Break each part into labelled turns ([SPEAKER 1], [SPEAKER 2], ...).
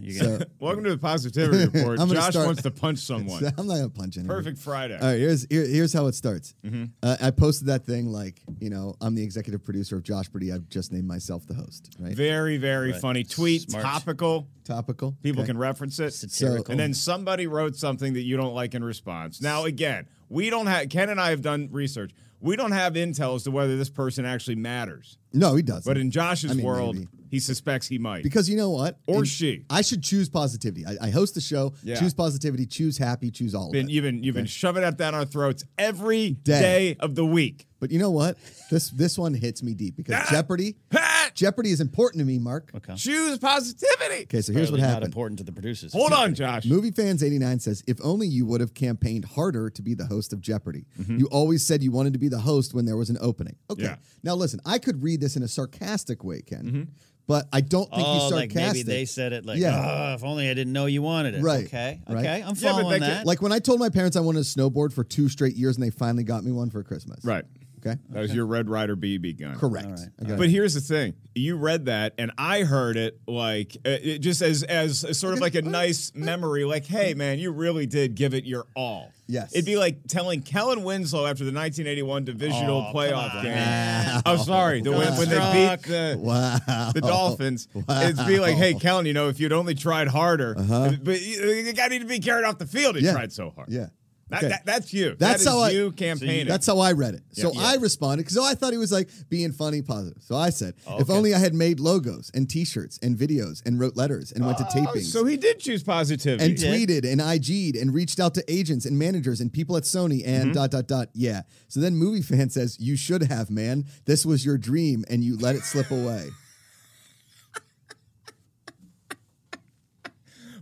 [SPEAKER 1] you
[SPEAKER 2] So-
[SPEAKER 1] get
[SPEAKER 3] Welcome to the Positivity Report.
[SPEAKER 2] I'm gonna
[SPEAKER 3] Josh
[SPEAKER 2] start-
[SPEAKER 3] wants to punch someone.
[SPEAKER 2] So I'm not gonna punch anyone.
[SPEAKER 3] Perfect Mm-hmm. Friday.
[SPEAKER 2] All right, here's here, here's how it starts. Uh, I posted that thing like you know I'm the executive producer of Josh Pretty. I've just named myself the host. Right?
[SPEAKER 3] Very, very
[SPEAKER 1] Right.
[SPEAKER 3] funny tweet.
[SPEAKER 1] Smart.
[SPEAKER 3] Topical.
[SPEAKER 2] Topical.
[SPEAKER 3] People
[SPEAKER 2] Okay.
[SPEAKER 3] can reference it.
[SPEAKER 1] satirical.
[SPEAKER 3] And then somebody wrote something that you don't like in response. Now, again, we don't have, Ken and I have done research. We don't have intel as to whether this person actually matters.
[SPEAKER 2] No, he doesn't.
[SPEAKER 3] But in Josh's
[SPEAKER 2] I mean,
[SPEAKER 3] world,
[SPEAKER 2] maybe.
[SPEAKER 3] he suspects he might.
[SPEAKER 2] Because you know what?
[SPEAKER 3] Or
[SPEAKER 2] In-
[SPEAKER 3] she.
[SPEAKER 2] I should choose positivity. I, I host the show.
[SPEAKER 3] Yeah.
[SPEAKER 2] Choose positivity. Choose happy. Choose all of
[SPEAKER 3] been,
[SPEAKER 2] it.
[SPEAKER 3] you've been, you've been shoving that down our throats every day,
[SPEAKER 2] Day.
[SPEAKER 3] of the week.
[SPEAKER 2] But you know what? This this one hits me deep because
[SPEAKER 3] Ah!
[SPEAKER 2] Jeopardy.
[SPEAKER 3] Ha!
[SPEAKER 2] Jeopardy is important to me, Mark.
[SPEAKER 1] okay.
[SPEAKER 3] Choose positivity.
[SPEAKER 2] Okay, so here's what
[SPEAKER 1] Apparently Not
[SPEAKER 2] happened.
[SPEAKER 1] important to the producers.
[SPEAKER 3] Hold on, Josh.
[SPEAKER 2] Movie fans 89 says, if only you would have campaigned harder to be the host of Jeopardy.
[SPEAKER 1] Mm-hmm.
[SPEAKER 2] You always said you wanted to be the host when there was an opening. Okay.
[SPEAKER 3] Yeah.
[SPEAKER 2] Now listen, I could read this in a sarcastic way, Ken, but I don't think he's
[SPEAKER 1] Mm-hmm. Oh, like
[SPEAKER 2] sarcastic.
[SPEAKER 1] maybe they said it like,
[SPEAKER 2] Yeah.
[SPEAKER 1] "Ugh, if only I didn't know you wanted it.
[SPEAKER 2] Right,
[SPEAKER 1] Okay.
[SPEAKER 2] right.
[SPEAKER 1] Okay.
[SPEAKER 3] Yeah,
[SPEAKER 1] I'm
[SPEAKER 3] but
[SPEAKER 1] following
[SPEAKER 3] that could-
[SPEAKER 1] that.
[SPEAKER 2] like when I told my parents I wanted a snowboard for two straight years and they finally got me one for Christmas.
[SPEAKER 3] Right.
[SPEAKER 2] Okay.
[SPEAKER 3] That was your Red Rider BB gun.
[SPEAKER 2] Correct.
[SPEAKER 1] All right.
[SPEAKER 2] I got
[SPEAKER 3] But
[SPEAKER 2] it.
[SPEAKER 3] here's the thing: you read that, and I heard it like uh, it just as as a sort of like a nice memory. Like, hey, man, you really did give it your all.
[SPEAKER 2] Yes.
[SPEAKER 3] it'd be like telling Kellen Winslow after the 1981 divisional
[SPEAKER 1] Oh,
[SPEAKER 3] playoff
[SPEAKER 1] come on,
[SPEAKER 3] game.
[SPEAKER 1] man.
[SPEAKER 3] I'm sorry, the, when, when they beat
[SPEAKER 1] Construct.
[SPEAKER 3] the
[SPEAKER 2] wow.
[SPEAKER 3] the Dolphins, it'd be like, hey, Kellen, you know, if you'd only tried harder, but you, you got to be carried off the field. He
[SPEAKER 2] Uh-huh. Yeah.
[SPEAKER 3] tried so hard.
[SPEAKER 2] Yeah.
[SPEAKER 3] That,
[SPEAKER 2] Okay.
[SPEAKER 3] that- that's you.
[SPEAKER 2] That's
[SPEAKER 3] That is
[SPEAKER 2] how I-
[SPEAKER 3] you
[SPEAKER 2] So
[SPEAKER 3] campaigning.
[SPEAKER 2] That's how I read it. So
[SPEAKER 3] Yeah.
[SPEAKER 2] I responded because I thought he was like being funny, positive. So I said,
[SPEAKER 3] Oh,
[SPEAKER 2] if only I had made logos and T-shirts and videos and wrote letters and went to
[SPEAKER 3] Oh,
[SPEAKER 2] tapings.
[SPEAKER 3] so he did choose positivity.
[SPEAKER 2] and tweeted and IG'd and reached out to agents and managers and people at Sony and
[SPEAKER 3] Mm-hmm.
[SPEAKER 2] dot dot dot. Yeah. So then movie fan says, You should have, man. This was your dream and you let it slip away.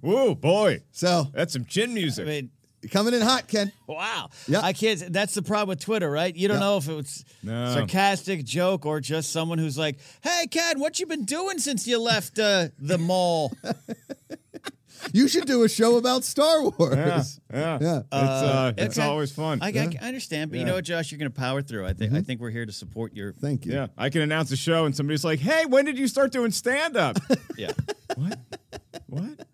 [SPEAKER 3] Whoa, boy.
[SPEAKER 2] So
[SPEAKER 3] That's some chin
[SPEAKER 1] I
[SPEAKER 3] music.
[SPEAKER 1] mean,
[SPEAKER 2] coming in hot, Ken.
[SPEAKER 1] wow.
[SPEAKER 2] Yeah.
[SPEAKER 1] I can't. That's the problem with Twitter, right? You don't
[SPEAKER 2] Yeah.
[SPEAKER 1] know if it's
[SPEAKER 3] No.
[SPEAKER 1] sarcastic joke or just someone who's like, "Hey, Ken, what you been doing since you left uh, the mall?"
[SPEAKER 2] You should do a show about Star Wars.
[SPEAKER 3] yeah, yeah.
[SPEAKER 2] Yeah.
[SPEAKER 3] It's, uh, it's
[SPEAKER 1] okay.
[SPEAKER 3] always fun.
[SPEAKER 1] I, I-
[SPEAKER 3] yeah.
[SPEAKER 1] I understand, but you
[SPEAKER 3] Yeah.
[SPEAKER 1] know what, Josh, you're going to power through. I think I think we're here to support your.
[SPEAKER 2] Mm-hmm. Thank you.
[SPEAKER 3] Yeah, I can announce a show and somebody's like, hey, when did you start doing stand up?
[SPEAKER 1] Yeah.
[SPEAKER 3] what? What?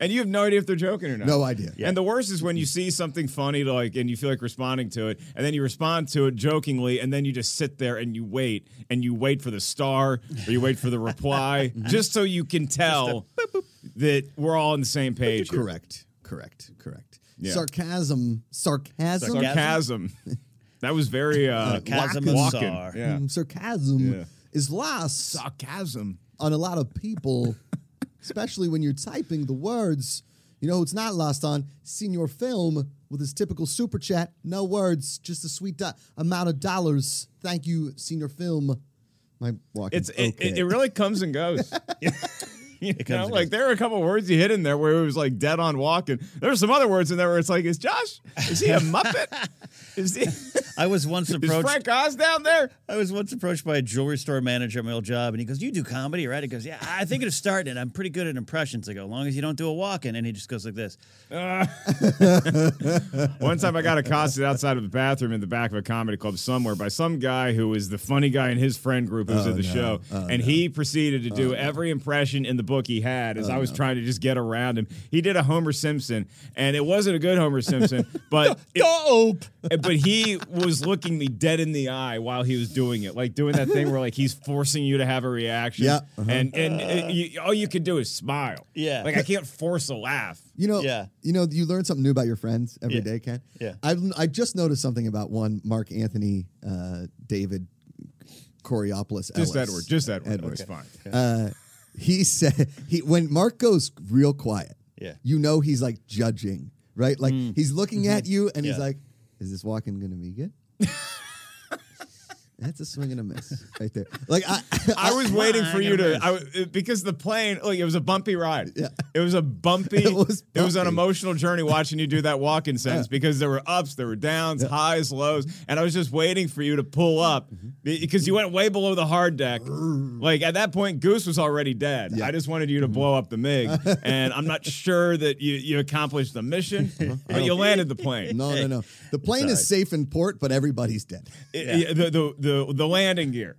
[SPEAKER 3] And you have no idea if they're joking or not.
[SPEAKER 2] No idea.
[SPEAKER 3] And the worst is when you see something funny, like, and you feel like responding to it, and then you respond to it jokingly, and then you just sit there and you wait, and you wait for the star, or you wait for the reply, just so you can tell that we're all on the same page. here.
[SPEAKER 2] Correct. Correct. Correct.
[SPEAKER 3] Yeah.
[SPEAKER 2] Sarcasm. Sarcasm.
[SPEAKER 1] Sarcasm.
[SPEAKER 3] Sarcasm. that was very uh,
[SPEAKER 1] Sarcasm
[SPEAKER 3] Walken-
[SPEAKER 1] of
[SPEAKER 3] Walken.
[SPEAKER 1] Czar.
[SPEAKER 3] Yeah.
[SPEAKER 2] Mm, sarcasm
[SPEAKER 3] Yeah.
[SPEAKER 2] is lost
[SPEAKER 3] Sarcasm.
[SPEAKER 2] on a lot of people, especially when you're typing the words. You know, who it's not lost on senior film with his typical super chat, no words, just a sweet do- amount of dollars. Thank you, senior film. My walking.
[SPEAKER 3] It's it,
[SPEAKER 2] okay.
[SPEAKER 3] it, it really comes and goes. You know,
[SPEAKER 1] and
[SPEAKER 3] like
[SPEAKER 1] goes.
[SPEAKER 3] there are a couple words you hit in there where it was like dead on walking. There were some other words in there where it's like, is Josh? Is he a muppet? Is he? Is
[SPEAKER 1] I was once approached.
[SPEAKER 3] Frank Oz down there?
[SPEAKER 1] I was once approached by a jewelry store manager at my old job, and he goes, "You do comedy, right?" He goes, "Yeah, I think of starting it. I'm pretty good at impressions." I go, "As long as you don't do a walk-in," and he just goes like this.
[SPEAKER 3] One time I got accosted outside of a bathroom in the back of a comedy club somewhere by some guy who was the funny guy in his friend group who
[SPEAKER 2] Oh,
[SPEAKER 3] was at the show. and he proceeded to do every impression in the book he had
[SPEAKER 2] Oh,
[SPEAKER 3] as I was trying to just get around him. He did a Homer Simpson, and it wasn't a good Homer Simpson, but it-
[SPEAKER 1] Dope.
[SPEAKER 3] but he was looking me dead in the eye while he was doing it, like doing that thing where like he's forcing you to have a reaction.
[SPEAKER 2] Yeah, uh-huh.
[SPEAKER 3] and and uh, you, all you could do is smile.
[SPEAKER 1] Yeah.
[SPEAKER 3] like I can't force a laugh.
[SPEAKER 2] You know,
[SPEAKER 1] Yeah.
[SPEAKER 2] you know, you learn something new about your friends every
[SPEAKER 1] Yeah.
[SPEAKER 2] day, Ken.
[SPEAKER 1] Yeah.
[SPEAKER 2] I've I just noticed something about one Mark Anthony uh, David Coriopolis.
[SPEAKER 3] Just
[SPEAKER 2] Ellis.
[SPEAKER 3] Edward, just Edward.
[SPEAKER 2] Edward.
[SPEAKER 3] It's fine.
[SPEAKER 2] He said he when Mark goes real quiet,
[SPEAKER 1] Yeah. Mm. Mm-hmm.
[SPEAKER 2] you know he's like judging, right? Like he's looking at you and he's
[SPEAKER 1] Yeah.
[SPEAKER 2] like, "Is this walking going to be good?" That's a swing and a miss right there. Like I,
[SPEAKER 3] I was waiting for you to
[SPEAKER 1] Wagner.
[SPEAKER 3] I, w- because the plane like it was a bumpy ride. Yeah. It was a bumpy it
[SPEAKER 2] It
[SPEAKER 3] was,
[SPEAKER 2] was
[SPEAKER 3] an
[SPEAKER 2] bumpy.
[SPEAKER 3] emotional journey watching you do that walk in sense because there were ups, there were downs, highs, lows, and I was just waiting for you to pull up because you went way below the hard deck. like at that point Goose was already dead. I just wanted you to blow up the MiG and I'm not sure that you you accomplished the mission, but you landed the plane.
[SPEAKER 2] no, no, no. The plane is safe in port, but everybody's dead.
[SPEAKER 3] It- it- the, the the the landing gear.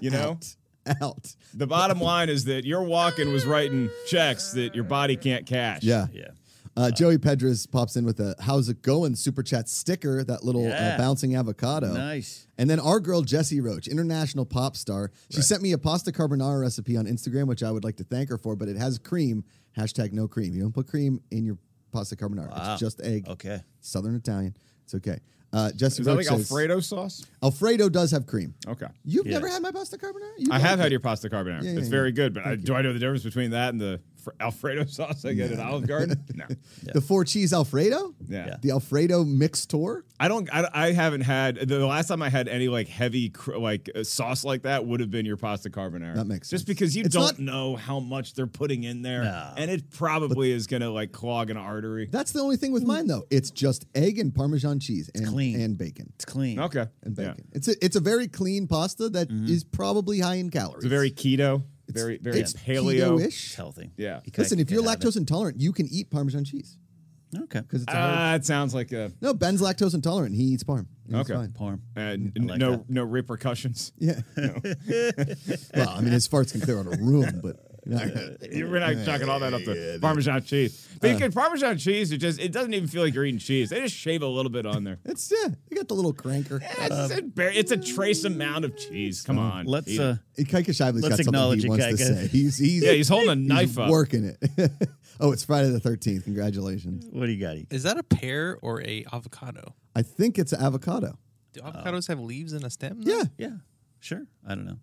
[SPEAKER 3] You know?
[SPEAKER 2] Out. out.
[SPEAKER 3] The bottom line is that your walking was writing checks that your body can't cash.
[SPEAKER 2] Yeah.
[SPEAKER 1] Yeah.
[SPEAKER 2] Uh, Joey Pedras pops in with a "How's it going?" super chat sticker, that little uh,
[SPEAKER 1] Yeah.
[SPEAKER 2] bouncing avocado.
[SPEAKER 1] Nice.
[SPEAKER 2] And then our girl Jessie Roach, international pop star, she sent me a pasta carbonara recipe on Instagram, which I would like to thank her for. But it has cream. Hashtag no cream. You don't put cream in your pasta carbonara.
[SPEAKER 1] Wow.
[SPEAKER 2] It's just egg.
[SPEAKER 1] Okay.
[SPEAKER 2] Southern Italian. It's okay. Uh, Jessie
[SPEAKER 3] Is that
[SPEAKER 2] Roach
[SPEAKER 3] like
[SPEAKER 2] says,
[SPEAKER 3] Alfredo sauce?
[SPEAKER 2] Alfredo does have cream.
[SPEAKER 3] Okay.
[SPEAKER 2] You've
[SPEAKER 1] Yeah.
[SPEAKER 2] never had my pasta carbonara. You
[SPEAKER 3] I
[SPEAKER 2] like
[SPEAKER 3] have
[SPEAKER 2] it.
[SPEAKER 3] had your pasta carbonara.
[SPEAKER 2] Yeah, yeah,
[SPEAKER 3] it's
[SPEAKER 2] yeah.
[SPEAKER 3] very good, but I, do I know the difference between that and the fr- Alfredo sauce I get at Olive Garden? No.
[SPEAKER 2] the four cheese Alfredo.
[SPEAKER 3] Yeah.
[SPEAKER 2] The Alfredo mixed tour.
[SPEAKER 3] I don't. I, I haven't had the the last time I had any like heavy cr- like uh, sauce like that would have been your pasta carbonara.
[SPEAKER 2] That makes sense.
[SPEAKER 3] just because you
[SPEAKER 2] It's
[SPEAKER 3] don't
[SPEAKER 2] not-
[SPEAKER 3] know how much they're putting in there,
[SPEAKER 1] No.
[SPEAKER 3] and it probably is gonna like clog an artery.
[SPEAKER 2] That's the only thing with mine though. It's just egg and Parmesan cheese and
[SPEAKER 1] clean.
[SPEAKER 2] and bacon
[SPEAKER 1] It's clean.
[SPEAKER 3] okay,
[SPEAKER 2] and
[SPEAKER 3] Yeah. Mm-hmm.
[SPEAKER 2] bacon. It's a it's a very clean pasta that is probably high in
[SPEAKER 3] It's
[SPEAKER 2] calories.
[SPEAKER 3] a very keto,
[SPEAKER 2] It's-
[SPEAKER 3] very very
[SPEAKER 2] it's
[SPEAKER 3] paleo.
[SPEAKER 1] It's
[SPEAKER 2] ish.
[SPEAKER 1] healthy.
[SPEAKER 3] Yeah.
[SPEAKER 1] You could-
[SPEAKER 2] Listen, if
[SPEAKER 1] could
[SPEAKER 2] you're
[SPEAKER 1] have
[SPEAKER 2] lactose intolerant, you can eat Parmesan cheese
[SPEAKER 1] it. okay.
[SPEAKER 2] because it's a whole-
[SPEAKER 3] Ah, it sounds like a
[SPEAKER 2] no. Ben's lactose intolerant. He eats parm. and it's
[SPEAKER 3] Okay.
[SPEAKER 2] fine.
[SPEAKER 1] Parm.
[SPEAKER 3] uh, n-
[SPEAKER 1] like
[SPEAKER 3] no
[SPEAKER 1] that.
[SPEAKER 3] no repercussions.
[SPEAKER 2] Yeah. well, I mean, his farts can clear out a room, but
[SPEAKER 3] We're not chucking all that up to Parmesan cheese.
[SPEAKER 1] Uh.
[SPEAKER 3] Because Parmesan cheese, it just it doesn't even feel like you're eating cheese. They just shave a little bit on there.
[SPEAKER 2] it's yeah. They got the little cranker.
[SPEAKER 3] It's, a, bar- it's a trace amount of cheese. Come on,
[SPEAKER 1] Let's
[SPEAKER 3] eat it.
[SPEAKER 1] uh
[SPEAKER 2] Kaika Shively's
[SPEAKER 1] Let's
[SPEAKER 2] got something
[SPEAKER 1] acknowledge
[SPEAKER 2] he
[SPEAKER 1] it,
[SPEAKER 2] wants to
[SPEAKER 1] Kaika.
[SPEAKER 2] say. He's he's
[SPEAKER 3] yeah, he's holding a knife
[SPEAKER 2] he's
[SPEAKER 3] up.
[SPEAKER 2] working it. oh, it's Friday the thirteenth. Congratulations.
[SPEAKER 1] what do you got? Ike?
[SPEAKER 4] Is that a pear or a avocado?
[SPEAKER 2] I think it's an avocado.
[SPEAKER 4] Do avocados have leaves and a stem? though?
[SPEAKER 2] Yeah,
[SPEAKER 1] Yeah. Sure. I don't know.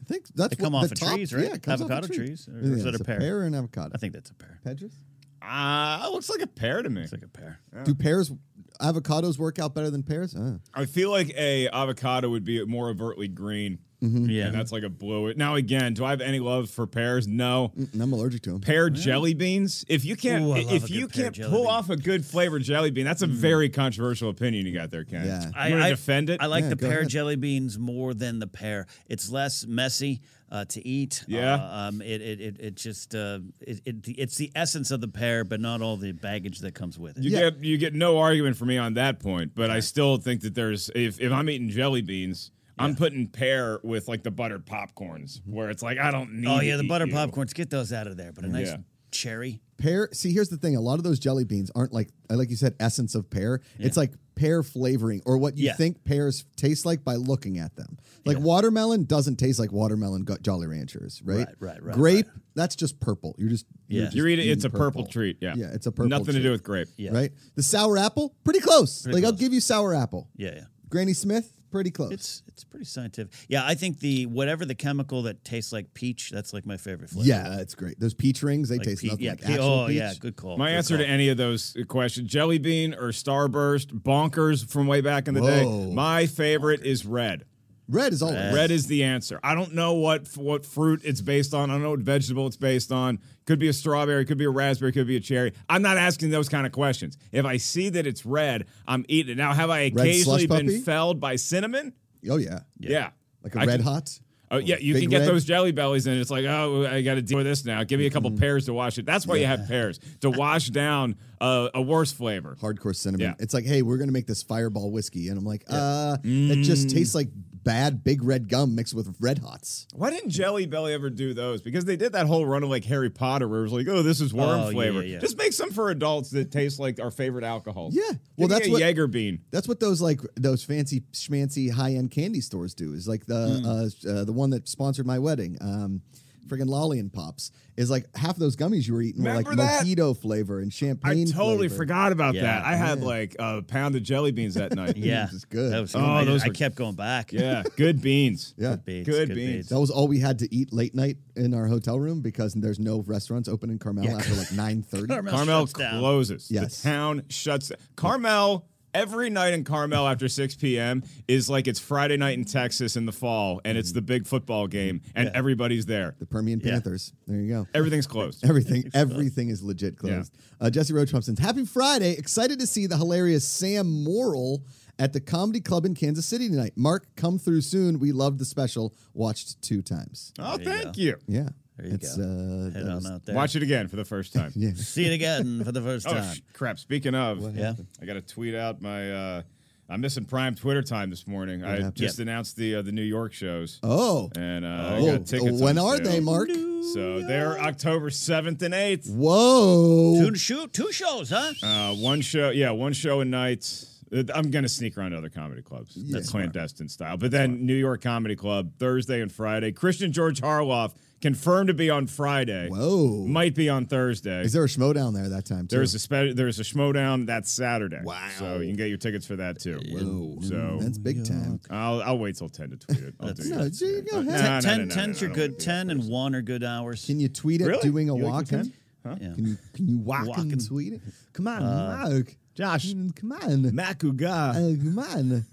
[SPEAKER 2] I think that's
[SPEAKER 1] They come
[SPEAKER 2] what,
[SPEAKER 1] off
[SPEAKER 2] the
[SPEAKER 1] of
[SPEAKER 2] top-
[SPEAKER 1] trees, right?
[SPEAKER 2] Yeah, it comes off a
[SPEAKER 1] Avocado
[SPEAKER 2] tree.
[SPEAKER 1] trees, or
[SPEAKER 2] Yeah,
[SPEAKER 1] is that
[SPEAKER 2] it's
[SPEAKER 1] a pear?
[SPEAKER 2] Pear and avocado.
[SPEAKER 1] I think that's a pear.
[SPEAKER 2] Pedras?
[SPEAKER 3] Ah, it looks like a pear to me.
[SPEAKER 1] It's like a pear.
[SPEAKER 2] Do pears, avocados work out better than pears? Uh,
[SPEAKER 3] I feel like a avocado would be more overtly green,
[SPEAKER 1] Mm-hmm. Yeah.
[SPEAKER 3] and that's like a blue. Now again, do I have any love for pears?
[SPEAKER 1] Mm-hmm.
[SPEAKER 3] No.
[SPEAKER 2] and I'm allergic to them.
[SPEAKER 3] Pear jelly beans. If you can't,
[SPEAKER 1] Ooh, I love
[SPEAKER 3] if
[SPEAKER 1] a good
[SPEAKER 3] you
[SPEAKER 1] pear
[SPEAKER 3] can't
[SPEAKER 1] jelly
[SPEAKER 3] pull
[SPEAKER 1] bean.
[SPEAKER 3] off a good flavored jelly bean, that's a very controversial opinion you got there, Ken.
[SPEAKER 2] Yeah.
[SPEAKER 3] You want to defend it?
[SPEAKER 1] I like
[SPEAKER 2] Yeah,
[SPEAKER 1] the
[SPEAKER 2] go
[SPEAKER 1] pear
[SPEAKER 2] ahead.
[SPEAKER 1] jelly beans more than the pear. It's less messy uh, to eat.
[SPEAKER 3] Yeah.
[SPEAKER 1] Uh, um, it, it, it, it just uh, it, it, it's the essence of the pear, but not all the baggage that comes with it.
[SPEAKER 3] You
[SPEAKER 2] Yeah.
[SPEAKER 3] get you get no argument from me on that point, but I still think that there's if, if I'm eating jelly beans, I'm putting pear with like the buttered popcorns, where it's like I don't need.
[SPEAKER 1] oh
[SPEAKER 3] to
[SPEAKER 1] yeah, the
[SPEAKER 3] eat
[SPEAKER 1] butter
[SPEAKER 3] you.
[SPEAKER 1] popcorns. Get those out of there. But a nice
[SPEAKER 3] Yeah.
[SPEAKER 1] cherry.
[SPEAKER 2] Pear. See, here's the thing: a lot of those jelly beans aren't like, I like you said, essence of pear. It's like pear flavoring, or what you
[SPEAKER 1] Yeah.
[SPEAKER 2] think pears taste like by looking at them. Like watermelon doesn't taste like watermelon go- Jolly Ranchers, right?
[SPEAKER 1] Right, right, right,
[SPEAKER 2] Grape, that's just purple. You're just
[SPEAKER 1] Yeah.
[SPEAKER 2] just
[SPEAKER 3] You eat it; it's a
[SPEAKER 2] eating
[SPEAKER 3] purple, treat. Yeah,
[SPEAKER 2] Yeah, it's a purple
[SPEAKER 3] Nothing
[SPEAKER 2] treat.
[SPEAKER 3] to do with grape.
[SPEAKER 1] Yeah.
[SPEAKER 2] right? The sour apple, pretty close. like I'll
[SPEAKER 1] close.
[SPEAKER 2] give you sour apple.
[SPEAKER 1] Yeah. Yeah.
[SPEAKER 2] Granny Smith, pretty close.
[SPEAKER 1] It's it's pretty scientific. Yeah, I think the whatever the chemical that tastes like peach, that's like my favorite flavor.
[SPEAKER 2] yeah, it's great. Those peach rings, they
[SPEAKER 1] Like
[SPEAKER 2] taste
[SPEAKER 1] pe-
[SPEAKER 2] nothing
[SPEAKER 1] yeah,
[SPEAKER 2] like
[SPEAKER 1] pe-
[SPEAKER 2] actual
[SPEAKER 1] oh
[SPEAKER 2] peach.
[SPEAKER 1] yeah, good call.
[SPEAKER 3] My
[SPEAKER 1] good
[SPEAKER 3] answer
[SPEAKER 1] call.
[SPEAKER 3] to any of those uh, questions: jelly bean or starburst, bonkers from way back in the
[SPEAKER 2] Whoa.
[SPEAKER 3] day. My favorite is red.
[SPEAKER 2] Red is always
[SPEAKER 3] Red is the answer. I don't know what what fruit it's based on. I don't know what vegetable it's based on. Could be a strawberry, could be a raspberry, could be a cherry. I'm not asking those kind of questions. If I see that it's red, I'm eating it. Now, have I
[SPEAKER 2] slush
[SPEAKER 3] occasionally
[SPEAKER 2] puppy?
[SPEAKER 3] been felled by cinnamon?
[SPEAKER 2] Oh yeah,
[SPEAKER 3] Yeah.
[SPEAKER 2] like a
[SPEAKER 3] I
[SPEAKER 2] red
[SPEAKER 3] can-
[SPEAKER 2] hot.
[SPEAKER 3] Oh yeah, you
[SPEAKER 2] Big
[SPEAKER 3] can get
[SPEAKER 2] red?
[SPEAKER 3] those jelly bellies, and it's like, oh, I got to deal with this now. Give me a couple
[SPEAKER 2] Mm-hmm.
[SPEAKER 3] pears to wash it. That's why you have pears to wash down uh, a worse flavor.
[SPEAKER 2] hardcore cinnamon.
[SPEAKER 3] Yeah.
[SPEAKER 2] It's like, hey, we're gonna make this fireball whiskey, and I'm like, uh, it just
[SPEAKER 3] Mm.
[SPEAKER 2] tastes like bad big red gum mixed with red hots.
[SPEAKER 3] Why didn't Jelly Belly ever do those? Because they did that whole run of like Harry Potter where it was like, oh, this is worm
[SPEAKER 1] Oh, yeah,
[SPEAKER 3] flavor.
[SPEAKER 1] yeah, yeah.
[SPEAKER 3] Just make some for adults that taste like our favorite alcohol.
[SPEAKER 2] Yeah. Well,
[SPEAKER 3] Well,
[SPEAKER 2] that's
[SPEAKER 3] that's a
[SPEAKER 2] what-
[SPEAKER 3] Jaeger bean.
[SPEAKER 2] That's what those like those fancy schmancy high end candy stores do. Is like
[SPEAKER 3] Mm.
[SPEAKER 2] the uh, uh, the one that sponsored my wedding. Um, Friggin' lolly and pops is like half of those gummies you were eating were like
[SPEAKER 3] Remember that?
[SPEAKER 2] mojito flavor and
[SPEAKER 3] I
[SPEAKER 2] champagne.
[SPEAKER 3] totally
[SPEAKER 2] flavor.
[SPEAKER 3] forgot about
[SPEAKER 1] Yeah.
[SPEAKER 3] that. I had like a pound of jelly beans that night.
[SPEAKER 1] Yeah,
[SPEAKER 2] This is good.
[SPEAKER 1] That was
[SPEAKER 3] Oh,
[SPEAKER 1] good. I,
[SPEAKER 3] those
[SPEAKER 1] I
[SPEAKER 3] were-
[SPEAKER 1] kept going back.
[SPEAKER 3] Yeah. Good beans.
[SPEAKER 2] Yeah,
[SPEAKER 1] Good beans.
[SPEAKER 3] Good
[SPEAKER 1] Good
[SPEAKER 3] beans.
[SPEAKER 1] beans.
[SPEAKER 2] that was all we had to eat late night in our hotel room because there's no restaurants open in Carmel after like nine thirty.
[SPEAKER 1] Carmel
[SPEAKER 3] Carmel
[SPEAKER 1] shuts down.
[SPEAKER 3] closes.
[SPEAKER 2] Yes.
[SPEAKER 3] The town shuts down. Carmel, every night in Carmel after 6 p.m. is like it's Friday night in Texas in the fall, and it's the big football game, and everybody's there.
[SPEAKER 2] Mm-hmm. The Permian
[SPEAKER 1] Yeah.
[SPEAKER 2] Panthers. There you go.
[SPEAKER 3] Everything's closed.
[SPEAKER 2] Everything, everything is legit closed. Uh, Jesse Roach Thompson, happy Friday! Excited to see the hilarious Sam Morrill at the Comedy Club in Kansas City tonight. Mark, come through soon. We loved the special. Watched two times.
[SPEAKER 3] Oh,
[SPEAKER 1] There you
[SPEAKER 3] thank you.
[SPEAKER 2] Yeah,
[SPEAKER 1] There you
[SPEAKER 2] it's
[SPEAKER 1] go.
[SPEAKER 2] uh,
[SPEAKER 1] Head
[SPEAKER 2] that
[SPEAKER 1] on
[SPEAKER 2] was-
[SPEAKER 1] out there.
[SPEAKER 3] Watch it again for the first time.
[SPEAKER 2] yeah.
[SPEAKER 1] See it again for the first
[SPEAKER 3] Oh
[SPEAKER 1] time.
[SPEAKER 3] sh- crap! Speaking of,
[SPEAKER 1] yeah.
[SPEAKER 3] I got to tweet out my. Uh, I'm missing prime Twitter time this morning. I
[SPEAKER 2] happened?
[SPEAKER 3] just announced the uh, the New York shows.
[SPEAKER 2] Oh.
[SPEAKER 3] And uh, I
[SPEAKER 2] Whoa.
[SPEAKER 3] got tickets.
[SPEAKER 2] when
[SPEAKER 3] on
[SPEAKER 2] are
[SPEAKER 3] sale.
[SPEAKER 2] they, Mark?
[SPEAKER 3] So they're October 7th and 8th.
[SPEAKER 2] Whoa.
[SPEAKER 1] Two, shoot, two shows, huh?
[SPEAKER 3] Uh, one show, yeah, one show a night. Uh, I'm going to sneak around to other comedy clubs, That's clandestine style. But then New York Comedy Club, Thursday and Friday. Christian George Harloff, confirmed to be on Friday.
[SPEAKER 2] Whoa.
[SPEAKER 3] Might be on Thursday.
[SPEAKER 2] Is there a schmo down there that time, too?
[SPEAKER 3] There's a spe- there's a schmodown that Saturday.
[SPEAKER 2] Wow.
[SPEAKER 3] So you can get your tickets for that too.
[SPEAKER 2] Whoa.
[SPEAKER 3] So
[SPEAKER 2] Mm, That's big time.
[SPEAKER 3] I'll I'll wait till ten to tweet it. I'll do
[SPEAKER 2] No,
[SPEAKER 3] it.
[SPEAKER 2] you go
[SPEAKER 3] No,
[SPEAKER 2] ahead.
[SPEAKER 1] Ten,
[SPEAKER 3] no, no,
[SPEAKER 1] ten-
[SPEAKER 3] no, no,
[SPEAKER 1] tens
[SPEAKER 3] no,
[SPEAKER 1] are
[SPEAKER 3] no,
[SPEAKER 1] good.
[SPEAKER 3] no.
[SPEAKER 1] Ten and one are good hours.
[SPEAKER 2] Can you tweet it
[SPEAKER 3] Really?
[SPEAKER 2] doing a
[SPEAKER 3] You like
[SPEAKER 2] walk?
[SPEAKER 3] the
[SPEAKER 2] in?
[SPEAKER 3] 10? Huh?
[SPEAKER 1] Yeah. Uh,
[SPEAKER 2] Can you can you walk,
[SPEAKER 1] Walk
[SPEAKER 2] and
[SPEAKER 1] and-
[SPEAKER 2] tweet it? Come on, Mark.
[SPEAKER 3] Josh
[SPEAKER 2] Mm, Come on. Uh,
[SPEAKER 3] Makuga.
[SPEAKER 2] come on.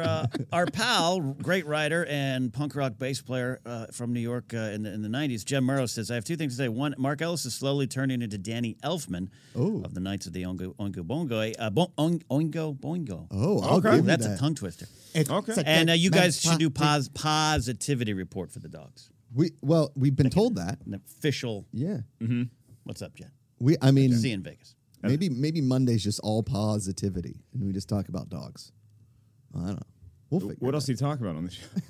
[SPEAKER 1] uh, our pal, great writer and punk rock bass player uh, from New York uh, in the in the '90s, Jim Murrow says, "I have two things to say. One, Mark Ellis is slowly turning into Danny Elfman
[SPEAKER 2] Oh.
[SPEAKER 1] of the Knights of the Ongo Ongo Bongo, uh, bon, on, Oingo Boingo.
[SPEAKER 2] Oh, I'll give you
[SPEAKER 1] that's a
[SPEAKER 2] that.
[SPEAKER 1] tongue twister.
[SPEAKER 3] Okay.
[SPEAKER 1] And uh, you
[SPEAKER 2] Man,
[SPEAKER 1] guys should do
[SPEAKER 2] pa-
[SPEAKER 1] pos- positivity report for the dogs.
[SPEAKER 2] We well, we've been told that.
[SPEAKER 1] An official.
[SPEAKER 2] Yeah.
[SPEAKER 3] Mm-hmm.
[SPEAKER 1] What's up, Jen?
[SPEAKER 2] We I mean
[SPEAKER 1] See you in Vegas.
[SPEAKER 2] maybe maybe Monday's just all positivity and we just talk about dogs. I don't know. We'll figure
[SPEAKER 3] What
[SPEAKER 2] it
[SPEAKER 3] else do you talk about on the show?
[SPEAKER 2] out.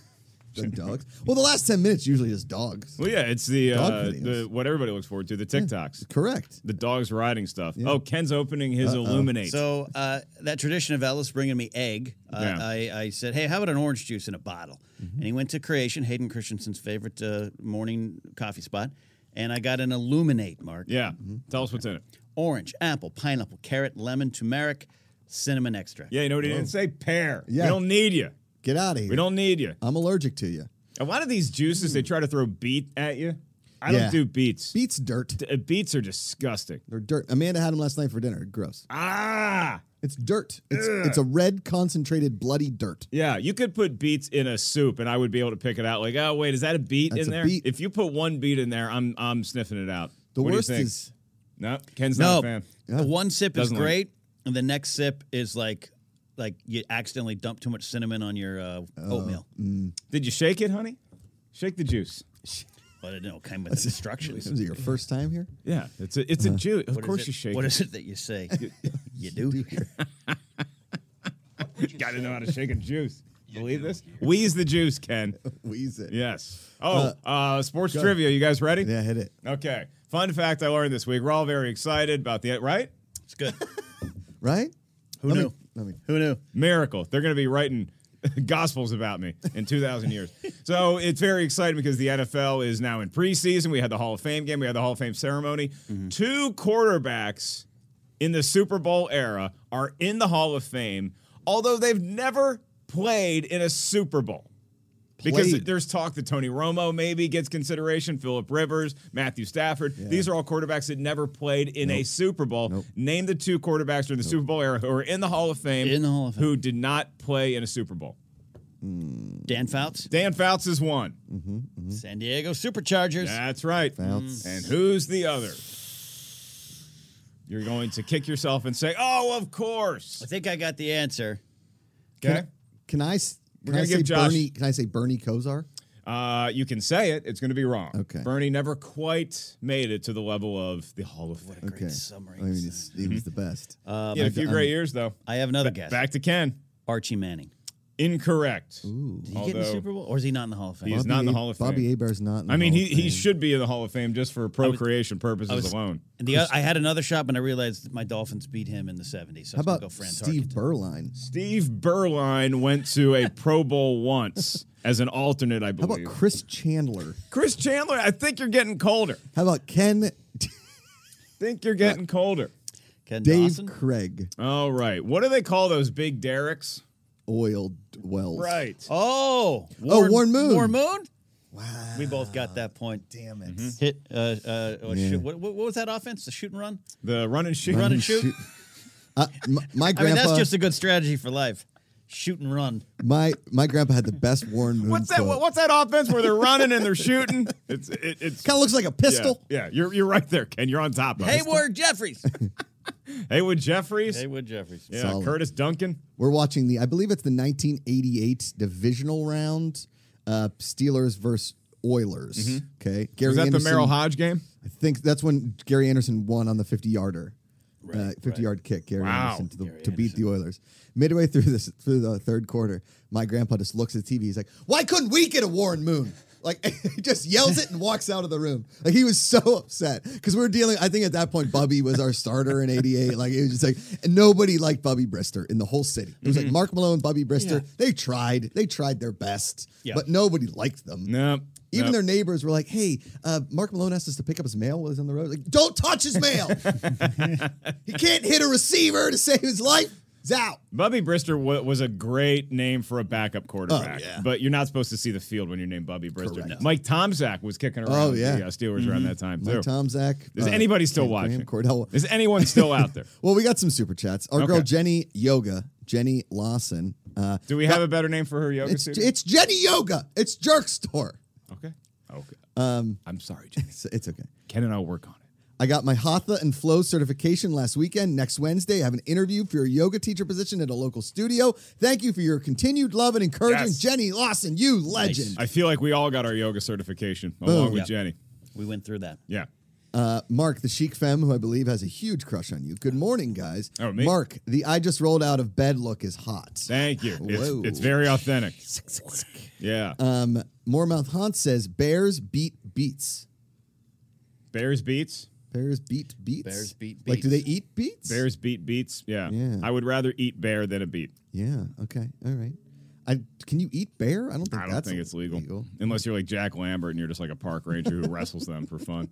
[SPEAKER 2] Just dogs. Well, the last 10 minutes usually is dogs.
[SPEAKER 3] Well, yeah, it's the
[SPEAKER 2] Dog
[SPEAKER 3] uh, the
[SPEAKER 2] videos.
[SPEAKER 3] what everybody looks forward to the TikToks,
[SPEAKER 2] Correct.
[SPEAKER 3] the dogs riding stuff. Oh, Ken's opening his Illuminate.
[SPEAKER 1] So uh, that tradition of Ellis bringing me egg, uh,
[SPEAKER 3] Yeah. Mm-hmm.
[SPEAKER 1] I, I said, "Hey, how about an orange juice in a bottle?" And he went to Creation, Hayden Christensen's favorite uh, morning coffee spot, and I got an Illuminate, Mark.
[SPEAKER 3] yeah,
[SPEAKER 2] Mm-hmm.
[SPEAKER 3] tell us what's in it.
[SPEAKER 1] Orange, apple, pineapple, carrot, lemon, turmeric, cinnamon extract.
[SPEAKER 3] Yeah, you know what he didn't say? Pear.
[SPEAKER 2] Oh. Yeah. Uh,
[SPEAKER 3] We don't need you.
[SPEAKER 2] Get out of here.
[SPEAKER 3] We don't need you.
[SPEAKER 2] I'm allergic to you.
[SPEAKER 3] A lot of these juices, they try to throw beet at you. I don't
[SPEAKER 2] mm. Yeah.
[SPEAKER 3] do beets.
[SPEAKER 2] Beats dirt.
[SPEAKER 3] D- uh, beets are disgusting.
[SPEAKER 2] They're dirt. Amanda had them last night for dinner. Gross.
[SPEAKER 3] Ah.
[SPEAKER 2] It's dirt. It's it's a red concentrated bloody dirt.
[SPEAKER 3] Yeah, you could put beets in a soup, and I would be able to pick it out. Like, oh wait, is that a beet
[SPEAKER 2] That's
[SPEAKER 3] in
[SPEAKER 2] a
[SPEAKER 3] there?
[SPEAKER 2] beet.
[SPEAKER 3] If you put one beet in there, I'm I'm sniffing it out.
[SPEAKER 2] The
[SPEAKER 3] What do you
[SPEAKER 2] worst
[SPEAKER 3] think?
[SPEAKER 2] is
[SPEAKER 3] no, Ken's
[SPEAKER 1] no,
[SPEAKER 3] not a fan.
[SPEAKER 1] the one sip
[SPEAKER 3] Doesn't
[SPEAKER 1] is
[SPEAKER 3] like-
[SPEAKER 1] great, and the next sip is like like you accidentally dump too much cinnamon on your uh,
[SPEAKER 3] Oh,
[SPEAKER 1] oatmeal.
[SPEAKER 3] Did you shake it, honey? Shake the juice.
[SPEAKER 1] But I don't know, it came with instructions.
[SPEAKER 2] Is it your first time here?
[SPEAKER 3] Yeah, it's a it's a juice. Of
[SPEAKER 1] What is
[SPEAKER 3] course
[SPEAKER 1] it-
[SPEAKER 3] you shake.
[SPEAKER 1] What
[SPEAKER 3] Uh-huh. it.
[SPEAKER 1] is it that you say? you do.
[SPEAKER 3] Got to know how to shake a juice. Believe this? Wheeze the juice, Ken.
[SPEAKER 2] Wheeze it.
[SPEAKER 3] Yes. Oh, uh, sports trivia. You guys ready?
[SPEAKER 2] Yeah, hit it.
[SPEAKER 3] Okay. Fun fact I learned this week. We're all very excited about the right
[SPEAKER 1] It's good.
[SPEAKER 2] Right?
[SPEAKER 1] Who
[SPEAKER 2] Let me-
[SPEAKER 1] knew?
[SPEAKER 2] let me-
[SPEAKER 1] Who knew?
[SPEAKER 3] miracle. They're going to be writing gospels about me in 2000 years. So it's very exciting because the NFL is now in preseason. We had the Hall of Fame game, we had the Hall of Fame ceremony. Two quarterbacks in the Super Bowl era are in the Hall of Fame, although they've never played in a Super Bowl. Because
[SPEAKER 2] Played.
[SPEAKER 3] there's talk that Tony Romo maybe gets consideration, Philip Rivers, Matthew Stafford. These are all quarterbacks that never played in a Super Bowl. Name the two quarterbacks during the Super Bowl era who are in the Hall of Fame
[SPEAKER 1] In the Hall of Fame.
[SPEAKER 3] who did not play in a Super Bowl.
[SPEAKER 1] Dan Fouts,
[SPEAKER 3] Dan Fouts is one.
[SPEAKER 2] Mm-hmm.
[SPEAKER 1] San Diego Superchargers.
[SPEAKER 3] That's right.
[SPEAKER 2] Fouts.
[SPEAKER 3] Mm. And who's the other? You're going to kick yourself and say, "Oh, of course."
[SPEAKER 1] I think I got the answer.
[SPEAKER 3] Okay.
[SPEAKER 2] Can I? s- Can
[SPEAKER 3] gonna
[SPEAKER 2] I say
[SPEAKER 3] give Josh-
[SPEAKER 2] Bernie? Can I say Bernie Kosar?
[SPEAKER 3] Uh, you can say it. It's going to be wrong.
[SPEAKER 2] Okay.
[SPEAKER 3] Bernie never quite made it to the level of the Hall of Fame.
[SPEAKER 1] Great
[SPEAKER 2] Okay.
[SPEAKER 1] summary.
[SPEAKER 2] I mean, it's, he
[SPEAKER 3] Mm-hmm.
[SPEAKER 2] was the best.
[SPEAKER 3] He had a few great years though.
[SPEAKER 1] I have another guess.
[SPEAKER 3] Back to Ken.
[SPEAKER 1] Archie Manning.
[SPEAKER 3] Incorrect.
[SPEAKER 1] Did he get in the
[SPEAKER 3] Although
[SPEAKER 1] Super Bowl, or is he not in the Hall of Fame?
[SPEAKER 3] he's not in the
[SPEAKER 2] A-
[SPEAKER 3] Hall of
[SPEAKER 2] Bobby
[SPEAKER 3] Fame.
[SPEAKER 2] Abear's not. In the
[SPEAKER 3] I mean,
[SPEAKER 2] Hall
[SPEAKER 3] he,
[SPEAKER 2] of
[SPEAKER 3] he
[SPEAKER 2] Fame.
[SPEAKER 3] should be in the Hall of Fame just for procreation purposes alone.
[SPEAKER 1] And the oth- I had another shot, but I realized that my Dolphins beat him in the '70s. So
[SPEAKER 2] How
[SPEAKER 1] I was gonna
[SPEAKER 2] about
[SPEAKER 1] go Fran
[SPEAKER 2] Steve
[SPEAKER 1] Tarkenton.
[SPEAKER 2] Berline?
[SPEAKER 3] Steve Berline went to a Pro Bowl once as an alternate, I
[SPEAKER 2] How about
[SPEAKER 3] believe.
[SPEAKER 2] Chris Chandler?
[SPEAKER 3] Chris Chandler, I think you're getting colder.
[SPEAKER 2] How about Ken
[SPEAKER 3] Think you're getting colder.
[SPEAKER 1] Ken
[SPEAKER 2] Dave
[SPEAKER 1] Dawson.
[SPEAKER 2] Craig?
[SPEAKER 3] All right. What do they call those big derricks?
[SPEAKER 2] Oil wells.
[SPEAKER 3] Right.
[SPEAKER 1] oh,
[SPEAKER 2] Warren Moon.
[SPEAKER 1] Warren Moon.
[SPEAKER 2] Wow.
[SPEAKER 1] We both got that point.
[SPEAKER 2] Damn it.
[SPEAKER 3] Mm-hmm.
[SPEAKER 1] Hit. Uh, uh, or shoot, what, what what was that offense? The shoot and run.
[SPEAKER 3] The run and shoot.
[SPEAKER 1] Run and shoot.
[SPEAKER 2] Uh, my, my
[SPEAKER 1] I mean,
[SPEAKER 2] grandpa.
[SPEAKER 1] that's just a good strategy for life. Shoot and run.
[SPEAKER 2] my my grandpa had the best Warren Moon.
[SPEAKER 3] What's that?
[SPEAKER 2] quote.
[SPEAKER 3] What, what's that offense where they're running and they're shooting? It's it, it's
[SPEAKER 2] Kind of looks like a
[SPEAKER 3] yeah,
[SPEAKER 2] pistol.
[SPEAKER 3] yeah. You're you're right there, Ken. You're on top of it.
[SPEAKER 1] Hayward Jeffries.
[SPEAKER 3] Heywood Jeffries.
[SPEAKER 1] Haywood Jeffries.
[SPEAKER 3] yeah.
[SPEAKER 2] Solid.
[SPEAKER 3] Curtis Duncan.
[SPEAKER 2] We're watching the, I believe it's the 1988 divisional round, uh, Steelers versus Oilers. Okay, Gary
[SPEAKER 3] Mm-hmm. Was that the
[SPEAKER 2] Anderson,
[SPEAKER 3] Merrill Hodge game?
[SPEAKER 2] I think that's when Gary Anderson won on the 50 yarder. uh, 50 yard kick, Gary
[SPEAKER 3] Wow.
[SPEAKER 2] Anderson, to, the, to beat the Oilers. Midway through this through the third quarter, my grandpa just looks at the TV. He's like, "Why couldn't we get a Warren Moon?" Like he just yells it and walks out of the room. Like he was so upset because we were dealing. I think at that point, Bubby was our starter in '88. Like it was just like and nobody liked Bubby Brister in the whole city. It was like Mark Malone, Bubby Brister. They tried. They tried their best,
[SPEAKER 1] Yeah.
[SPEAKER 2] but nobody liked them.
[SPEAKER 3] No.
[SPEAKER 2] Even
[SPEAKER 3] no.
[SPEAKER 2] their neighbors were like, "Hey, uh, Mark Malone asked us to pick up his mail while he's on the road. Like, don't touch his mail. he can't hit a receiver to save his life. He's out."
[SPEAKER 3] Bubby Brister wa- was a great name for a backup quarterback,
[SPEAKER 2] Oh, yeah.
[SPEAKER 3] but you're not supposed to see the field when you're named Bubby Brister.
[SPEAKER 2] Correct.
[SPEAKER 3] Mike Tomzak was kicking around
[SPEAKER 2] Oh,
[SPEAKER 3] the,
[SPEAKER 2] yeah.
[SPEAKER 3] uh, Steelers around that time too.
[SPEAKER 2] Mike Tom, Zach.
[SPEAKER 3] Is
[SPEAKER 2] uh,
[SPEAKER 3] anybody still
[SPEAKER 2] Ken
[SPEAKER 3] watching?
[SPEAKER 2] Graham, Cordell.
[SPEAKER 3] Is anyone still out there?
[SPEAKER 2] Well, we got some super chats. Our girl
[SPEAKER 3] Okay.
[SPEAKER 2] Jenny Yoga, Jenny Lawson. Uh,
[SPEAKER 3] Do we have a better name for her yoga
[SPEAKER 2] it's
[SPEAKER 3] studio?
[SPEAKER 2] it's Jenny Yoga. It's Jerk Store.
[SPEAKER 3] okay. Okay. Um, I'm sorry, Jenny.
[SPEAKER 2] It's, it's okay.
[SPEAKER 3] Ken and I'll work on it.
[SPEAKER 2] I got my Hatha and Flow certification last weekend. Next Wednesday, I have an interview for your yoga teacher position at a local studio. Thank you for your continued love and encouragement,
[SPEAKER 3] Yes.
[SPEAKER 2] Jenny Lawson. You legend.
[SPEAKER 3] I feel like we all got our yoga certification
[SPEAKER 2] Boom.
[SPEAKER 3] along with
[SPEAKER 1] Yeah.
[SPEAKER 3] Jenny.
[SPEAKER 1] We went through that.
[SPEAKER 3] Yeah.
[SPEAKER 2] Uh, Mark, the chic femme, who I believe has a huge crush on you. Good morning, guys.
[SPEAKER 3] Oh, me?
[SPEAKER 2] Mark, the I just rolled out of bed look is hot.
[SPEAKER 3] Thank you. It's,
[SPEAKER 2] Whoa.
[SPEAKER 3] it's very authentic. Yeah.
[SPEAKER 2] Um, Moremouth Hunt says Bears beat beats.
[SPEAKER 3] Bears beats.
[SPEAKER 2] Bears beat beats.
[SPEAKER 1] Bears beat
[SPEAKER 2] Like, do they
[SPEAKER 1] beats.
[SPEAKER 2] eat beats?
[SPEAKER 3] Bears beat beats. Yeah.
[SPEAKER 2] Yeah.
[SPEAKER 3] I would rather eat bear than a beat.
[SPEAKER 2] Yeah. Okay. All right. I can you eat bear? I don't think
[SPEAKER 3] I don't
[SPEAKER 2] that's
[SPEAKER 3] think it's legal. Unless you're like Jack Lambert and you're just like a park ranger who wrestles them for fun.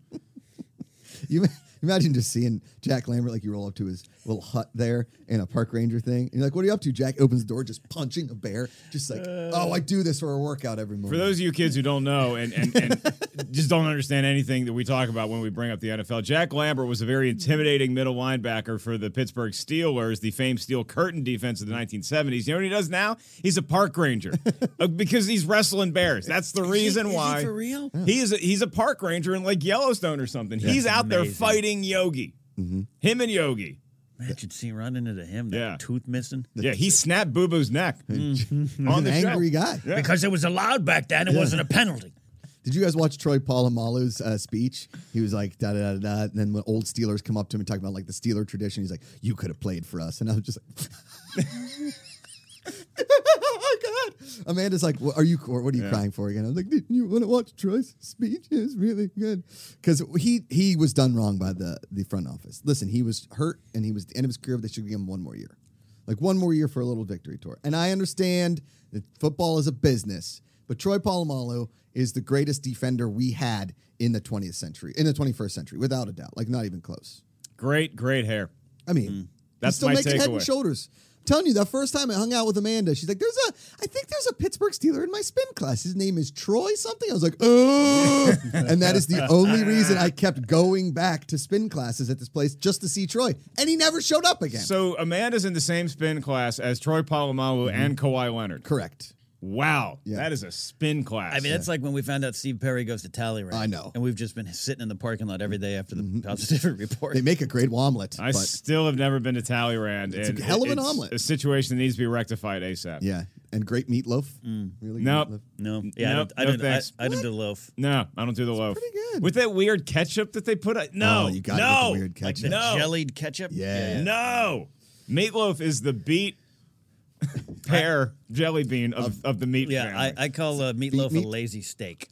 [SPEAKER 2] You ma- imagine just seeing Jack Lambert like you roll up to his little hut there in a park ranger thing, and you're like, "What are you up to?" Jack opens the door, just punching a bear, just like, "Oh, I do this for a workout every morning."
[SPEAKER 3] Uh. For those of you kids who don't know and, and, and just don't understand anything that we talk about when we bring up the NFL, Jack Lambert was a very intimidating middle linebacker for the Pittsburgh Steelers, the famed steel curtain defense of the 1970s. You know what he does now? He's a park ranger Uh, because he's wrestling bears. That's the reason
[SPEAKER 1] is he
[SPEAKER 3] why.
[SPEAKER 1] for real?
[SPEAKER 3] He is a, he's a park ranger in like Yellowstone or something. he's out there
[SPEAKER 1] amazing. Mm-hmm.
[SPEAKER 3] fighting Yogi. Him and Yogi.
[SPEAKER 1] Imagine seeing running into him, that
[SPEAKER 3] Yeah.
[SPEAKER 1] tooth missing.
[SPEAKER 3] Yeah, he snapped Boo Boo's neck on
[SPEAKER 2] an
[SPEAKER 3] the
[SPEAKER 2] angry
[SPEAKER 3] show.
[SPEAKER 2] guy.
[SPEAKER 3] Yeah.
[SPEAKER 1] Because it was allowed back then, it wasn't a penalty.
[SPEAKER 2] Did you guys watch Troy Polamalu's uh, speech? He was like, da da da da. And then when old Steelers come up to him and talk about like the Steeler tradition, he's like, "You could have played for us." And I was just like, "Oh my god!" Amanda's like, "What are you? What are you crying for again?" I was like, "Didn't you want to watch Troy's speech? It was really good." Because he he was done wrong by the the front office. Listen, he was hurt and he was at the end of his career. They should give him one more year, like one more year for a little victory tour. And I understand that football is a business. But Troy Polamalu is the greatest defender we had in the 20th century, in the 21st century, without a doubt. Like, not even close.
[SPEAKER 3] Great, great hair.
[SPEAKER 2] I mean,
[SPEAKER 3] Mm. That's
[SPEAKER 2] he's still
[SPEAKER 3] my
[SPEAKER 2] making head and
[SPEAKER 3] takeaway.
[SPEAKER 2] shoulders. I'm telling you, the first time I hung out with Amanda, she's like, "There's a, I think there's a Pittsburgh Steeler in my spin class. His name is Troy something." I was like, "Oh," and that is the only reason I kept going back to spin classes at this place just to see Troy, and he never showed up again.
[SPEAKER 3] So Amanda's in the same spin class as Troy Polamalu and Kawhi Leonard.
[SPEAKER 2] Correct.
[SPEAKER 3] Wow,
[SPEAKER 2] Mm-hmm. Yeah.
[SPEAKER 3] that is a spin class.
[SPEAKER 1] I mean, that's like when we found out Steve Perry goes to Talleyrand.
[SPEAKER 2] I know. Mm-hmm.
[SPEAKER 1] And we've just been sitting in the parking lot every day after the positive report.
[SPEAKER 2] They make a great omelet.
[SPEAKER 3] I
[SPEAKER 2] but,
[SPEAKER 3] still have never been to Talleyrand.
[SPEAKER 2] It's a
[SPEAKER 3] and
[SPEAKER 2] hell of an
[SPEAKER 3] it's
[SPEAKER 2] omelet.
[SPEAKER 3] A situation that needs to be rectified ASAP.
[SPEAKER 2] yeah, and great meatloaf.
[SPEAKER 3] Mm.
[SPEAKER 2] Really good
[SPEAKER 3] Nope.
[SPEAKER 2] meatloaf.
[SPEAKER 1] no,
[SPEAKER 3] Nope,
[SPEAKER 1] yeah, I
[SPEAKER 3] no
[SPEAKER 1] didn't. I didn't,
[SPEAKER 3] thanks.
[SPEAKER 1] I, I didn't do loaf.
[SPEAKER 3] No, I don't do the loaf.
[SPEAKER 2] pretty good.
[SPEAKER 3] With that weird ketchup that they put on. No,
[SPEAKER 2] Oh, you got it with
[SPEAKER 3] no,
[SPEAKER 2] the weird
[SPEAKER 1] Like the
[SPEAKER 2] ketchup.
[SPEAKER 3] No.
[SPEAKER 1] jellied ketchup.
[SPEAKER 2] Yeah.
[SPEAKER 3] no. Meatloaf is the beat pear jelly bean of, of the meat
[SPEAKER 1] yeah. I,
[SPEAKER 3] family.
[SPEAKER 1] I call uh, meatloaf
[SPEAKER 2] meat?
[SPEAKER 1] a lazy steak.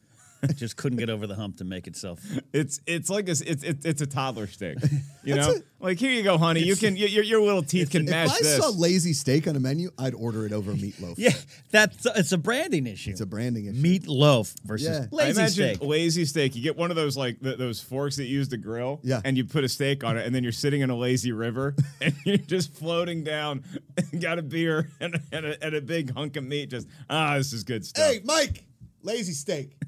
[SPEAKER 1] just couldn't get over the hump to make itself.
[SPEAKER 3] It's it's like a, it's, it's it's a toddler steak, you know. Like here you go, honey. You can your your little teeth can
[SPEAKER 2] If
[SPEAKER 3] match
[SPEAKER 2] I
[SPEAKER 3] this.
[SPEAKER 2] saw uh, lazy steak on a menu, I'd order it over meatloaf.
[SPEAKER 1] Yeah, that's it's a branding issue.
[SPEAKER 2] It's a branding issue.
[SPEAKER 1] meatloaf versus
[SPEAKER 2] Yeah.
[SPEAKER 3] I
[SPEAKER 1] lazy
[SPEAKER 3] imagine
[SPEAKER 1] steak.
[SPEAKER 3] lazy steak. You get one of those like th- those forks that you use to grill,
[SPEAKER 2] Yeah.
[SPEAKER 3] and you put a steak on it, and then you're sitting in a lazy river, and you're just floating down, and got a beer and, and, a, and a big hunk of meat. Just ah, this is good stuff.
[SPEAKER 2] Hey, Mike, lazy steak.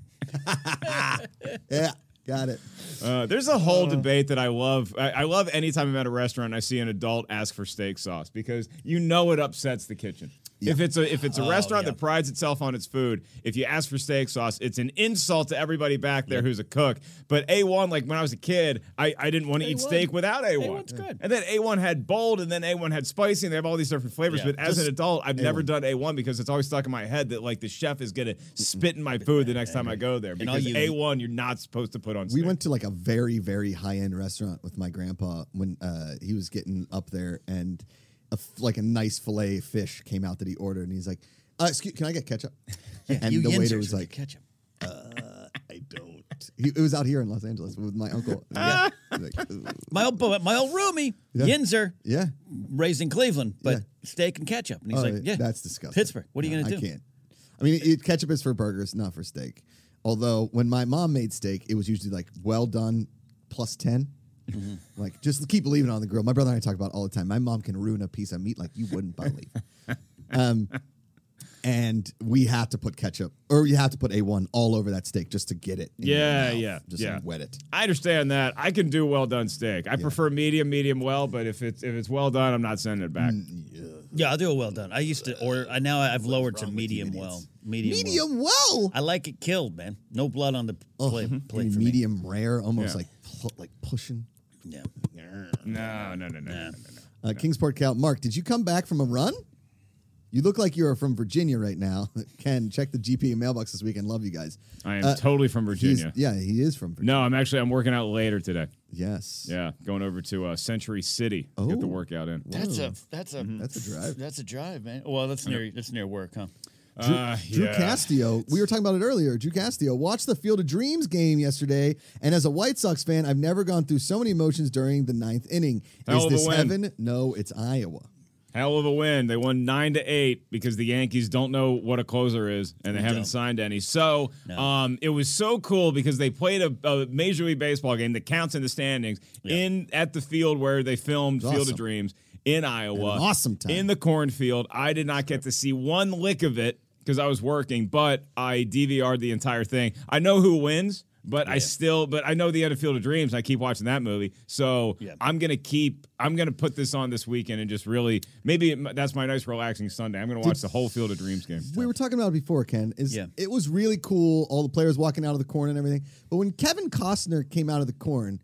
[SPEAKER 2] yeah, got it.
[SPEAKER 3] Uh, there's a whole debate that I love. I, I love anytime I'm at a restaurant, and I see an adult ask for steak sauce because you know it upsets the kitchen. If it's a if it's a restaurant
[SPEAKER 1] Oh, yeah.
[SPEAKER 3] that prides itself on its food, if you ask for steak sauce, it's an insult to everybody back there who's a cook. But A1, like when I was a kid, I, I didn't want to eat
[SPEAKER 1] A1.
[SPEAKER 3] steak without A1.
[SPEAKER 1] A1's good.
[SPEAKER 3] And then A1 had bold and then A1 had spicy and they have all these different flavors.
[SPEAKER 1] Yeah.
[SPEAKER 3] But as an adult, I've never done A1 because it's always stuck in my head that like the chef is gonna spit in my food the next time I go there.
[SPEAKER 1] all
[SPEAKER 3] Because
[SPEAKER 1] you eat.
[SPEAKER 3] A1 you're not supposed to put on
[SPEAKER 2] We
[SPEAKER 3] steak.
[SPEAKER 2] went to like a very, very high end restaurant with my grandpa when uh, he was getting up there, and a f- like a nice fillet fish came out that he ordered, and he's like, uh, "Excuse, can I get ketchup?" and
[SPEAKER 1] you
[SPEAKER 2] the
[SPEAKER 1] yinzers
[SPEAKER 2] waiter
[SPEAKER 1] with
[SPEAKER 2] was
[SPEAKER 1] the
[SPEAKER 2] like,
[SPEAKER 1] ketchup.
[SPEAKER 2] "I don't." He, it was out here in Los Angeles with my uncle. yeah. Like, "Ooh."
[SPEAKER 1] My old bo- my old roomie
[SPEAKER 2] Yeah.
[SPEAKER 1] Yinzer,
[SPEAKER 2] yeah.
[SPEAKER 1] raised in Cleveland, but
[SPEAKER 2] Yeah.
[SPEAKER 1] steak and ketchup, and he's
[SPEAKER 2] Oh,
[SPEAKER 1] like, yeah,
[SPEAKER 2] that's disgusting.
[SPEAKER 1] Pittsburgh. What are you
[SPEAKER 2] No,
[SPEAKER 1] gonna do?
[SPEAKER 2] I can't. I mean, it, ketchup is for burgers, not for steak. Although when my mom made steak, it was usually like well done, plus 10
[SPEAKER 1] Mm-hmm.
[SPEAKER 2] Like just keep leaving it on the grill. My brother and I talk about it all the time. My mom can ruin a piece of meat like you wouldn't believe. um, and we have to put ketchup, or you have to put a one all over that steak just to get it. in your
[SPEAKER 3] Yeah,
[SPEAKER 2] mouth,
[SPEAKER 3] yeah,
[SPEAKER 2] just
[SPEAKER 3] yeah.
[SPEAKER 2] wet it.
[SPEAKER 3] I understand that. I can do well done steak. I prefer medium, medium well, but if it's if it's well done, I'm not sending it back.
[SPEAKER 2] Mm.
[SPEAKER 1] Yeah, I'll do a well done. I used to order. I now I've lowered to medium well. Medium. well.
[SPEAKER 2] Medium well.
[SPEAKER 1] I like it killed, man. No blood on the plate, plate for me.
[SPEAKER 2] mm-hmm. medium rare, almost
[SPEAKER 3] Yeah.
[SPEAKER 2] like pu- like pushing.
[SPEAKER 1] Yeah.
[SPEAKER 3] No, no, no, no, no, no, no.
[SPEAKER 2] Uh, Kingsport Cal. Mark, did you come back from a run? You look like you are from Virginia right now. Ken, check the GP mailbox this weekend. Love you guys.
[SPEAKER 3] I am
[SPEAKER 2] Uh,
[SPEAKER 3] totally from
[SPEAKER 2] he's-
[SPEAKER 3] Virginia.
[SPEAKER 2] Yeah, he is from Virginia.
[SPEAKER 3] No, I'm actually I'm working out later today.
[SPEAKER 2] Yes.
[SPEAKER 3] Yeah, going over to uh, Century City to get the
[SPEAKER 2] Oh.
[SPEAKER 3] workout in.
[SPEAKER 1] That's a that's a
[SPEAKER 2] Mm. Mm-hmm. That's a drive.
[SPEAKER 1] That's a drive, man. Well, that's near that's near work, huh?
[SPEAKER 3] Uh,
[SPEAKER 2] Drew
[SPEAKER 3] yeah.
[SPEAKER 2] Castillo, we were talking about it earlier. Drew Castillo watched the Field of Dreams game yesterday, and as a White Sox fan, I've never gone through so many emotions during the ninth inning.
[SPEAKER 3] Hell
[SPEAKER 2] is
[SPEAKER 3] of a
[SPEAKER 2] this
[SPEAKER 3] win.
[SPEAKER 2] heaven? No, it's Iowa.
[SPEAKER 3] Hell of a win. They won nine to eight because the Yankees don't know what a closer is and they haven't signed any. So um, it was so cool because they played a, a major league baseball game that counts in the standings in at the field where they filmed
[SPEAKER 2] It's
[SPEAKER 3] Field
[SPEAKER 2] awesome.
[SPEAKER 3] of Dreams in Iowa.
[SPEAKER 2] An awesome time.
[SPEAKER 3] in the cornfield. I did not get to see one lick of it because I was working, but I DVR'd the entire thing. I know who wins. But I still, but I know the end of Field of Dreams. and I keep watching that movie, so
[SPEAKER 1] Yeah.
[SPEAKER 3] I'm gonna keep. I'm gonna put this on this weekend and just really maybe it, that's my nice relaxing Sunday. I'm gonna watch the whole Field of Dreams game.
[SPEAKER 2] we were talking about it before, Ken. Is
[SPEAKER 1] Yeah.
[SPEAKER 2] it was really cool, all the players walking out of the corn and everything. But when Kevin Costner came out of the corn,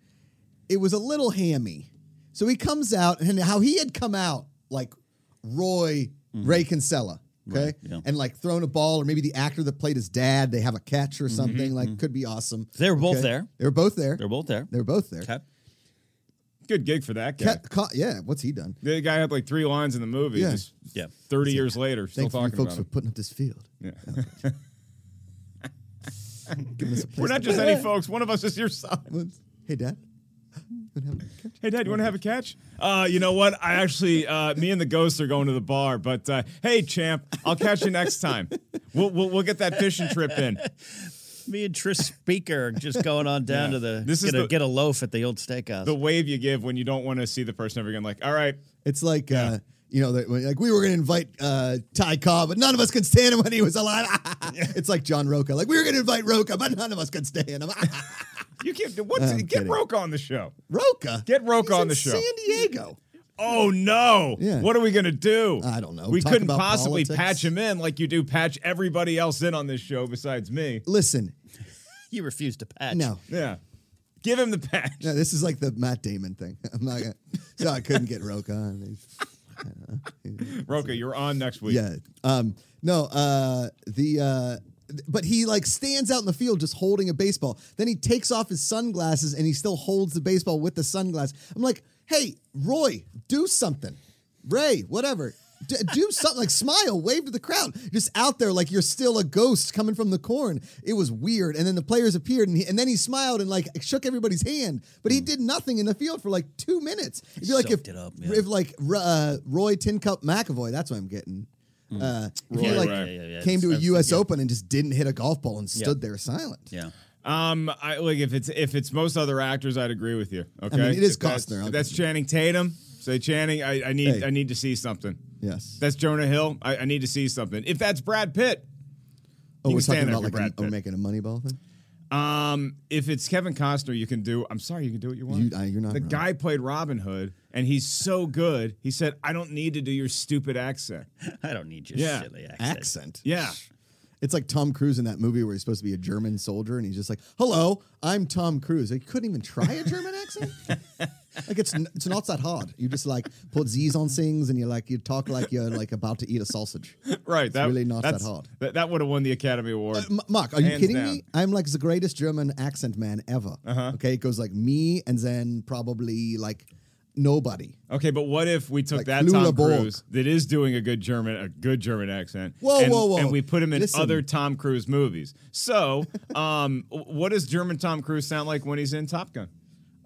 [SPEAKER 2] it was a little hammy. So he comes out and how he had come out like Roy Ray Kinsella. Okay.
[SPEAKER 1] yeah.
[SPEAKER 2] And like thrown a ball, or maybe the actor that played his dad, they have a catch or something. Like could be awesome.
[SPEAKER 1] They were both there.
[SPEAKER 2] They were both there.
[SPEAKER 1] They're both there.
[SPEAKER 2] They were both there.
[SPEAKER 1] Okay.
[SPEAKER 3] Good gig for that guy.
[SPEAKER 2] Ca- co- yeah, what's he done?
[SPEAKER 3] the guy had like three lines in the movie.
[SPEAKER 2] Yeah.
[SPEAKER 3] just
[SPEAKER 1] Yeah.
[SPEAKER 3] Thirty years later, still
[SPEAKER 2] Thanks, you
[SPEAKER 3] talking
[SPEAKER 2] folks,
[SPEAKER 3] about
[SPEAKER 2] for
[SPEAKER 3] him.
[SPEAKER 2] putting up this field.
[SPEAKER 3] Yeah.
[SPEAKER 2] Giving us a place
[SPEAKER 3] We're not
[SPEAKER 2] to
[SPEAKER 3] just
[SPEAKER 2] play.
[SPEAKER 3] any folks. One of us is your son.
[SPEAKER 2] Hey, Dad. Wanna have a catch?
[SPEAKER 3] Hey, Dad, you want to have a catch? Uh, you know what? I actually, uh, me and the ghost are going to the bar, but uh, hey, champ, I'll catch you next time. We'll, we'll, we'll get that fishing trip in.
[SPEAKER 1] Me and Tris Speaker are just going on down
[SPEAKER 3] Yeah.
[SPEAKER 1] to the
[SPEAKER 3] This
[SPEAKER 1] this
[SPEAKER 3] is
[SPEAKER 1] get, a,
[SPEAKER 3] the-
[SPEAKER 1] get a loaf at the old steakhouse.
[SPEAKER 3] The wave you give when you don't want to see the person ever again. Like, all right,
[SPEAKER 2] It's like uh, you know, that when- like we were gonna invite uh, Ty Cobb, but none of us could stand him when he was alive. it's like John Roca. Like we were gonna invite Roca, but none of us could stand him.
[SPEAKER 3] you can't. What's,
[SPEAKER 2] I'm
[SPEAKER 3] get
[SPEAKER 2] kidding.
[SPEAKER 3] Roke on the show.
[SPEAKER 2] Roca,
[SPEAKER 3] Get Roca
[SPEAKER 2] He's
[SPEAKER 3] on
[SPEAKER 2] in
[SPEAKER 3] the show.
[SPEAKER 2] San Diego.
[SPEAKER 3] Oh no!
[SPEAKER 2] Yeah.
[SPEAKER 3] What are we gonna do?
[SPEAKER 2] I don't know.
[SPEAKER 3] We
[SPEAKER 2] Talk
[SPEAKER 3] couldn't
[SPEAKER 2] about
[SPEAKER 3] possibly
[SPEAKER 2] politics.
[SPEAKER 3] patch him in like you do patch everybody else in on this show besides me.
[SPEAKER 2] Listen,
[SPEAKER 1] you refuse to patch.
[SPEAKER 2] no,
[SPEAKER 3] Yeah, give him the patch.
[SPEAKER 2] no, this is like the Matt Damon thing. I'm not gonna. So I couldn't get Roca. on.
[SPEAKER 3] Roka, you're on next week.
[SPEAKER 2] Yeah. Um, no, uh, the uh, th- but he like stands out in the field just holding a baseball. Then he takes off his sunglasses and he still holds the baseball with the sunglasses. I'm like, hey, Roy, do something. Ray, whatever. D- do something like smile, wave to the crowd. Just out there like you're still a ghost coming from the corn. It was weird. And then the players appeared and, he, and then he smiled and like shook everybody's hand, but he did nothing in the field for like 2 minutes. It'd be like if,
[SPEAKER 1] Hmm. Soaked it up, yeah.
[SPEAKER 2] if like R- uh, Roy Tin Cup McAvoy, that's what I'm getting. Uh, if you
[SPEAKER 3] Roy,
[SPEAKER 2] like
[SPEAKER 3] right.
[SPEAKER 1] Yeah, yeah, yeah.
[SPEAKER 2] came to a
[SPEAKER 1] That's-
[SPEAKER 2] U.S.
[SPEAKER 1] yeah.
[SPEAKER 2] Open and just didn't hit a golf ball and stood there silent.
[SPEAKER 1] Yeah.
[SPEAKER 3] Um, I like if it's if it's most other actors, I'd agree with you. Okay,
[SPEAKER 2] mean, it is
[SPEAKER 3] If that's-
[SPEAKER 2] Costner, I'll
[SPEAKER 3] If that's
[SPEAKER 2] give you-
[SPEAKER 3] Channing Tatum. Say Channing, I, I need
[SPEAKER 2] Hey.
[SPEAKER 3] I need to see something.
[SPEAKER 2] Yes.
[SPEAKER 3] That's Jonah Hill. I, I need to see something. If that's Brad Pitt,
[SPEAKER 2] oh,
[SPEAKER 3] you
[SPEAKER 2] we're
[SPEAKER 3] can stand
[SPEAKER 2] talking
[SPEAKER 3] there
[SPEAKER 2] about
[SPEAKER 3] for
[SPEAKER 2] like an,
[SPEAKER 3] Brad
[SPEAKER 2] oh,
[SPEAKER 3] Pitt.
[SPEAKER 2] making a Moneyball thing.
[SPEAKER 3] Um, if it's Kevin Costner, you can do. I'm sorry, you can do what you want.
[SPEAKER 2] You- uh, you're not
[SPEAKER 3] The
[SPEAKER 2] wrong.
[SPEAKER 3] guy played Robin Hood, and he's so good. He said, "I don't need to do your stupid accent."
[SPEAKER 1] I don't need your
[SPEAKER 3] Yeah.
[SPEAKER 1] silly accent.
[SPEAKER 2] accent.
[SPEAKER 3] Yeah.
[SPEAKER 2] It's like Tom Cruise in that movie where he's supposed to be a German soldier and he's just like, "Hello, I'm Tom Cruise." He couldn't even try a German accent. like it's n- it's not that hard. You just like put Z's on things and you like you talk like you're like about to eat a sausage.
[SPEAKER 3] Right. that,
[SPEAKER 2] really not that
[SPEAKER 3] that's-
[SPEAKER 2] hard. Uh,
[SPEAKER 3] That, that would have won the Academy Award.
[SPEAKER 2] M- Mark, are you
[SPEAKER 3] Hands
[SPEAKER 2] kidding
[SPEAKER 3] down.
[SPEAKER 2] me? I'm like the greatest German accent man ever. Uh-huh. Okay, it goes like me and then probably like nobody.
[SPEAKER 3] Okay, but what if we took
[SPEAKER 2] Like
[SPEAKER 3] that
[SPEAKER 2] Lula
[SPEAKER 3] Tom
[SPEAKER 2] Borg.
[SPEAKER 3] Cruise that is doing a good German, a good German accent,
[SPEAKER 2] Whoa,
[SPEAKER 3] and,
[SPEAKER 2] whoa, whoa.
[SPEAKER 3] and we put him in
[SPEAKER 2] Listen.
[SPEAKER 3] other Tom Cruise movies? So, um, w- what does German Tom Cruise sound like when he's in Top Gun?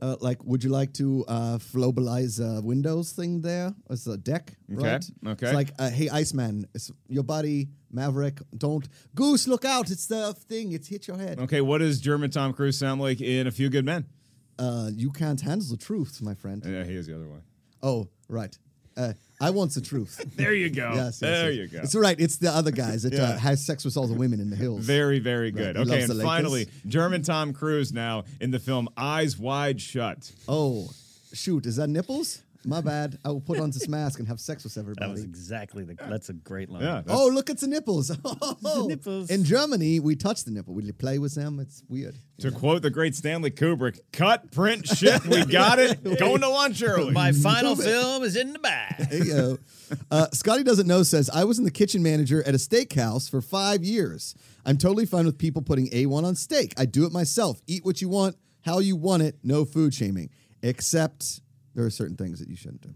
[SPEAKER 2] Uh, like, would you like to uh, globalize uh, Windows thing there? It's a deck, right?
[SPEAKER 3] okay.
[SPEAKER 2] It's like, uh, hey, Iceman, it's your buddy, Maverick, don't. Goose, look out. It's the thing. It's hit your head.
[SPEAKER 3] Okay, what does German Tom Cruise sound like in A Few Good Men?
[SPEAKER 2] Uh, you can't handle the truth, my friend.
[SPEAKER 3] Yeah, he is the other one.
[SPEAKER 2] Oh, right. Uh, I want the truth.
[SPEAKER 3] There you go.
[SPEAKER 2] yes, yes,
[SPEAKER 3] there
[SPEAKER 2] yes.
[SPEAKER 3] you go.
[SPEAKER 2] It's all right. It's the other guys that uh,
[SPEAKER 3] Yeah.
[SPEAKER 2] has sex with all the women in the hills.
[SPEAKER 3] Very, very
[SPEAKER 2] Right,
[SPEAKER 3] good.
[SPEAKER 2] he
[SPEAKER 3] okay,
[SPEAKER 2] loves
[SPEAKER 3] and
[SPEAKER 2] the Lakers.
[SPEAKER 3] finally, German Tom Cruise now in the film Eyes Wide Shut.
[SPEAKER 2] oh, shoot. Is that nipples? My bad. I will put on this mask and have sex with everybody.
[SPEAKER 1] That was exactly the. That's a great line.
[SPEAKER 3] Yeah.
[SPEAKER 2] Oh, look, it's the nipples. Oh.
[SPEAKER 1] nipples.
[SPEAKER 2] In Germany, we touch the nipple. We play with them. It's weird.
[SPEAKER 3] To quote the great Stanley Kubrick, cut, print, shit, we got it. Going to lunch early.
[SPEAKER 1] My final
[SPEAKER 2] Move it.
[SPEAKER 1] film is in the bag.
[SPEAKER 2] Hey, yo. uh, Scotty doesn't know says, I was in the kitchen manager at a steakhouse for five years. I'm totally fine with people putting A1 on steak. I do it myself. Eat what you want, how you want it. No food shaming. Except there are certain things that you shouldn't do.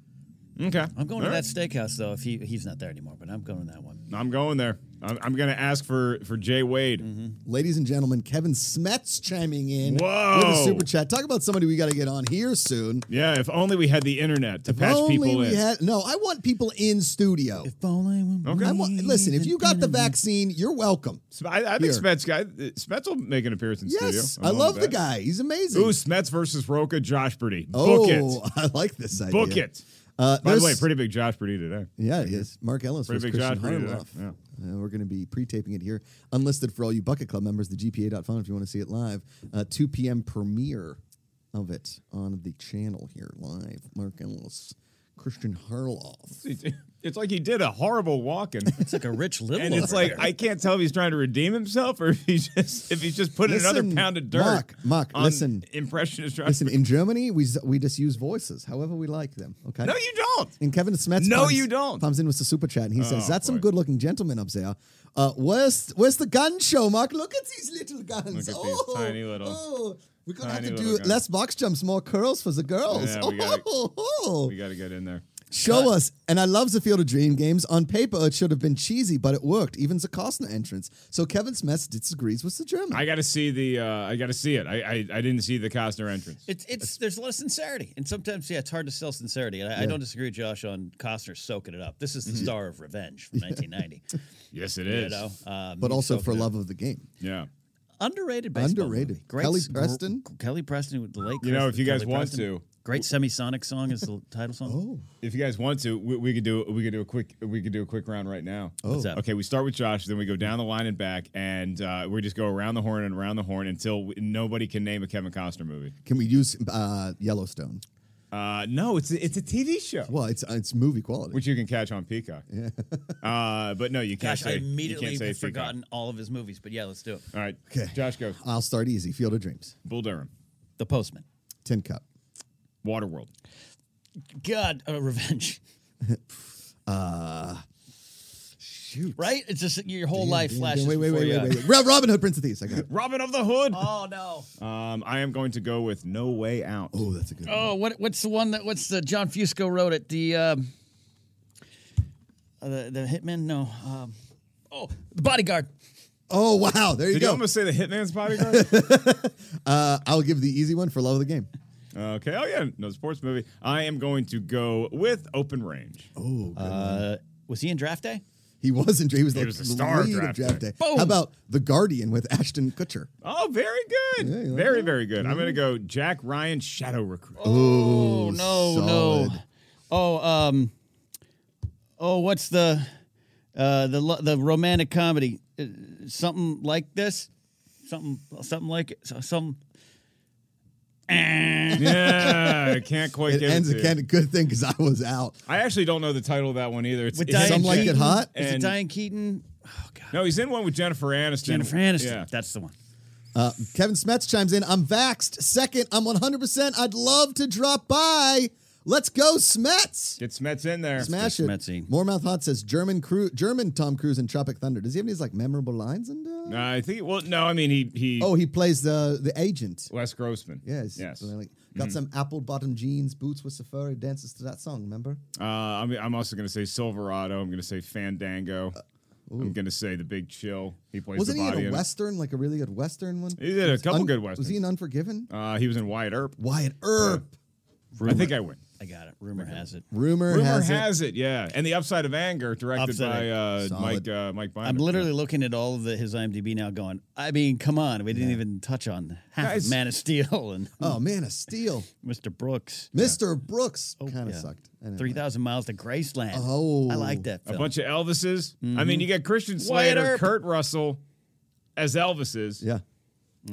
[SPEAKER 3] Okay.
[SPEAKER 1] I'm going
[SPEAKER 3] All
[SPEAKER 1] to
[SPEAKER 3] right.
[SPEAKER 1] that steakhouse though. If he he's not there anymore, but I'm going to that one.
[SPEAKER 3] I'm going there. I'm, I'm going to ask for for Jay Wade.
[SPEAKER 2] Ladies and gentlemen, Kevin Smets chiming in
[SPEAKER 3] Whoa.
[SPEAKER 2] with a super chat. Talk about somebody we got to get on here soon.
[SPEAKER 3] Yeah, if only we had the internet to patch
[SPEAKER 2] Only
[SPEAKER 3] people
[SPEAKER 2] we
[SPEAKER 3] in.
[SPEAKER 2] had- no, I want people in studio.
[SPEAKER 1] If only we
[SPEAKER 3] Okay.
[SPEAKER 2] I
[SPEAKER 1] made
[SPEAKER 2] want, listen, if you got the
[SPEAKER 1] an
[SPEAKER 2] vaccine, you're welcome.
[SPEAKER 3] So I, I
[SPEAKER 2] Here.
[SPEAKER 3] think Smets guy Smets will make an appearance in
[SPEAKER 2] Yes,
[SPEAKER 3] studio.
[SPEAKER 2] I
[SPEAKER 3] I'm
[SPEAKER 2] love
[SPEAKER 3] with
[SPEAKER 2] the
[SPEAKER 3] that.
[SPEAKER 2] guy. He's amazing.
[SPEAKER 3] Ooh, Smets versus Roca, Josh Brady. Book
[SPEAKER 2] oh,
[SPEAKER 3] it.
[SPEAKER 2] I like this idea.
[SPEAKER 3] Book it.
[SPEAKER 2] Uh,
[SPEAKER 3] By the way,
[SPEAKER 2] there's-
[SPEAKER 3] pretty big Josh Brady today.
[SPEAKER 2] Yeah, he is. Mark Ellis
[SPEAKER 3] Pretty
[SPEAKER 2] was
[SPEAKER 3] big
[SPEAKER 2] Christian
[SPEAKER 3] shot for you there,
[SPEAKER 2] Harloff. Uh, we're going to be pre-taping it here, unlisted for all you Bucket Club members. The GPA.fun if you want to see it live. Uh, 2 p.m. premiere of it on the channel here live. Mark Ellis, Christian Harloff.
[SPEAKER 3] It's like he did a horrible walking.
[SPEAKER 1] It's like a rich little.
[SPEAKER 3] And it's
[SPEAKER 1] over
[SPEAKER 3] like
[SPEAKER 1] here.
[SPEAKER 3] I can't tell if he's trying to redeem himself or if he's just if he's just putting another
[SPEAKER 2] Listen,
[SPEAKER 3] pound of dirt.
[SPEAKER 2] Mock, Mock,
[SPEAKER 3] on
[SPEAKER 2] listen.
[SPEAKER 3] impressionist Josh.
[SPEAKER 2] Listen, in Germany, we we just use voices, however we like them. Okay.
[SPEAKER 3] no, you don't.
[SPEAKER 2] And Kevin Smets
[SPEAKER 3] No,
[SPEAKER 2] comes-
[SPEAKER 3] you don't.
[SPEAKER 2] comes in with the super chat and he says,
[SPEAKER 3] Oh,
[SPEAKER 2] "That's some
[SPEAKER 3] boy.
[SPEAKER 2] good-looking gentleman up there. Uh, where's where's the gun show, Mark? Look at these little guns.
[SPEAKER 3] Look at these
[SPEAKER 2] oh,
[SPEAKER 3] tiny little-
[SPEAKER 2] Oh, we're gonna have
[SPEAKER 3] tiny
[SPEAKER 2] to
[SPEAKER 3] little
[SPEAKER 2] do
[SPEAKER 3] guns.
[SPEAKER 2] less box jumps, more curls for the girls.
[SPEAKER 3] Yeah,
[SPEAKER 2] oh,
[SPEAKER 3] we gotta-
[SPEAKER 2] oh, oh.
[SPEAKER 3] We got to get in there.
[SPEAKER 2] show us. And I love the Field of Dream games. On paper, it should have been cheesy, but it worked. Even the Costner entrance. So Kevin Smets disagrees with the German.
[SPEAKER 3] I got to see the. Uh, I got to see it. I, I I didn't see the Costner entrance.
[SPEAKER 1] It's it's there's a lot of sincerity, and sometimes yeah, it's hard to sell sincerity. And I, I don't disagree, with Josh, on Costner soaking it up. This is the star of Revenge from 1990.
[SPEAKER 3] Yes, Mm-hmm. it
[SPEAKER 1] you
[SPEAKER 3] is.
[SPEAKER 1] know, um,
[SPEAKER 2] but
[SPEAKER 1] he's
[SPEAKER 2] also
[SPEAKER 1] soaking
[SPEAKER 2] for
[SPEAKER 1] it up.
[SPEAKER 2] love of the game.
[SPEAKER 3] Yeah.
[SPEAKER 1] underrated baseball
[SPEAKER 2] Underrated.
[SPEAKER 1] movie.
[SPEAKER 2] Kelly
[SPEAKER 1] s- gr-
[SPEAKER 2] Preston?
[SPEAKER 1] Kelly Preston with the late.
[SPEAKER 3] You know,
[SPEAKER 1] Chris-
[SPEAKER 3] if you guys
[SPEAKER 1] Kelly
[SPEAKER 3] want
[SPEAKER 1] Preston.
[SPEAKER 3] to-
[SPEAKER 1] great semisonic song is the title song.
[SPEAKER 2] Oh,
[SPEAKER 3] If you guys want to, we, we could do we could do a quick we could do a quick round right now.
[SPEAKER 1] What's up?
[SPEAKER 3] Okay, we start with Josh, then we go down the line and back, and uh, we just go around the horn and around the horn until we, nobody can name a Kevin Costner movie.
[SPEAKER 2] can we use uh, Yellowstone?
[SPEAKER 3] Uh, no, it's a, it's a TV show.
[SPEAKER 2] Well, it's it's movie quality.
[SPEAKER 3] which you can catch on Peacock. Yeah. Uh, but no, you can't
[SPEAKER 1] Gosh,
[SPEAKER 3] say.
[SPEAKER 1] I
[SPEAKER 3] you can't
[SPEAKER 1] immediately
[SPEAKER 3] say
[SPEAKER 1] have
[SPEAKER 3] Peacock.
[SPEAKER 1] forgotten all of his movies, but yeah, let's do it.
[SPEAKER 3] All right.
[SPEAKER 2] Okay.
[SPEAKER 3] Josh goes.
[SPEAKER 2] I'll start easy. Field of Dreams,
[SPEAKER 3] Bull Durham.
[SPEAKER 1] The Postman.
[SPEAKER 2] Tin Cup,
[SPEAKER 3] Waterworld.
[SPEAKER 1] God, uh, Revenge.
[SPEAKER 2] Uh, shoot,
[SPEAKER 1] Right? It's just your whole
[SPEAKER 2] Yeah,
[SPEAKER 1] life
[SPEAKER 2] yeah, yeah.
[SPEAKER 1] flashes
[SPEAKER 2] Wait, wait,
[SPEAKER 1] before
[SPEAKER 2] wait,
[SPEAKER 1] you.
[SPEAKER 2] wait, wait, wait. Rob- Robin Hood, Prince of Thieves. I got it.
[SPEAKER 3] Robin of the Hood.
[SPEAKER 1] Oh no.
[SPEAKER 3] Um, I am going to go with No Way Out.
[SPEAKER 2] Oh, that's a good. one.
[SPEAKER 1] Oh, what what's the one that what's the John Fusco wrote it? The um, uh, the the hitman? No. Um, oh, the bodyguard.
[SPEAKER 2] Oh, wow. There you
[SPEAKER 3] Did you
[SPEAKER 2] go.
[SPEAKER 3] almost say the Hitman's bodyguard?
[SPEAKER 2] uh, I'll give the easy one for love of the game.
[SPEAKER 3] okay. Oh yeah, no sports movie. I am going to go with Open Range.
[SPEAKER 2] Oh, good.
[SPEAKER 1] Uh, was he in draft day?
[SPEAKER 2] he was in. He was, like
[SPEAKER 3] was a
[SPEAKER 2] the
[SPEAKER 3] star
[SPEAKER 2] lead of
[SPEAKER 3] draft
[SPEAKER 2] draft day.
[SPEAKER 3] day.
[SPEAKER 1] Boom.
[SPEAKER 2] How about the Guardian with Ashton Kutcher?
[SPEAKER 3] Oh, very good.
[SPEAKER 2] Yeah, you like
[SPEAKER 3] very
[SPEAKER 2] that? Mm-hmm.
[SPEAKER 3] very good. I'm going to go Jack Ryan Shadow Recruit.
[SPEAKER 1] Oh, no,
[SPEAKER 2] solid.
[SPEAKER 1] no. Oh, um, oh, what's the uh, the lo- the romantic comedy? Uh, something like this. something something like it. So, some
[SPEAKER 3] yeah, I can't quite
[SPEAKER 2] It
[SPEAKER 3] get
[SPEAKER 2] ends
[SPEAKER 3] it. to you.
[SPEAKER 2] again. A good thing because I was out.
[SPEAKER 3] I actually don't know the title of that one either. It's,
[SPEAKER 1] with
[SPEAKER 3] it's
[SPEAKER 1] Diane
[SPEAKER 2] Some Like It
[SPEAKER 1] Keaton.
[SPEAKER 2] Hot?
[SPEAKER 1] Is it
[SPEAKER 3] And-
[SPEAKER 1] Diane Keaton? Oh god,
[SPEAKER 3] No, he's in one with Jennifer Aniston.
[SPEAKER 1] Jennifer Aniston.
[SPEAKER 3] Yeah.
[SPEAKER 1] That's the one.
[SPEAKER 2] Uh, Kevin Smets chimes in. I'm vaxxed. Second, I'm 100%. I'd love to drop by. Let's go, Smets.
[SPEAKER 3] Get Smets in there.
[SPEAKER 2] Smash
[SPEAKER 1] go,
[SPEAKER 2] it.
[SPEAKER 1] Smetsy.
[SPEAKER 2] Moremouth Hot says German crew, German Tom Cruise in Tropic Thunder. Does he have any like memorable lines in there?
[SPEAKER 3] No, I think. Well, no, I mean he he.
[SPEAKER 2] Oh, he plays the the agent.
[SPEAKER 3] Wes Grossman. Yes.
[SPEAKER 2] Yes.
[SPEAKER 3] Mm-hmm.
[SPEAKER 2] So they're like, got some apple bottom jeans, boots with safari, dances to that song, remember?
[SPEAKER 3] Uh, I'm, I'm also going to say Silverado. I'm going to say Fandango. I'm going to say The Big Chill. He plays
[SPEAKER 2] Uh, Wasn't
[SPEAKER 3] the
[SPEAKER 2] he
[SPEAKER 3] body.
[SPEAKER 2] in a
[SPEAKER 3] in it.
[SPEAKER 2] Western, like a really good Western one?
[SPEAKER 3] He did a couple
[SPEAKER 2] Un-
[SPEAKER 3] good
[SPEAKER 2] Was
[SPEAKER 3] westerns.
[SPEAKER 2] he in Unforgiven?
[SPEAKER 3] uh, he was in Wyatt Earp.
[SPEAKER 2] Wyatt Earp.
[SPEAKER 3] I think I win.
[SPEAKER 1] I got it. Rumor has it.
[SPEAKER 2] Rumor,
[SPEAKER 3] Rumor
[SPEAKER 2] has,
[SPEAKER 3] has,
[SPEAKER 2] it.
[SPEAKER 3] it. yeah. And The Upside of Anger, directed
[SPEAKER 1] Upside
[SPEAKER 3] by uh,
[SPEAKER 2] Solid.
[SPEAKER 3] Mike uh, Mike Binder.
[SPEAKER 1] I'm literally looking at all of the, his IMDb now, going, I mean, come on, we didn't even touch on half of
[SPEAKER 3] Guys-
[SPEAKER 1] Man of Steel and
[SPEAKER 2] Oh man, a steal.
[SPEAKER 1] Mr. Brooks.
[SPEAKER 2] Mr. Brooks kind of
[SPEAKER 1] Oh, yeah.
[SPEAKER 2] sucked. Anyway.
[SPEAKER 1] Three thousand miles to Graceland.
[SPEAKER 2] Oh.
[SPEAKER 1] I like that
[SPEAKER 3] a
[SPEAKER 1] film.
[SPEAKER 3] bunch of Elvises. I
[SPEAKER 2] Mm-hmm.
[SPEAKER 3] mean, you got Christian
[SPEAKER 1] Wyatt
[SPEAKER 3] Slater,
[SPEAKER 1] Earp.
[SPEAKER 3] Kurt Russell as Elvises.
[SPEAKER 2] Yeah.